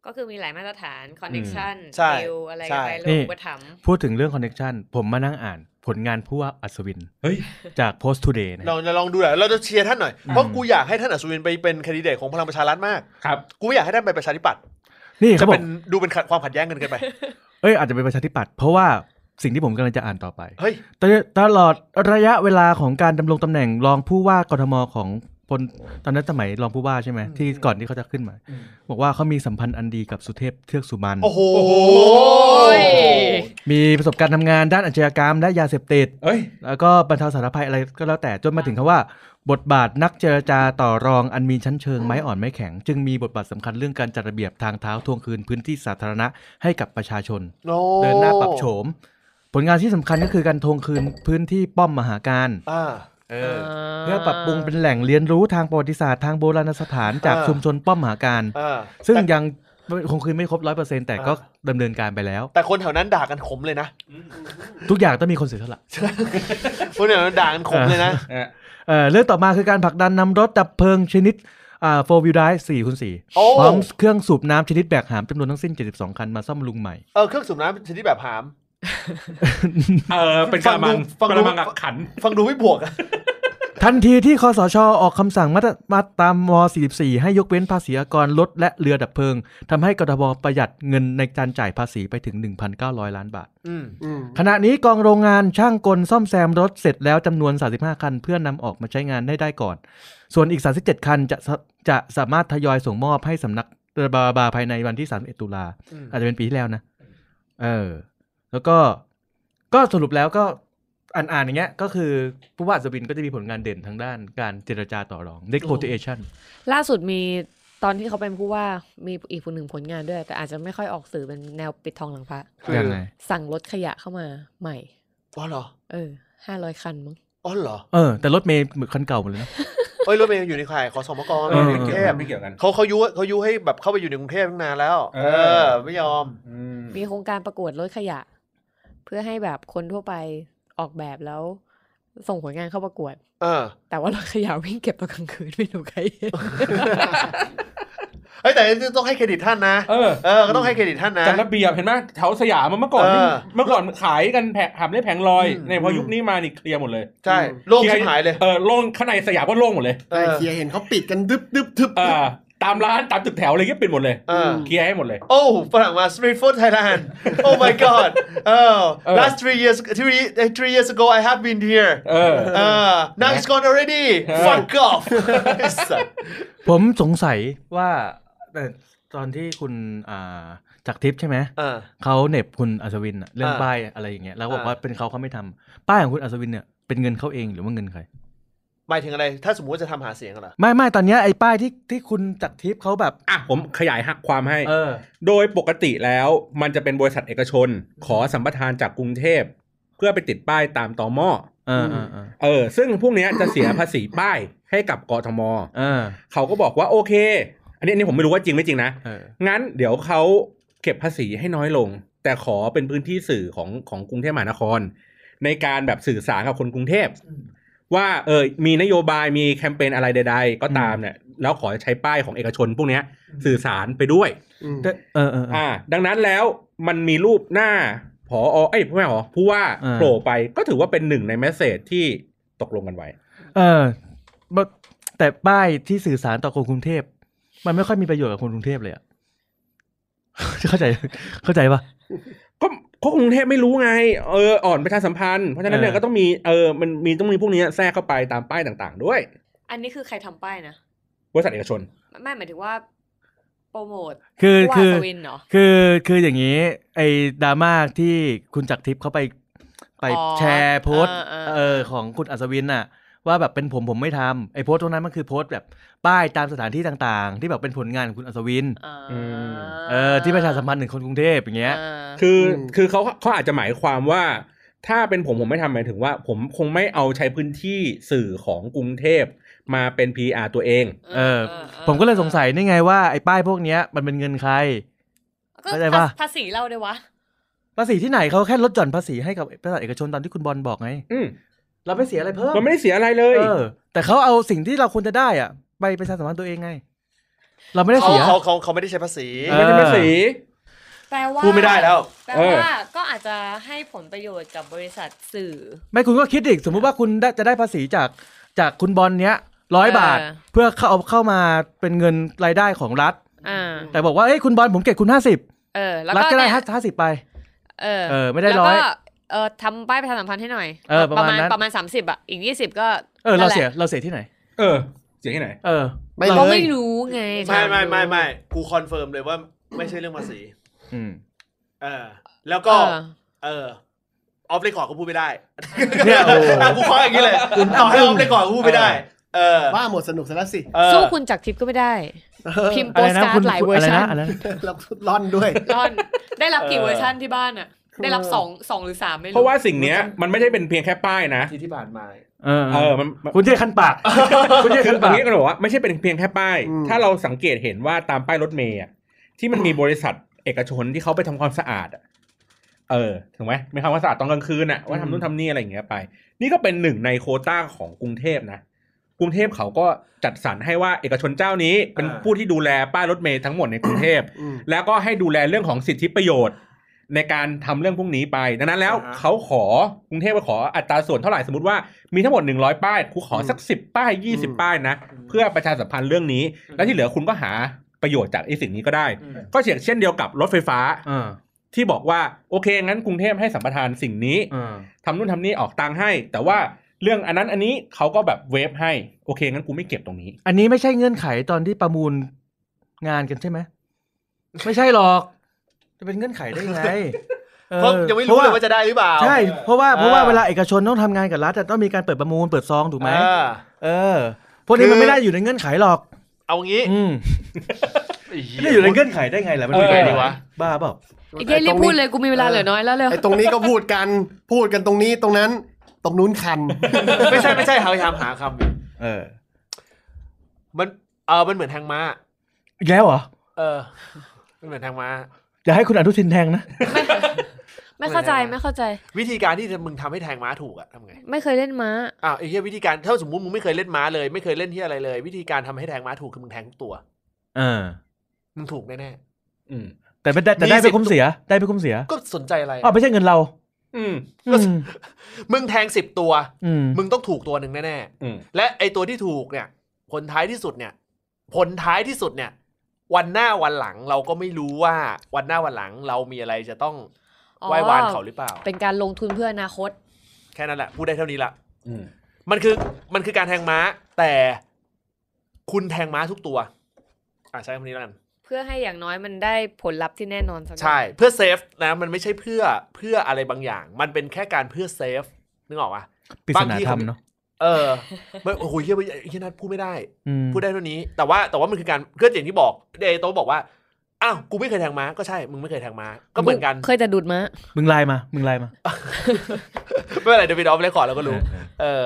S2: ก็คือมีหลายมาตรฐาน คอนเน c ชัน
S1: ใช่
S2: ดิวอะไร
S1: ใช่
S2: กันไปลง
S3: นี่
S2: อุประถมภ์
S3: พูดถึงเรื่องคอนเน็ชันผมมานั่งอ่านผลงานผู้ว่าอัศวิน
S5: เฮ้ย
S3: จาก Post Today นะ
S1: ลองลองดูหน่อยเราจะเชียร์ท่านหน่อย เพราะกูอยากให้ท่านอัศวินไปเป็นแคนดิเดตของพลังประชารัฐมาก
S5: ครับ
S1: กูไม่อยากให้ท่านไปประชาธิปัตย์
S3: นี่
S1: จะ
S3: เขาบอ
S1: เป็
S3: ก
S1: นดูเป็นขัดความขัดแย้งกันเกันไป
S3: เอ้ยอาจจะเป็นประชาธิปัตย์เพราะว่าสิ่งที่ผมกำลังจะอ่านต่อไป
S1: เฮ้ย
S3: ตตลอดระยะเวลาของการดำรงตำแหน่งรองผู้ว่ากทมของพลตอนนั้นสมัยรองผู้ว่าใช่ไหมที่ก่อนที่เขาจะขึ้นมา บอกว่าเขามีสัมพันธ์อันดีกับสุเทพเทือกสุบรรณ
S1: โอ้โห
S3: มีประสบการณ์ทำงานด้านอาชญากรรมและยาเสพติด
S5: เอ้ย
S3: แล้วก็บรรเทาสาธารณภัยอะไรก็แล้วแต่จนมาถึงคำว่า บทบาทนักเจรจาต่อรองอันมีชั้นเชิงไม้อ่อนไม้แข็ง จึงมีบทบาทสำคัญเรื่องการจัดระเบียบทางเท้าทวงคืนพื้นที่สาธารณะให้กับประชาชน
S1: โอ้
S3: เดินหน้าปรับโฉม ผลงานที่สำคัญก็คือการทวงคืนพื้นที่ป้อมมหาการ
S1: อ่า
S3: เพื่อปรับปรุงเป็นแหล่งเรียนรู้ทางประวัติศาสตร์ทางโบราณสถานจาก
S1: อ่า
S3: ชุมชนป้อมมหาการ
S1: อ่า
S3: ซึ่ง
S1: แต่
S3: ยังคงคืนไม่ครบร้อยเปอร์เซ็นต์แต่ก็ดำเนินการไปแล้ว
S1: แต่คนแถวนั้นด่ากันขมเลยนะ
S3: ทุกอย่างต้องมีคนเสียสละ
S1: คนแถวนั้นด่ากันขมเลยนะ
S3: เอ่อเรื่องต่อมาคือการผลักดันนำรถดับเพลิงชนิดโฟวิลไดสี่คูณสี่
S1: โอ้
S3: พร้อมเครื่องสูบน้ำชนิดแบกหามจำนวนทั้งสิ้น 72 คันมาซ่อมลุงใหม่
S1: เออเครื่องสูบน้ำชนิดแบบหาม
S5: เออ เป็นกระมัง
S1: ฟัง
S5: ก
S1: ดู
S5: ระมัง
S1: ฟัง
S5: อั
S1: ดู
S5: บขัน
S1: ฟังดูไม่บวกอะ
S3: ทันทีที่คอสชออกคำสั่งมาตรามาตามม 44 ให้ยกเว้นภาษีอากรรถและเรือดับเพลิงทำให้กทบประหยัดเงินในการจ่ายภาษีไปถึง 1,900 ล้านบาท
S1: อืม
S4: อืม
S3: ขณะนี้กองโรงงานช่างกลซ่อมแซมรถเสร็จแล้วจำนวน 35 คัน เพื่อนนำออกมาใช้งานได้ได้ก่อน ส่วนอีก 37 คันจะสจะสามารถทยอยส่งมอบให้สำนักบาบาภายในวันที่ 31 ตุลา
S1: อืม
S3: อาจจะเป็นปีที่แล้วนะ เออ แล้วก็ก็สรุปแล้วก็อ่านอ่านอย่างเงี้ย ก็คือผู้ว่าอัศวินก็จะมีผลงานเด่นทางด้านการเจรจาต่อรอง negotiation
S2: ล่าสุดมีตอนที่เขาเป็นผู้ว่ามีอีกคนหนึ่งผลงานด้วย แต่อาจจะไม่ค่อยออกสื่อเป็นแนวปิดทองหลังพระ
S3: ยังไง
S2: สั่งรถขยะเข้ามาใหม่
S1: อ๋อเหรอ
S2: เออห้าร้อยคันมั้ง
S1: อ๋อเหรอ
S3: เออ แต่รถเมย์เหมือนคันเก่าหมดเลยนะ
S1: เอ้ยรถเมย์อยู่ในข่ายขอสมกร
S5: เออ
S1: ในกรุงเทพ
S5: ไม่เกี่ยวกัน
S1: เขาเขายุเขายุให้แบบเข้าไปอยู่ในกรุงเทพตั้งนานแล้ว
S5: เอ
S1: เอ
S5: อ
S1: อ ไม่ยอม
S2: มีโครงการประกวดรถขยะ เพื่อให้แบบคนทั่วไปออกแบบแล้ว ส่งผลงานเข้าประกวด
S1: เออ
S2: แต่ว่ารถขยะวิ่งเก็บตอนกลางคืนไม่รู้ใครเห็น
S1: เฮ้ยแต่ต้องให้เครดิตท่านนะ
S5: เออ
S1: เออก็ต้องให้เครดิตท่านนะ
S5: จัดระเบียบเห็นไหมแถวสยามเมื่อก่อน
S1: เออ
S5: นี่เมื่อก่อนขายกันแผงหามได้แผงลอย
S1: อืม
S5: เนี่ยพอยุคนี้มานี่เคลียร์หมดเลย
S1: ใช่โล่งชิบหายเลย
S5: เออโล่งข้างในสยามก็โล่งหมดเลย
S1: เอ
S4: ได้
S1: อ
S4: เคลียร์เห็นเขาปิดกันดึบดึบดึบ
S5: เออตามร้านตามตึกแถวอะไรก็ปิดหมดเลย
S1: เออ
S5: เคลียร์ให้หมดเลย
S1: โอ้ฝรั่งมา Street Food Thailand Oh my god Oh
S5: เออ
S1: last three years three eh, three years ago I have been here
S5: เออ
S1: uh, now it's gone already
S5: เออ
S1: fuck off ไอ้สัส
S3: ผมสงสัยว่าแต่ตอนที่คุณอ่าจักรทิพย์ใช่ไหม
S1: เออ
S3: เขาเหน็บคุณอัศวินอะเรื่อง
S1: อ่า
S3: ป้ายอะไรอย่างเงี้ยแล้วบอก
S1: อ่า
S3: ว่าเป็นเขาเขาไม่ทำป้ายของคุณอัศวินเนี่ยเป็นเงินเขาเองหรือว่าเงินใคร
S1: หมายถึงอะไร ถ้าสมมติว่าจะทำหาเสียงอะเหรอ
S3: ไม่ไม่ตอนเนี้ยไอ้ป้ายที่ที่คุณจักรทิพย์เขาแบบ
S5: อ่ะผมขยายหักความให้
S3: เออ
S5: โดยปกติแล้วมันจะเป็นบริษัทเอกชน ขอสัมปทานจากกรุงเทพ เพื่อไปติดป้ายตามตอมอ
S3: เออเออเออ
S5: เออ ซึ่งพวกเนี้ยจะเสียภาษีป้ายให้กับกทม
S3: เออ
S5: เขาก็บอกว่าโอเค อันนี้อันนี้ผมไม่รู้ว่าจริงไม่จริงนะ
S3: เออ
S5: งั้นเดี๋ยวเขาเก็บภาษีให้น้อยลง แต่ขอเป็นพื้นที่สื่อของของกรุงเทพมหานคร ในการแบบสื่อสารกับคนกรุงเทพ ว่าเออมีนโยบายมีแคมเปญอะไรใด ๆ ก็ตามเนี่ยแล้วขอใช้ป้ายของเอกชน พวกเนี้ยสื่อสารไปด้วย
S4: อืม
S3: แต่เออเออเออ
S5: อ่า ดังนั้นแล้วมันมีรูปหน้า พอเอ้ยไม่หรอผู้ว่า
S3: อ่า
S5: โผล่ไปก็ถือว่าเป็นหนึ่งในแมสเซจที่ตกลงกันไว้
S3: เออบ่แต่ป้ายที่สื่อสารต่อคนกรุงเทพ มันไม่ค่อยมีประโยชน์กับคนกรุงเทพเลยอะ เข้าใจเข้าใจปะ
S5: ก็ก็กรุงเทพไม่รู้ไง เอออ่อนประชาสัมพันธ์เพราะฉะนั้นเนี่ย
S3: เออ
S5: ก็ต้องมีเออมันมีต้องมีพวกนี้แทรกเข้าไปตามป้ายต่างๆ ด้วย
S2: อันนี้คือใครทำป้ายนะ
S5: บริษัทเอกชน
S2: ไม่หมายถึงว่าโปรโมท
S3: คือ
S2: ว่า
S3: คือ
S2: สวินเหรอ
S3: คือคืออย่างนี้ ไอ้ดราม่าที่คุณจักรทิพย์เขาไปไป
S2: อ๋อ
S3: แชร์โพสต์
S2: เออเออ
S3: เออของคุณอัศวินน่ะ ว่าแบบเป็นผมผมไม่ทำไอ้โพสต์ตรงนั้นมันคือโพสต์แบบป้ายตามสถานที่ต่างๆ ที่แบบเป็นผลงานของคุณอัศวิน
S2: อ่า
S5: อ
S3: เออที่ประชาสัมพันธ์ถึงคนกรุงเทพอย่างเงี้ย
S2: อ่า
S5: คืออ
S4: ม
S5: คือเขาเขาอาจจะหมายความว่า ถ้าเป็นผมผมไม่ทำหมายถึงว่า ผมคงไม่เอาใช้พื้นที่สื่อของกรุงเทพมาเป็น PR ตัวเอง
S3: เออ ผมก็เลยสงสัยนี่ไงว่าไอ้ป้ายพวกเนี้ยมันเป็นเงินใคร
S2: ก็
S3: เข้าใจปะ
S2: ภาษีเราด้วยวะ
S3: ภาษีที่ไหนเขาแค่ลดหย่อนภาษีให้กับบริษัทเอกชนตามที่คุณบอลบอกไง
S5: อืม
S3: เราไม่เสียอะไรเพิ่ม
S5: มันไม่ได้เสียอะไรเลย
S3: เออ แต่เขาเอาสิ่งที่เราควรจะได้อ่ะไปประชาสัมพันธ์ตัวเองไง เราไม่ได้
S1: เขา
S3: เสีย
S1: เขาเขาเขาไม่ได้ใช้ภาษี
S3: เอ
S5: ไม่
S3: อ
S5: ใช่ภาษี
S2: แปลว่า
S1: พูดไม่ได้แล้ว
S2: แปล
S5: เออ
S2: ว่าก็อาจจะให้ผลประโยชน์กับบริษัทสื่อ
S3: ไม่คุณก็คิดอีกสมมุติว่าคุณได้จะได้ภาษีจากจากคุณบอลเนี้ยร้อย
S2: เออ
S3: บาท เพื่อเข้าเอาเข้ามาเป็นเงินรายได้ของรัฐ
S2: อ่า
S3: แต่บอกว่าเอ้ยคุณบอลผมเก็บคุณห้าสิบ
S2: เออ แล้ว
S3: รัฐ
S2: ก็
S3: ก็ได้
S2: เนี่ย
S3: ห้าสิบไป
S2: เออ
S3: เออไม่ได้
S2: แล้ว
S3: ร้อย
S2: ก็เออทำป้ายประชาสัมพันธ์ให้หน่อย
S3: เออประมาณนั้น
S2: ประมาณสามสิบอ่ะ อีกยี่สิบก็
S3: เออเรา
S2: นั่นแหละ
S3: เสียเราเสียที่ไหน
S5: เออ เสียที่ไหน
S3: เออ
S4: ไม่
S2: ก็
S4: เล
S2: ไม่
S4: ย
S2: รู้ไง
S1: ไม่ไม่ไม่ไม่กูคอนเฟิร์มเลยว่าไม่ใช่เรื่องภาษี
S3: อืม
S1: เออแล้ว
S2: เอ
S1: ก็
S2: อ
S1: เออออฟเลคคอร์ดก็พูดไม่ได้
S3: เนี่ยโอ้
S1: อ่ะ กูคออย่างนี้เลยต่อให้ออฟเลคคอร์ดก็พูดไม่ได้ เออ
S4: ว่าหมดสนุกซะแล้วสิ
S1: เออ
S2: สู้คุณจากรทิพย์ก็ไม่ได้ พิมพ์โป
S3: อะ
S2: ส
S3: ไรนะ
S2: การ์
S3: คุณ
S2: ดหลาย
S3: คุณ
S2: เวอ
S3: อะ
S2: ร์
S3: ไร
S2: ชัน
S3: นะอะไรนะ
S4: แล้วร่อนด้วย
S2: ร่อนได้รับกี่เวอร์ชันที่บ้านอ่ะ ได้รับสองสองหรือสามไม่รู้
S5: เพราะว่าสิ่งเนี้ยมันไม่ได้เป็นเพียงแค่ป้ายนะ
S1: ที่ที่ผ่านมา
S3: เออ
S5: เอ
S3: เอ
S5: อ
S3: อ
S5: มันมัน
S3: คุณเจ๊คันปาก คุณเจ๊
S5: คื
S3: คั
S5: อน ตร
S3: ปางก
S5: นี้ก็บอกว่าไม่ใช่เป็นเพียงแค่ป้าย
S4: อืม
S5: ถ้าเราสังเกตเห็นว่าตามป้ายรถเมย์อะที่มันมีบริษัทเอกชนที่เขาไปทำความสะอาดอะเออถูกไหมมีความสะอาดตอนกลางคืนอะว่าทำนู่นทำนี่อะไรอย่างเงี้ยไป นี่ก็เป็นหนึ่งในโควต้าของกรุงเทพนะกรุงเทพเขาก็จัดสรรให้ว่าเอกชนเจ้านี้เป็น
S1: อ่า
S5: ผู้ที่ดูแลป้ายรถเมย์ทั้งหมดในกรุงเทพ
S4: อืม
S5: แล้วก็ให้ดูแลเรื่องของสิทธิประโยชน์ ในการทำเรื่องพวกนี้ไป ดังนั้นแล้ว
S1: อ่าฮะ
S5: เขาขอกรุงเทพก็ขออัตราส่วนเท่าไหร่สมมติว่ามีทั้งหมด 100 ป้ายกูขอสัก 10 ป้าย
S4: อืม
S5: 20 ป้ายนะ เพื่อประชาสัมพันธ์เรื่องนี้ แล้วที่เหลือคุณก็หาประโยชน์จากไอ้สิ่งนี้ก็ได้ ก็เช่นเช่นเดียวกับรถไฟฟ้า
S3: เออ
S5: ที่บอกว่าโอเคงั้นกรุงเทพให้สัมปทานสิ่งนี้
S3: เออ
S5: ทำนู่นทำนี่ออกตังค์ให้ แต่ว่าเรื่องอันนั้นอันนี้เขาก็แบบเวฟให้โอเคงั้นกูไม่เก็บตรงนี้
S3: อันนี้ไม่ใช่เงื่อนไขตอนที่ประมูลงานกันใช่ไหมไม่ใช่หรอก จะเป็นเงื่อนไขได้ ยังไงออ
S1: เพราะยังไม่รู้เลยว่าจะได้หรือเปล่า
S3: ใช่ เพราะว่าเพราะว่า
S1: เออ
S3: เวลาเอกชนต้องทำงานกับรัฐอะต้องมีการเปิดประมูลเปิดซองถูกไหม
S1: เออ
S3: เออพวกนี้
S1: คือ
S3: มันไม่ได้อยู่ในเงื่อนไขหรอก
S1: เอางี้
S3: อืมไม่ได้
S1: เหี้
S3: อยู่ในเงื่อนไขได้ไงล่ะมันเป็น
S5: เออ
S3: ไปได้วะบ้าเปล่า
S2: ไอ้เจ๊รีบพูดเลยกูมีเวลาเหลือน้อยแล้วเลย
S4: ไอ้ตรงนี้ก็พูดกันพูดกันตรงนี้ตรงนั้น ตรงนู้นคัน
S1: ไม่ใช่ไม่ใช่หาพยายามหาคำอยู่
S3: เออ
S1: มันเออมันเหมือนทางม้า
S3: อีกแล้วเหรอ
S1: เออ มันเหมือนทางม้า
S3: อย่าให้คุณอนุทินแทงนะ
S2: ไม่เข้าใจไม่เข้าใจ
S1: วิธีการที่จะมึงทำให้แทงม้าถูกอะทำไง
S2: ไม่เคยเล่นม้า
S1: อ้าวไอ้เหี้ยวิธีการถ้าสมมติมึงไม่เคยเล่นม้าเลยไม่เคยเล่นที่อะไรเลย วิธีการทำให้แทงม้าถูกคือมึงแทงทุกตัว
S3: เออ
S1: มึงถูกแน่
S5: อืม
S3: แต่ไม่ได้แต่ได้
S1: มีสิท
S3: ไป
S1: ธิ์
S3: คุ้มเสียได้ไปคุ้มเสีย
S1: ๆก็สนใจอะไร
S3: อ๋อไม่ใช่เงินเรา
S5: อืม
S3: อืม
S1: มึงแทงสิบตัว
S3: อืม
S1: มึงต้องถูกตัวหนึ่งแน่
S5: อืม
S1: ๆ และไอตัวที่ถูกเนี่ย ผลท้ายที่สุดเนี่ย ผลท้ายที่สุดเนี่ย วันหน้าวันหลังเราก็ไม่รู้ว่าวันหน้าวันหลังเรามีอะไรจะต้องไหว้วานเขาหรือเปล่า
S2: เป็นการลงทุนเพื่ออนาคต
S1: แค่นั้นแหละพูดได้เท่านี้ละ
S5: อืม
S1: มันคือมันคือการแทงม้า แต่คุณแทงม้าทุกตัว อ่ะใช้คำนี้แล้วกัน
S2: เพื่อให้อย่างน้อยมันได้ผลลัพธ์ที่แน่นอนสัก
S1: ใช่เพื่อเซฟนะ มันไม่ใช่เพื่อเพื่ออะไรบางอย่าง มันเป็นแค่การเพื่อเซฟนึกออกปะ
S3: ปริศ
S1: บาง
S3: นา
S1: ที
S3: ธร
S1: เขา
S3: รมเนาะ
S1: เอ อไม่โอ้โหเฮียเฮียนัทพูดไม่ได้
S3: อืม
S1: พูดได้เท่านี้ แต่ว่าแต่ว่ามันคือการก็อย่างที่บอกเดโตบอกว่าอ้าวกูไม่เคยแทงม้าก็ใช่มึงไม่เคยแทงม้าก็เหมือน กัน
S2: เคยแต่ดูดม้า
S3: มึงไลน์มา มึงไลน์มา
S1: ไม่เป็นไรเดวิดออฟเลคคอร์ดเราก็รู้เออ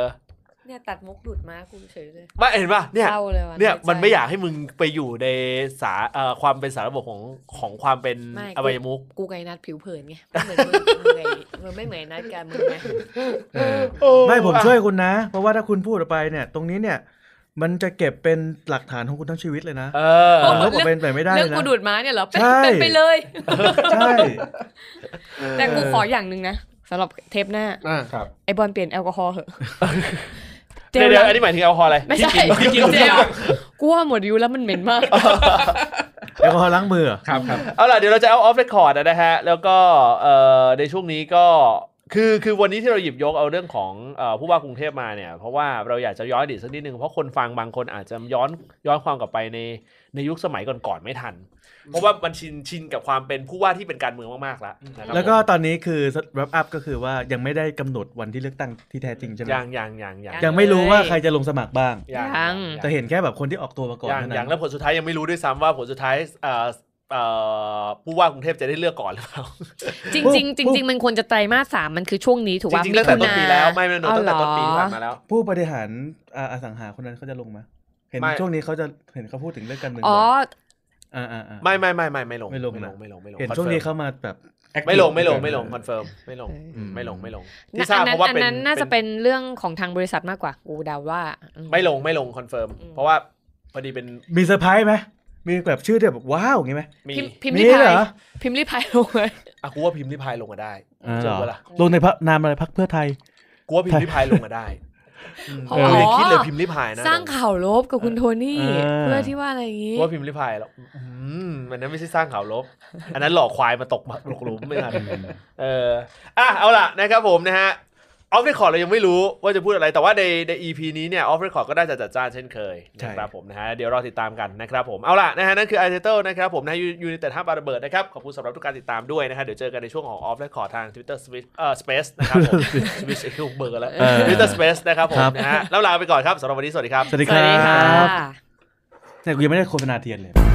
S2: เนี่ยตัดมุกดูดม้ากูเฉยเลย
S1: ไม่เห็นป่ะเนี่ย
S2: เศร้าเลยว่ะ
S1: เนี่ย
S2: ใจ
S1: มันไม่อยากให้มึงไปอยู่ในสาเอ่อความเป็นสารระบบของของความเป็น
S2: ไม่
S1: อวัยมุก
S2: กูไงนัดผิวเผินไงไม่เหมือนมึงมึงไงมึงไม่เหมือนนัดการมึงไง
S3: ไม่ผมช่วยคุณนะ เพราะว่าถ้าคุณพูดออกไปเนี่ย ตรงนี้เนี่ย มันจะเก็บเป็นหลักฐานของคุณทั้งชีวิตเลยนะ
S1: เออ
S3: มันลบออกเป็นไปไม่ได้
S2: เรื่อง
S3: นะ
S2: กูดูดม้าเนี่ยเหรอเป็น
S3: ใช่
S2: เป็นไปเลย
S3: ใช่
S2: แต่กูขออย่างหนึ่งนะสำหรับเทปหน้า
S4: อ่า
S2: ไอบอลเปลี่ยนแอลกอฮอล์เหอะ
S1: เดี๋ยวเดี๋ยวอันนี้หมายถึงแอลกอฮอล์อะไร
S2: ไม่ใช่
S1: ที่ กิน
S2: เจ
S1: ที่กิน
S2: ลกูว่าหมดอายุแล้วมันเหม็นมาก
S3: แอลกอฮอล์ล้างมือเหรอ
S5: ครับครับ
S1: เอาล่ะเดี๋ยวเราจะเอาออฟเรคคอร์ดนะฮะ แล้วก็เอ่อในช่วงนี้ก็คือคือวันนี้ที่เราหยิบยกเอาเรื่องของเอ่อผู้ว่ากรุงเทพมาเนี่ย เพราะว่าเราอยากจะย้อนอดีตสักนิดนึง เพราะคนฟังบางคนอาจจะย้อนย้อนความกลับไปในในยุคสมัยก่อนๆไม่ทัน เพราะว่ามันชินชินกับความเป็นผู้ว่าที่เป็นการเมืองมากๆแล้วนะครับ
S3: แล้วก็ตอนนี้คือรับอัพก็คือว่ายังไม่ได้กำหนดวันที่เลือกตั้งที่แท้จริงใช่ไหม
S1: อย่างอย่างอย่างอย่าง
S3: ยังไม่รู้ว่าใครจะลงสมัครบ้าง
S2: ยัง
S3: จะเห็นแค่แบบคนที่ออกตัวมาก่อน
S1: อย่าง
S3: เท่า
S1: อย่าง
S3: นั้
S1: แล้
S3: น
S1: วผลสุดท้ายยังไม่รู้ด้วยซ้ำว่าผลสุดท้ายเอ่อเอ่อผู้ว่ากรุงเทพจะได้เลือกก่อนหรือเปล่า
S2: จริง จริงๆจริงๆมันควรจะไตรมาสสามมันคือช่วงนี้ถูก
S1: จ
S2: ป่ะ
S1: ริงๆตั้งแต่ต้นปีแล้วไม่ไม่
S2: ถุ
S1: โดนตั้งแต่ต้นปีที่ผ่าน
S2: อ๋อ
S1: มา
S2: เหรอ
S1: แล้ว
S3: ผู้บริหารอ่าอสังหาคนนั้นเขาจะลงไหมเห็น
S1: ไม่
S3: ช่วงนี้เขาจะเห็นเขาพูดถึงเรื่องการเมือง
S2: อ๋อ
S3: อ่าอ่าอ่า
S1: ไม่ไม่ไม่ไม่ไม่ลง
S3: ไม่ลง
S1: ไม่ลง
S3: นะ
S1: ไม่ลงไม่ลง
S3: เห็น
S1: คอ
S3: ช่วงนี้
S1: ฟิร์
S3: เขามาแบบ
S1: มไม่ลงไม่ลงไม่ลงคอนเฟิร์มไม่ลง
S2: เออ
S3: อืม
S1: ไม่ลงไม่ลง
S2: อั
S1: ที่ทราบ
S2: น
S1: เพ
S2: นั้น
S1: ราะว่า
S2: อัน
S1: เป็น
S2: นั้นน่าจะเป็นเรื่องของทางบริษัทมากกว่ากูเดาว่าอืม
S1: ไม่ลงไม่ลงคอนเฟิร์ม
S2: อืม
S1: เพราะว่าพอดีเป็น
S3: มีเซอร์ไพรส์ไหมมีแบบชื่อที่แบบว้าวอย่างงี้ไหม
S1: มี
S2: พิมพ์พิมพ์
S3: มี
S2: ลิ
S3: เหร
S2: พาย
S3: อ
S2: พิมพ์ลิพายลงเลย
S1: อ่ะกูว่าพิมพ์ริพายลงมาได้
S3: อ่า
S1: เจอเวลา
S3: ลงในพระนามอะไรพักเพื่อไทย
S1: กูว่าพิมพ์ริพายลงมาได้
S2: อ๋อ
S1: กูยังคิดเลยพิมพ์ริพายนะ
S2: สร้างข่าวลบกับคุณโทนี่
S3: เออ
S2: เพื่อที่ว่าอะไรอย่างงี้
S1: กูว่าพิมพ์ริพายแล้วอืมอันนั้นไม่ใช่สร้างข่าวลบ อันนั้นหลอกควายมาตกมาตกหลุมไม่ทันเอออ่ะเอาล่ะนะครับผมนะฮะออฟเรคคอร์ดเรายังไม่รู้ว่าจะพูดอะไรแต่ว่าในใน EP นี้เนี่ยออฟเรคคอร์ดก็ได้จะจัดจ้านเช่นเคย
S3: ใช่
S1: นะครับผมนะฮะเดี๋ยวรอติดตามกันนะครับผมเอาล่ะนะฮะนั่นคือไอเทเตนะครับผมนะยูนิเต็ดห้าบาระเบิดนะครับขอบคุณสำหรับทุกการติดตามด้วยนะฮะเดี๋ยวเจอกันในช่วงของออฟเรคคอร์ดทาง Twitter Switch เอ่อ Space นะครับผม Switch ไอ้เบอร์กันแล้ว
S3: เออ
S1: Twitter Space นะครับผม
S3: ครับ
S1: นะฮะแล้วลาไปก่อนครับสำหรับวันนี้สวัสดีครับ
S3: สวัสดี
S2: ส
S3: ค
S2: วั
S3: รั
S2: สดีค่ะ
S3: บเนี่ยกูยังไม่ได้โฆษณาเทียนเลย